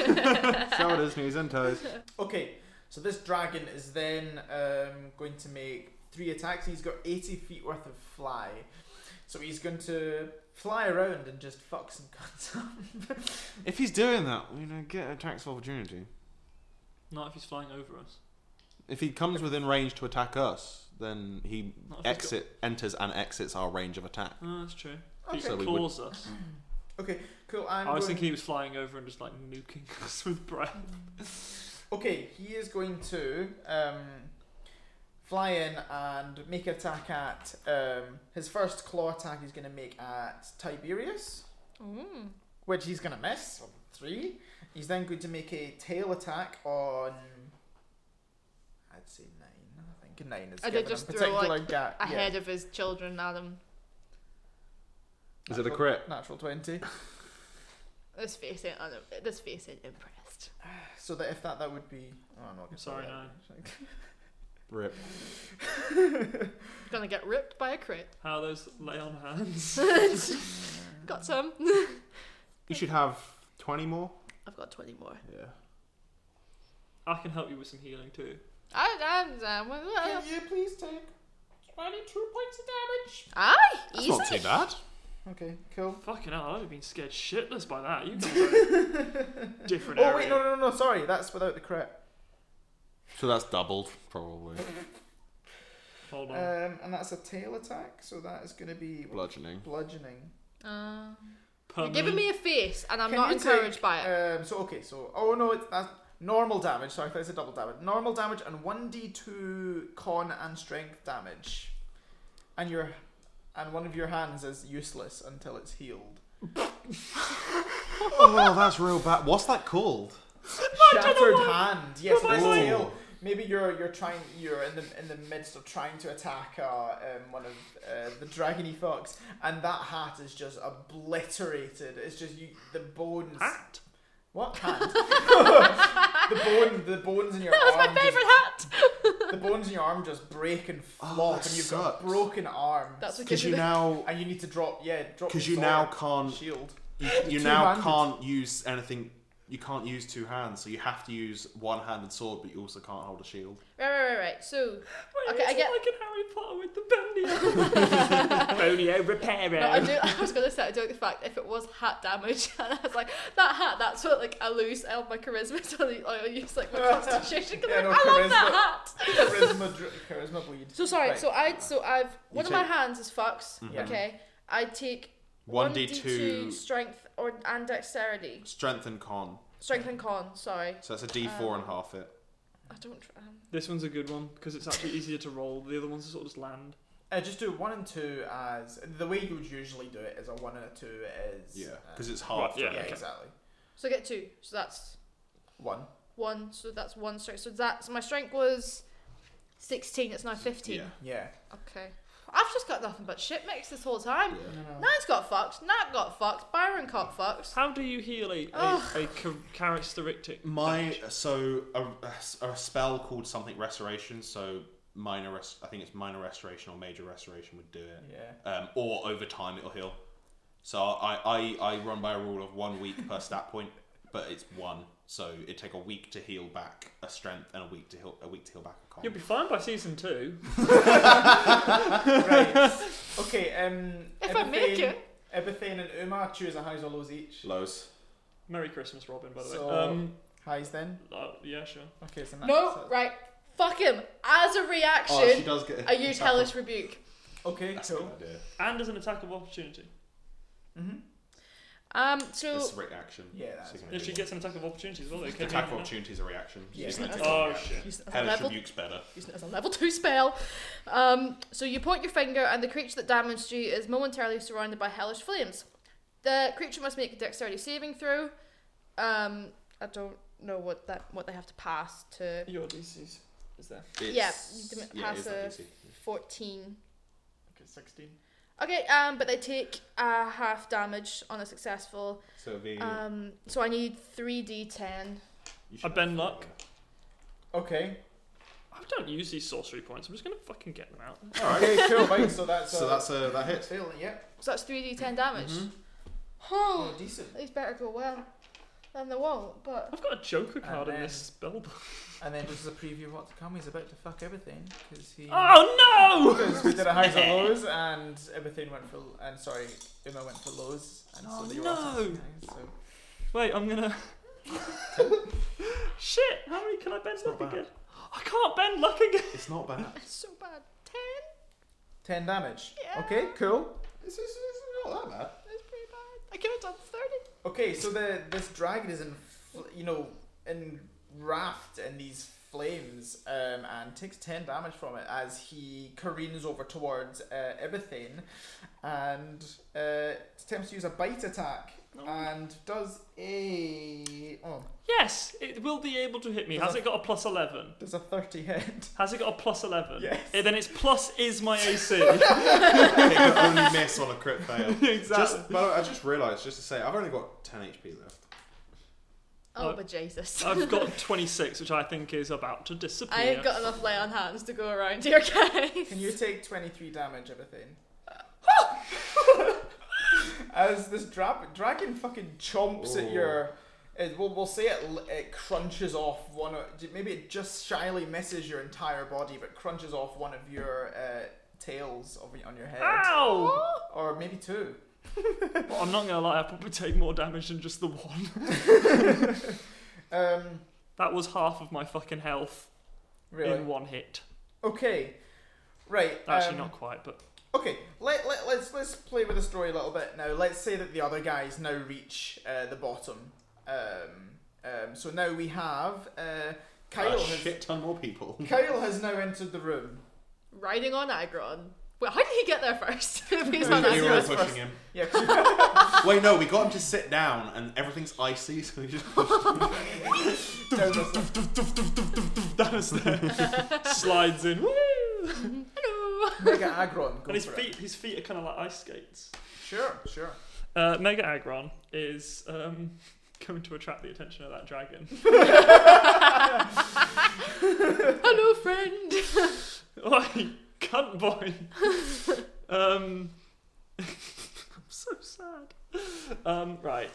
Mm.
Shoulders, knees, and toes.
Okay, so this dragon is then um, going to make three attacks. He's got 80 feet worth of fly. So he's going to fly around and just fuck some cunts up.
If he's doing that, you know, get a tax of opportunity.
Not if he's flying over us.
If he comes within range to attack us, then he
Not if he's
exit enters and exits our range of attack.
got- Oh, that's true. He
Okay. So we would-
claws us.
Okay, cool. I'm
I was
going-
thinking he was flying over and just like nuking us with breath.
Okay, he is going to um, fly in and make an attack at. Um, his first claw attack he's going to make at Tiberius,
Mm.
which he's going to miss. Three. He's then going to make a tail attack on. I'd say nine. I think nine is
I did
given
just
a
throw,
particular
like,
gap. yeah.
Ahead of his children, Adam.
Is it a crit?
Natural 20.
Let's face it, Adam. Let's face it, impressed.
So that if that, that would be. Oh, I'm not gonna say
Sorry,
that.
nine.
Rip.
Gonna get ripped by a crit.
How those lay on hands.
Got some.
You should have 20 more.
I've got 20 more.
Yeah.
I can help you with some healing too.
I, I, I, well, well,
Can you please take.
aye,
That's
easy.
not too bad.
Okay, cool.
Fucking hell, I'd have been scared shitless by that. You guys are a different
Oh,
area.
wait, no, no, no, no, sorry. That's without the crit.
So that's doubled, probably.
Hold
Uh,
on.
Um, and that's a tail attack, so that is going to be
Bludgeoning.
bludgeoning.
Uh, you're
Permanent.
giving me a face, and I'm
Can
not
you
encouraged
take,
by it.
Um, so okay, so oh no, it's that's normal damage. Sorry, I thought it's a double damage. Normal damage and one d two con and strength damage, and your and one of your hands is useless until it's healed.
oh, that's real bad. What's that called?
Shattered hand. Yes,
Oh
But my
it's
one-
tail. Maybe you're you're trying you're in the in the midst of trying to attack uh, um, one of uh, the dragony fox, and that hat is just obliterated. It's just you the bones.
Hat?
What hand? the bone, the bones in your
That was my
arm. just-
favourite hat!
the bones in your arm just break and flop,
Oh, that
and you've got
sucks.
a broken arm.
That's what
Because
gives you
you
the
now,
and you need to drop. Yeah, drop.
because
your
you now
sword.
can't,
shield.
you, you now
Two-handed.
can't use anything. You can't use two hands, so you have to use one-handed sword, but you also can't hold a shield.
Right, right, right, right. So,
Wait,
Okay, I
it's
get-
like in Harry Potter with the Bonio. Bonio repairer.
no, I, do, I was going to say, I don't like the fact if it was hat damage, and I was like, that hat, that's what, like, I lose all my charisma, so I, I use, like, my constitution, because
Yeah,
like,
no,
I love that hat!
charisma, dr- charisma bleed.
So, sorry,
Right. Mm,
so I, so I've, one of my
take-
hands is fucks,
Mm-hmm.
Yeah.
okay? I take
1d2
strength or, and dexterity.
strength and con.
Strength and con, sorry.
So that's a d4 and half it.
I don't, tr- um,
This one's a good one because it's actually easier to roll. The other ones are sort of just land.
Uh, just do one and two as the way you would usually do it is a one and a two is
Yeah,
uh,
because it's half.
Right, yeah.
yeah,
okay.
exactly
so I get two, so that's
one.
one, so that's one strength. So that's, my strength was 16, it's now 15.
Yeah.
Yeah,
Okay. I've just got nothing but shit mix this whole time.
Yeah.
Nine's got fucked, Nat got fucked, Byron got fucked.
How do you heal a, a,
Ugh.
a cha- characteristic?
My
damage?
so a, a- a spell called something restoration. So minor, res, I think it's minor restoration or major restoration would do it.
yeah.
Um, or over time it'll heal. So I, I I run by a rule of one week per stat point, but it's one. So it take a week to heal back a strength and a week to heal a week to heal back a con.
You'll be fine by season two.
right. Okay. Um.
If I make
Ebithane-
it.
Ebithane and Uma choose a highs or lows each.
Lows.
Merry Christmas, Robin. By the
So-
way. Um,
Highs then.
uh, yeah, sure.
Okay. So
No, right. Fuck him. As a
Oh, she
reaction,
does get.
I use Hellish Rebuke.
Okay.
That's a
cool. Mm-hmm.
good idea.
And as an attack of opportunity.
Um, so
It's a reaction.
Yeah, that's
you can
Yeah,
do
she
one.
gets an attack of opportunity as well. They
attack of opportunity is a reaction.
Yeah.
She's gonna take a
Oh
reaction.
shit.
use it as a
Hellish
level
rebuke's better.
using it as a level two spell. Um, so you point your finger, and the creature that damaged you is momentarily surrounded by hellish flames. The creature must make a dexterity saving throw. Um, I don't know what that what they have to pass to.
Your DC's is there.
Yeah, you dem-
yeah, it is
pass a
that easy.
fourteen.
Okay. Sixteen.
Okay, um, but they take uh, half damage on a successful.
So the
Um, so I need three d10.
I
you should
bend
have-
luck.
Okay.
I don't use these sorcery points. I'm just gonna fucking get them out.
All right.
Okay. Cool. Right. So that's.
So
uh,
that's a that hits.
Fail. Yeah.
So that's three d10 damage.
Oh,
Oh,
decent.
these better go well than they won't, but.
I've got a Joker card in
then-
this spellbook.
And then just as a preview of what to come, he's about to fuck everything because he.
Oh no!
'cause we did a highs or lows, and everything went for. And sorry, Uma went for lows, and
Oh,
so they were also
no.
highs, so.
Wait, I'm gonna. Shit! How many can I bend luck
bad.
again? I can't bend luck again.
It's not bad.
It's so bad. Ten?
10 damage.
Yeah.
Okay, cool.
It's, it's, it's not that bad.
That's pretty bad. I could have done 30.
Okay, so the this dragon is in, fl- you know, enwrapped in these flames, um, and takes ten damage from it as he careens over towards uh, Ibethane, and uh, attempts to use a bite attack,
Oh.
and does a oh,
Yes, it will be able to hit me. Has it got a plus 11?
does a thirty hit?
Has it got a plus 11?
Yes.
Eh, then it's plus is my AC.
It could only miss on a crit fail.
exactly.
Just, by the way, I just realised, just to say, I've only got 10 HP left.
Oh,
Uh,
Oh.
but Jesus.
I've got 26, which I think is about to disappear.
I ain't got enough lay on hands to go around here, guys.
Can you take 23 damage, everything? As this dra- dragon fucking chomps at your. It, we'll, we'll say it, l- it crunches off one of. Maybe it just shyly misses your entire body, but crunches off one of your uh, tails of, y- on your head.
Ow!
Or maybe two.
Well, I'm not gonna lie, I probably take more damage than just the one.
Um,
That was half of my fucking health
really?
in one hit.
Okay. Right.
Actually,
um,
not quite, but
Okay, let, let, let's let's play with the story a little bit now. Let's say that the other guys now reach uh, the bottom. Um, um, so now we have uh, Kyle.
A
Ah,
has,
shit ton more people.
Kyle has now entered the room.
Riding on Agron. Wait, how did he get there first? If he's
No,
on
you
We were all
Agron.
first.
pushing him.
Yeah, 'cause you-
Wait, no, we got him to sit down, and everything's icy, so we just pushed him.
down the-
slides in. Woo!
Hello.
Mega Agron. Go
And his
for
feet, his feet are kind of like ice skates.
It. Sure, sure.
Uh, Mega Agron is um, going to attract the attention of that dragon.
Hello, friend.
Oi, cunt boy. um, I'm so sad. Um, right.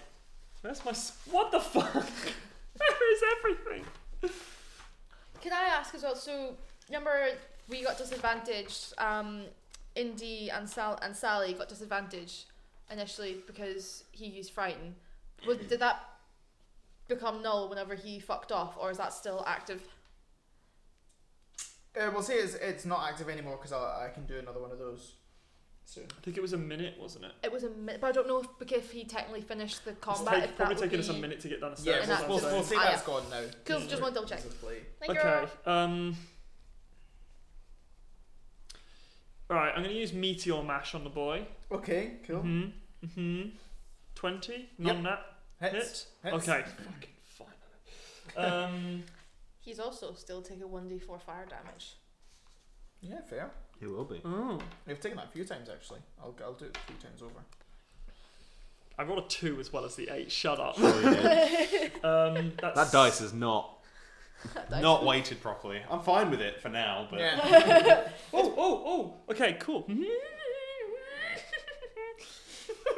Where's my. s what the fuck? Where is everything?
Can I ask as well? So, remember we got disadvantaged. Um, Indy and Sal and Sally got disadvantaged initially because he used frighten. Was, did that become null whenever he fucked off, or is that still active?
Uh, we'll say it's, it's not active anymore because I, I can do another one of those soon.
I think it was a minute, wasn't it?
It was a minute, but I don't know if because if he technically finished the
It's
combat.
take-
if that
probably
would
taking
be...
us a minute to get down the
Yeah,
stairs.
that's
we'll,
that's what
we'll,
I'm
we'll
saying.
say
Ah,
that's
yeah.
gone now.
Cool. Just want to double check.
It's a play.
Thank you.
okay. Um. All right, I'm going to use Meteor Mash on the boy.
Okay, cool.
Mhm. Mhm. Twenty. Non nat
Hits.
Mm-hmm. hit.
hits.
Okay. Fucking finally. Um.
He's also still taking one d four fire damage.
Yeah, fair.
He will be.
Oh.
We've taken that a few times actually. I'll, I'll do it a few times over.
I rolled a two as well as the eight. Shut up.
that
Um. That's
dice is not
dice
not weighted properly. I'm fine with it for now, but
Yeah.
Oh, oh, oh. Okay, cool.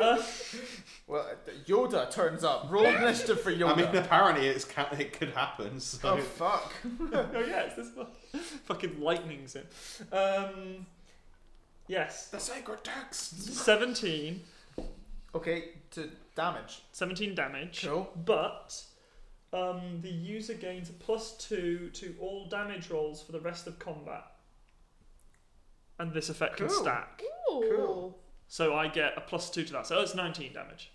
uh,
well, uh, Yoda turns up. Roll initiative for Yoda.
I mean, apparently it's ca- it could happen. So
oh fuck.
oh yeah, it's this one. Fucking lightning's in. Um. Yes.
the sacred text.
17.
Okay, to damage.
17 damage.
Cool.
But um, the user gains a plus two to all damage rolls for the rest of combat. And this effect can
Cool.
stack.
Ooh.
Cool.
So I get a plus two to that. So it's 19 damage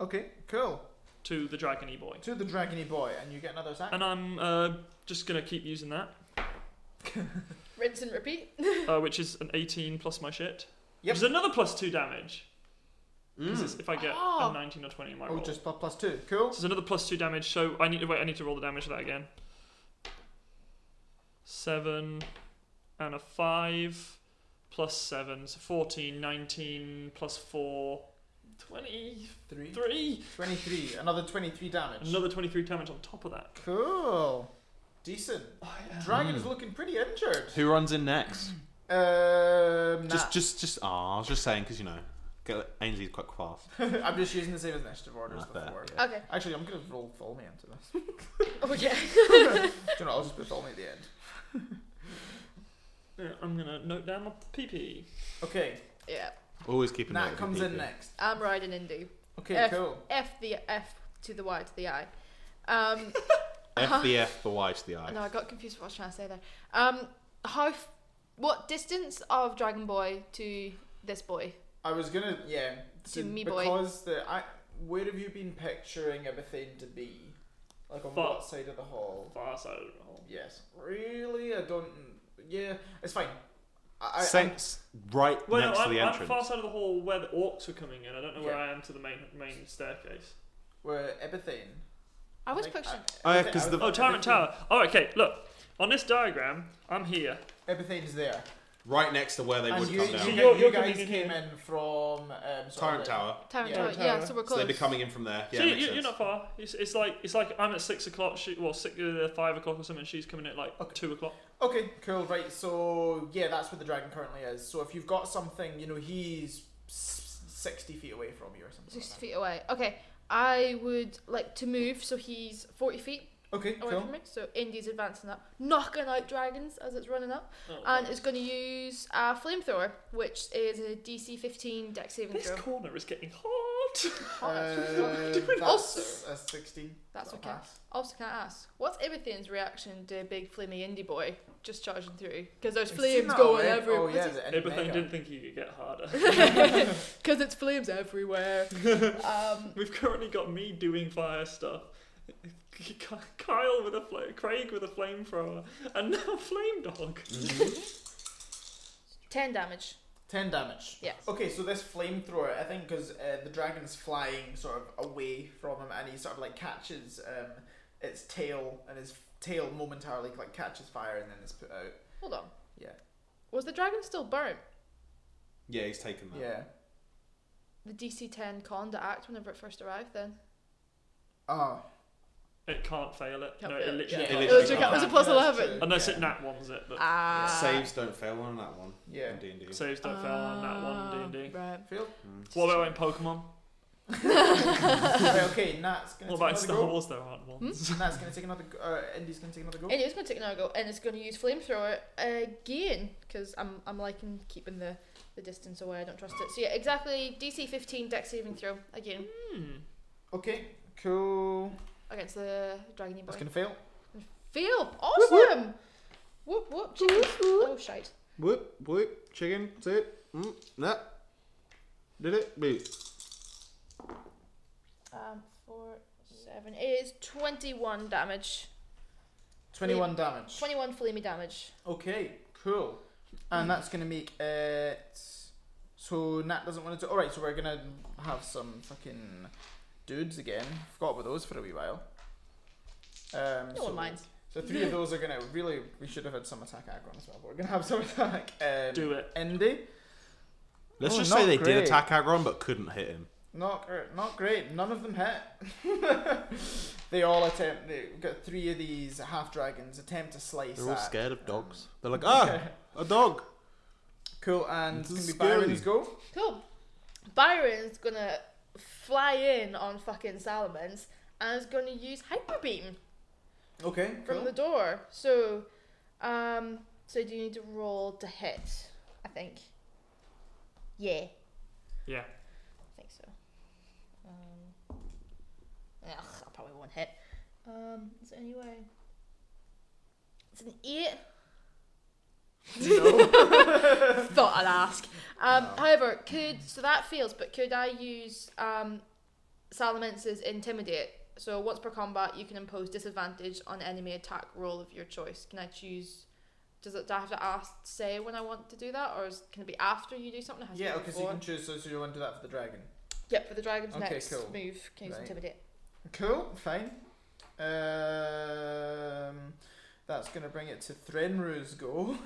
Okay, cool.
to the dragony boy.
To the dragony boy, and you get another attack.
And I'm uh, just going to keep using that,
Rinse and repeat.
uh, which is an 18 plus my shit.
Yep.
Which is another plus two damage. 'Cause
Mm.
it's if I get
Oh.
a 19 or 20 in my
Oh,
roll.
just plus, plus two. Cool.
So it's another plus two damage. So I need to wait. I need to roll the damage of that again. Seven and a five plus seven, so 14, 19 plus four, 23.
Three. Twenty-three. Another twenty-three damage.
Another 23 damage on top of that.
Cool. Decent. Dragon is
Mm.
looking pretty injured.
Who runs in next?
Um,
Just, just, just. Ah, I was just saying because you know, get Ainsley's quite fast.
nah. I'm just using the same initiative order as
Not bad,
before.
yeah.
Okay. Oh,
Actually, I'm gonna roll follow me into this.
Okay.
Do you know, I'll just put follow me at the end.
Yeah, I'm going to note down my PP.
Okay,
yeah.
Always keep an eye
Nat
on
comes in
people.
next.
I'm riding Indy.
Okay,
F-
cool.
F the F to the Y to the I. Um,
F the F, the Y to the I.
no, I got confused with what I was trying to say there. Um, how, f- what distance of Dragon Boy to this boy?
I was gonna yeah
To me boy.
because the I where have you been picturing everything to be? Like on
Far-
what side of the hall?
Far side of the hall.
Yes. Really? I don't. Yeah, it's fine. I, I, I'm-
Sense right
Well,
next
no, I'm,
to the
I'm
entrance.
far side of the hall where the orcs were coming in. I don't know where
Yeah.
I am to the main main staircase.
we're everything.
I was
think-
picturing.
I-
Oh, yeah,
everything-
'cause
I
the-
would
Oh,
put
Tyrant
everything-
Tower. Oh, okay. Look, on this diagram, I'm here.
Everything's there.
Right next to where they
And
would
you,
come
you,
down.
So you're-
you
you're
guys
coming in
came
here.
in from um, sort
Tyrant
of-
Tower.
Tyrant
Yeah.
Tower.
Tyrant
Yeah,
Tower.
so we're
So
close.
they'd be
e-
coming in from there. Yeah,
so you,
makes
you, you're
sense.
not far. It's, it's like it's like I'm at six o'clock. She, well, six, uh, five o'clock or something. She's coming at like
Okay.
two o'clock.
Okay, cool. Right, so yeah, that's where the dragon currently is. So if you've got something, you know, he's s- sixty feet away from you or something.
Sixty
Like
feet away. Okay, I would like to move so he's forty feet Oh,
that. Okay,
away
cool.
from me. So Indy's advancing up, knocking out dragons as it's running up,
Oh,
and Um, it's going to use a flamethrower, which is a DC fifteen Dex saving
this
throw.
corner is getting hot.
Uh, that's
Also-
a sixteen. Uh-huh.
That's
That'll
okay.
pass.
Also, can I ask, what's everything's reaction to big flimmy indie boy just charging through? Because there's
You've seen
flames
that
going
already?
everywhere.
Oh yeah,
Because
the end
Ibbothan
mega.
didn't think he could get harder.
it's flames everywhere. um,
We've currently got me doing fire stuff. Kyle with a flame, Craig with a flamethrower, and now Flame Dog.
Ten damage.
Ten damage.
Yeah.
Okay, so this flamethrower, I think, because uh, the dragon's flying sort of away from him, and he sort of like catches um, its tail, and his tail momentarily like catches fire, and then it's put out.
Hold on.
Yeah.
Was the dragon still burnt?
Yeah, he's taken that.
Yeah.
The DC 10 con to act whenever it first arrived then?
Oh.
It can't fail it.
Can't
no,
fail
it
it.
literally.
Yeah.
can't
It
fail
literally
it.
can't.
was a plus
Yeah, that's
11.
true.
Unless
yeah.
it nat ones it, but
Ah.
Saves don't fail on that one.
Yeah.
In D&D.
saves don't fail on
Ah,
that one. D and D.
Ah, Right.
Phil?
Mm.
What about in Pokemon?
Right, okay, Nat's
What about
gonna take
in
another
Star
go.
Wars? There aren't ones.
Nat's gonna take another. Go. Uh, Indy's gonna take another go.
And it's going to take another go and it's going to use flamethrower again because I'm, I'm liking keeping the, the distance away. I don't trust it. So yeah, exactly. DC 15 deck saving throw again
Hmm.
Okay, cool.
against the dragon boy.
That's gonna fail.
Feel awesome! Whoop whoop. chicken. Oh shite.
Whoop, whoop, chicken, sit. Mm, nah. Did it? Wait.
Um, four, seven. It is 21 damage.
Twenty-one damage.
21 flamey damage.
Okay, cool. And that's gonna make it. So Nat doesn't want to. All right, so we're gonna have some fucking dudes again. Forgot about those for a wee while. Um,
No
so,
one minds.
So three of those are gonna really. We should have had some attack aggro as well. But we're gonna have some attack. Um,
Do it.
Indy.
Let's
Oh,
just
not
say they
great.
did attack Agron but couldn't hit him.
Not gr- not great. None of them hit. they all attempt. They we've got three of these half dragons attempt to slice.
They're all
at,
scared of
um,
dogs. They're like, ah, a dog.
Cool, and
This
it's gonna
is
be Byron's
scary.
go.
Cool. Byron's gonna fly in on fucking Salomons and is gonna use hyper beam
Okay,
from
cool.
the door. So, um, so do you need to roll to hit? I think. Yeah,
Yeah.
I think so. Um, ugh, I probably won't hit. Um, is it anyway? It's an eight.
No.
Thought I'd ask. Um, However, could so that fails, but could I use um, Salamance's intimidate? So once per combat, you can impose disadvantage on enemy attack roll of your choice. Can I choose? Does it? Do I have to ask, say when I want to do that, or is, can it be after you do something? It has to
Yeah,
be
okay, so you
before?
can choose. So, so you want to do that for the dragon.
Yep, for the dragon's
Okay,
next
cool.
move, can you use
Right.
intimidate?
Cool, fine. Um, that's gonna bring it to Threnru's go.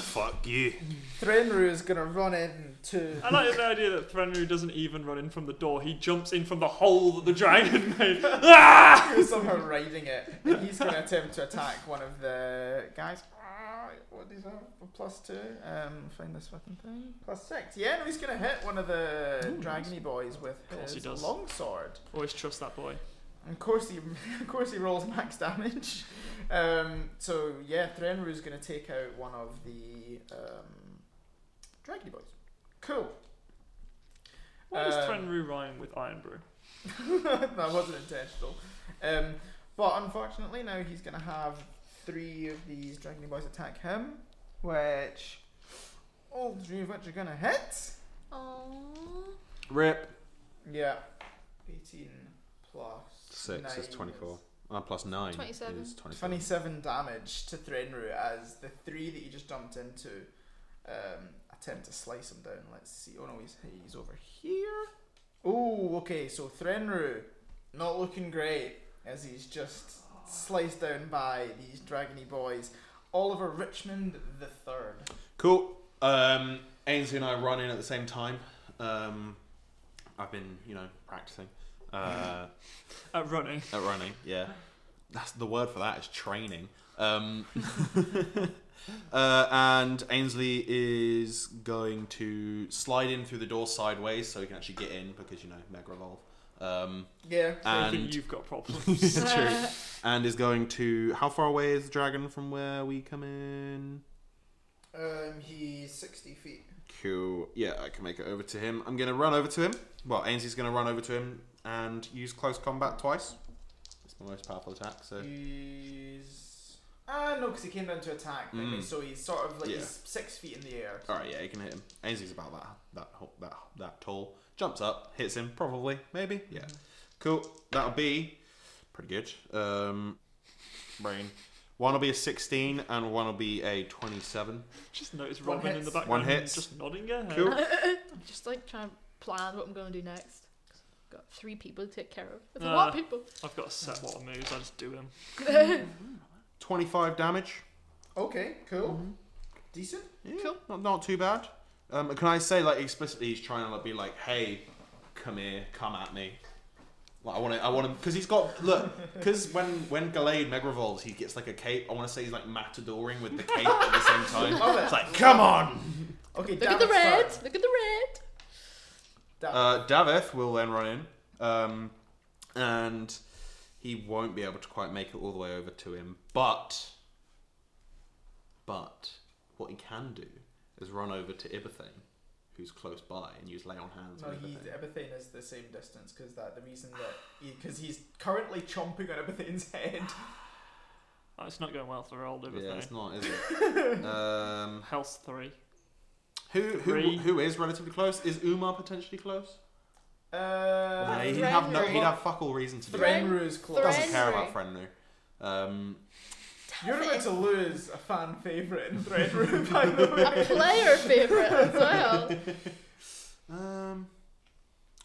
fuck you.
Threnru is gonna run in to.
I like the idea that Threnru doesn't even run in from the door. He jumps in from the hole that the dragon made. Ah!
somehow riding it, and he's going to attempt to attack one of the guys. Ah, What is that? A Plus two. Um, find this fucking thing. Plus six. Yeah, no, he's going to hit one of the dragony boys with
Of course he
his
does.
longsword.
Always trust that boy.
And Of course he, of course he rolls max damage. Um, so yeah, Threnru's going to take out one of the um, dragony boys. Cool.
Why does
Um,
Threnru rhyme with Iron Brew?
that wasn't intentional. Um, but unfortunately, now he's going to have three of these Dragon Boys attack him, which all three of which are going to hit.
Aww.
Rip.
Yeah. 18 plus.
Six is
nine
24. Uh, plus nine
27.
is 27.
27 damage to Threnru as the three that you just dumped into um, attempt to slice him down. Let's see. Oh no, he's, he's over here. Oh, okay. So Threnru, not looking great as he's just sliced down by these dragony boys. Oliver Richmond the third.
Cool. Um, Ainsley and I run in at the same time. Um, I've been, you know, practicing uh,
At running.
at running. Yeah, that's the word for that is training. Um, uh, and Ainsley is going to slide in through the door sideways so he can actually get in because you know mega evolve. Um,
Yeah.
I think
and
you've got problems.
it's true. And is going to how far away is the dragon from where we come in?
Um, he's 60 feet.
Cool. Yeah, I can make it over to him. I'm going to run over to him. Well, Ainsley's going to run over to him and use close combat twice. It's my most powerful attack, so.
He's. Ah, no, because he came down to attack. didn't he?
Mm.
So he's sort of like
Yeah.
he's six feet in the air.
Alright, yeah, you can hit him. Ainsley's about that, that, ho- that, that tall. Jumps up, hits him, probably, maybe. Yeah. Cool. That'll be pretty good. Um, brain. One will be a 16 and one will be a 27.
just notice
One
Robin in the
hits.
background
One hits.
just nodding her head.
Cool.
I'm just like trying to plan what I'm going to do next. 'Cause I've got three people to take care of. It's a
Ah.
Uh.
lot of people.
I've got a set what of moves, I just do them.
25 damage.
Okay, cool.
Mm-hmm.
Decent.
Yeah, not, not too bad. Um, can I say like explicitly he's trying to like, be like, hey, come here, come at me. Like I want to, I want to, because he's got look, because when when Gallade mega revolves, he gets like a cape. I want to say he's like matadoring with the cape at the same time.
Love it.
It's like, come on.
Okay,
Look at the red. Look at the red.
Uh, Daveth will then run in, um, and he won't be able to quite make it all the way over to him. But, but what he can do is run over to Ibathane, who's close by, and use lay on hands.
No,
on
he
Ibathane.
Ebithane is the same distance because that the reason that because he's currently chomping on Ebithane's head.
Oh, it's not going well for old
Yeah,
everything.
it's not, is it? um,
Health 3.
who who
Three.
who is relatively close? Is Umar potentially close?
Uh,
Nah, he'd have no,
Threnru.
he'd have fuck all reason to do. it.
Threnru.
Threnru's close.
Doesn't care
Threnru.
about Frenru. Um,
You're about to lose a fan favorite in Threnru, by the way.
A player favorite as well.
um,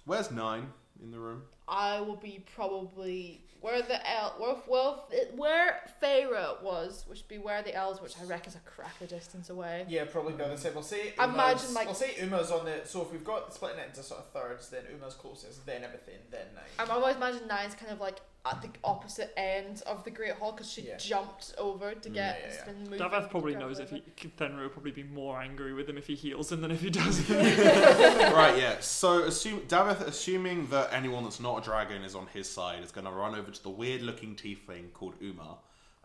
where's nine in the room?
I will be probably where the el where well where Pharaoh was, which would be where the elves, which I reckon is a cracker distance away.
Yeah, probably the other side. We'll say
I
Uma's,
imagine, like-
we'll say Uma's on the. So if we've got splitting it into sort of thirds, then Uma's closest, then Ebithane, then nine.
I'm always imagining nine's kind of like at the opposite end of the Great Hall because she
Yeah. Mm,
jumped over to get
yeah, yeah.
and moved.
Daveth probably knows if he. Fenrir will probably be more angry with him if he heals him than if he doesn't.
right, yeah. So, assume Daveth, assuming that anyone that's not a dragon is on his side, is going to run over to the weird-looking tiefling called Umar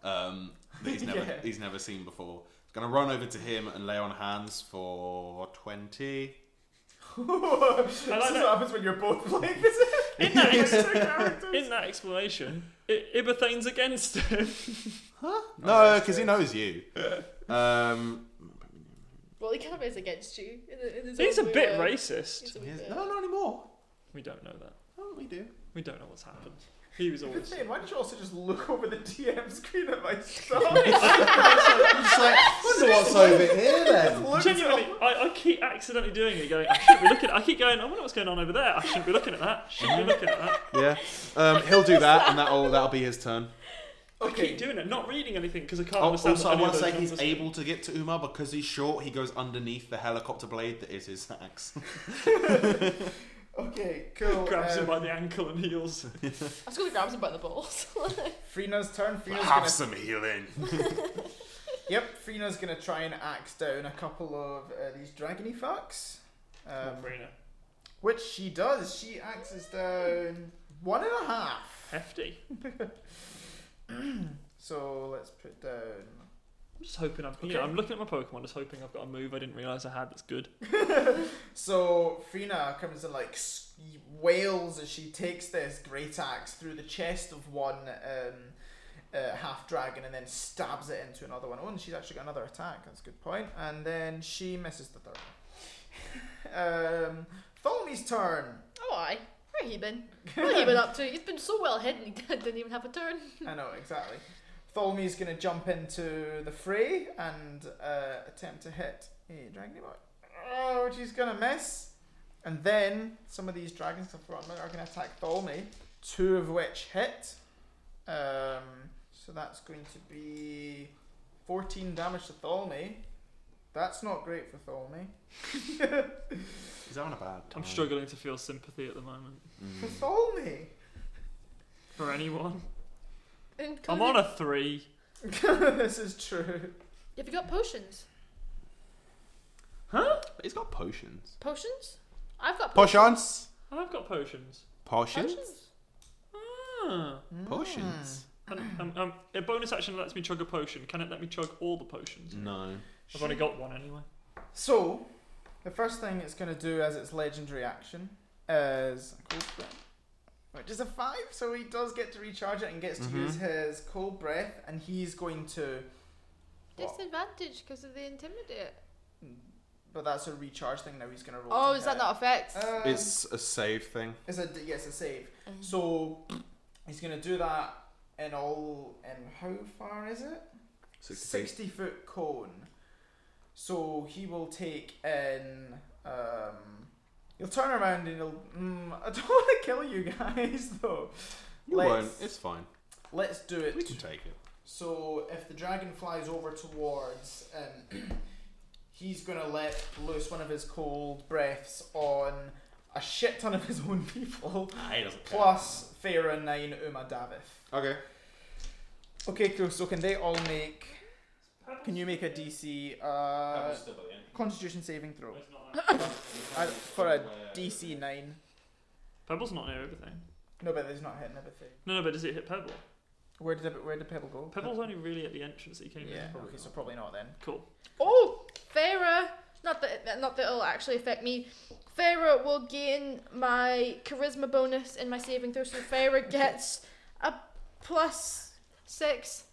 um, that he's never
Yeah.
he's never seen before. He's going to run over to him and lay on hands for twenty.
this
I like
is
that.
what happens when you're both playing this.
In that, ex- in that explanation, I- Ibathane's against him.
No, because he knows you. Um,
Well, he kind of is against you. In, the- in his
He's a
own
bit
weird way. He's
racist.
a wee
he is-
bit.
no, not anymore.
We don't know that.
Oh, we do.
We don't know what's happened. He was always.
Ebithane, why don't you also just look over the DM screen at my stuff?
I'm just like, wonder what's over here then.
Look
Genuinely, I, I keep accidentally doing it, going, I shouldn't be looking. I keep going, I wonder what's going on over there. I shouldn't be looking at that. Shouldn't be looking at that.
Yeah, um, he'll do that, and that'll that'll be his turn.
I
Okay.
keep doing it, not reading anything because I can't
Oh,
understand.
also,
what
I
any
want to
of
say
those
he's
numbers are.
able to get to Umar because he's short. He goes underneath the helicopter blade that is his axe.
Okay, cool.
Grabs him
um,
by the ankle and
um,
heals.
I was going to grab him by the balls.
Freena's turn. Freena's
Have
gonna,
some healing.
yep, Freena's gonna try and axe down a couple of uh, these dragony fucks. Um,
Marina.
which she does. She axes down one and a half.
Hefty.
So let's put down.
I'm just hoping I'm. Yeah, I'm looking at my Pokemon, just hoping I've got a move I didn't realise I had that's good.
So Freena comes and like s- wails as she takes this great axe through the chest of one um, uh, half dragon and then stabs it into another one. Oh, and she's actually got another attack. That's a good point. And then she misses the third one. um, Tholome's turn.
oh, I. Where he been? What have you been up to? He's been so well hidden, he didn't even have a turn.
I know, exactly. Tholme's going to jump into the fray and uh, attempt to hit a dragon boy. Oh, which he's going to miss. And then some of these dragons I've forgotten about are going to attack Tholme, two of which hit. Um, so that's going to be 14 damage to Tholme. That's not great for Tholme.
He's having a bad time. Mm.
I'm struggling to feel sympathy at the moment
For Tholme!
for anyone. I'm
Including-
on a three.
this is true.
Have you got potions?
He's got potions.
Potions? I've got potions.
Potions?
I've got potions.
Potions?
Ah.
Potions.
And, um, um, a bonus action lets me chug a potion. Can it let me chug all the potions?
No.
I've only got one anyway.
So, the first thing it's going to do as its legendary action is a cold breath, which is a five. So he does get to recharge it and gets to use his cold breath, and he's going to. what?
Disadvantage because of the intimidate.
But that's a recharge thing. Now he's going to roll.
Oh,
to
is that
hit.
not affects?
Um, it's
It's a save thing.
a d- yes, a save.
Um,
So he's going to do that in all. In how far is it?
60.
60 foot cone. So he will take in. Um, he'll turn around and he'll. Mm, I don't want to kill you guys though.
You
let's,
won't. It's fine.
let's do it.
We can take it.
So if the dragon flies over towards, um, he's gonna let loose one of his cold breaths on a shit ton of his own people,
Nah, he doesn't
plus Feyre nine Uma Davith.
Okay.
Okay, cool. So can they all make? Can you make a DC uh, Constitution saving throw I, for a DC nine?
Pebble's not near everything.
No, but there's not hitting everything.
No, no, but does it hit Pebble?
Where did it, where did Pebble go?
Pebble's only really at the entrance that he came
Yeah.
in.
Okay, so probably not then.
Cool.
Oh, Farah. Not that that- not that it'll actually affect me. Farah will gain my charisma bonus in my saving throw, so Farah gets a plus six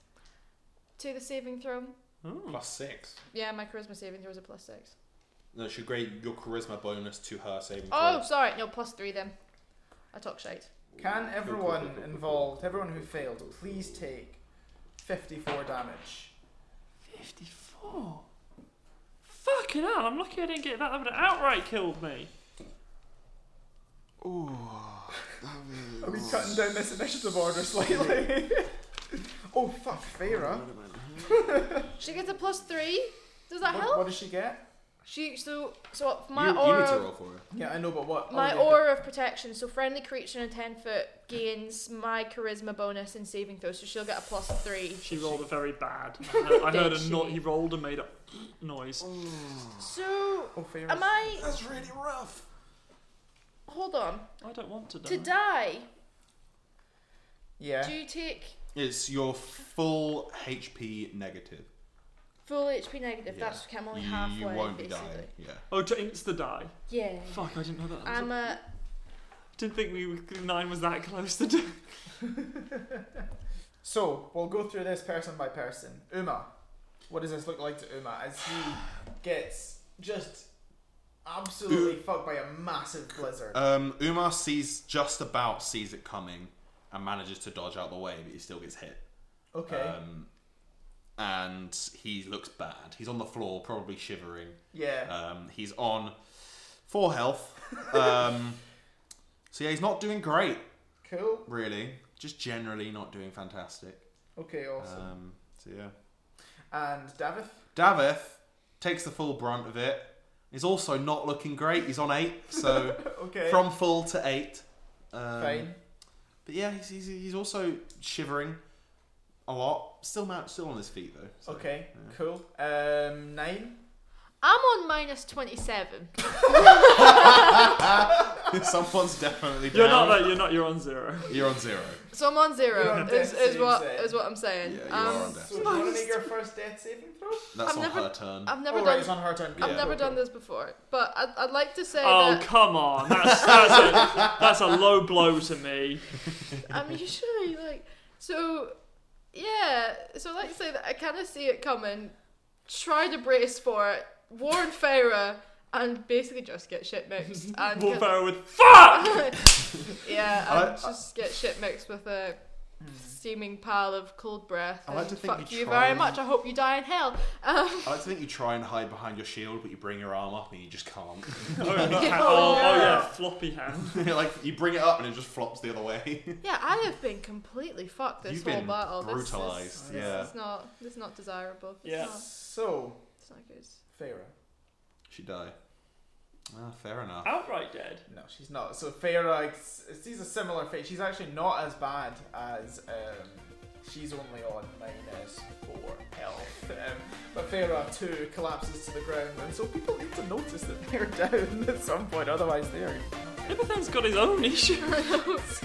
to the saving throw.
Ooh.
Plus six.
Yeah, my charisma saving throw is a plus six.
No, she grade your charisma bonus to her saving
Oh, sorry, no, plus three then. I talk shite.
Can everyone involved, everyone who failed, please take 54 damage?
54? Fucking hell, I'm lucky I didn't get that. That would have outright killed me.
Are we cutting down this initiative order slightly? oh, fuck, Feyre.
She gets a plus three. Does that
What,
help?
what does she get?
She so so
You,
my
you
aura.
need to roll for it.
Yeah, I know, but what? oh,
My
yeah,
aura of protection, so friendly creature in a ten foot gains my charisma bonus in saving throw, so she'll get a plus three.
She rolled a very bad. I heard, I heard
Did
a no-
she?
he rolled and made a noise.
So
Oh, Feyre.
am I?
That's really rough.
Hold on.
I don't want to die.
To die,
Yeah.
do you take
It's your full HP negative.
full HP negative?
Yeah.
That's okay, I'm only
You-
halfway.
you won't be
basically.
dying. Yeah.
Oh, to insta die.
Yeah.
Fuck, I didn't know that. I
I'm uh, a.
didn't think we were, nine was that close to do.
So, we'll go through this person by person. Uma. What does this look like to Uma as he gets just absolutely fucked by a massive blizzard?
Um, Umar sees just about sees it coming and manages to dodge out the way, but he still gets hit.
Okay.
Um, and he looks bad. He's on the floor, probably shivering.
yeah.
Um, he's on four health. Um, so yeah, he's not doing great,
cool.
really. Just generally not doing fantastic.
Okay, awesome.
Um, so yeah.
and Davith?
Davith takes the full brunt of it. He's also not looking great. He's on eight, so
Okay.
from full to eight. Um,
Fine.
But yeah, he's, he's, he's also shivering a lot. Still mount, still on his feet though. so-
Okay, cool. Um, nine.
I'm on minus twenty-seven.
Someone's definitely down.
You're not that, you're not, you're on zero.
You're on zero.
So I'm on
You're
zero.
on
is,
death
is what
saving.
is what I'm
Yeah,
saying.
you
um,
are on death.
So do you want to make your first death saving throw?
That's
I've
on
never-
her turn.
I've never
oh, right,
done.
it's on her turn.
I've
yeah.
never done this before, but I'd, I'd like to say
Oh,
that
come on. That's, that's, a, that's a low blow to me.
I'm usually like so yeah, so like you say that I kinda see it coming, try to brace for it, warn Farah, and basically just get shit mixed. And
Wolfhauer with fuck.
yeah, and
I-
just get shit mixed with a steaming pile of cold breath.
I like
and
to think
fuck
you
you
try
very
and-
much. I hope you die in hell. Um,
I like to think you try and hide behind your shield, but you bring your arm up and you just can't.
Oh, not hand. Oh,
Oh, yeah.
oh, yeah, floppy hand.
like you bring it up and it just flops the other way.
yeah, I have been completely fucked this
You've
whole
been
battle. This is-
brutalised,
This,
yeah.
is not. This is not desirable. It's
Yeah.
Not,
Hmm. So,
it's not good.
Farah.
she die. Ah, fair enough.
Outright dead.
No, she's not. So Farah s- sees a similar fate. She's actually not as bad as. Um, she's only on minus four health. Um, but Farah too collapses to the ground, and so people need to notice that they're down at some point. Otherwise, they're
Ibethan's got his own issues.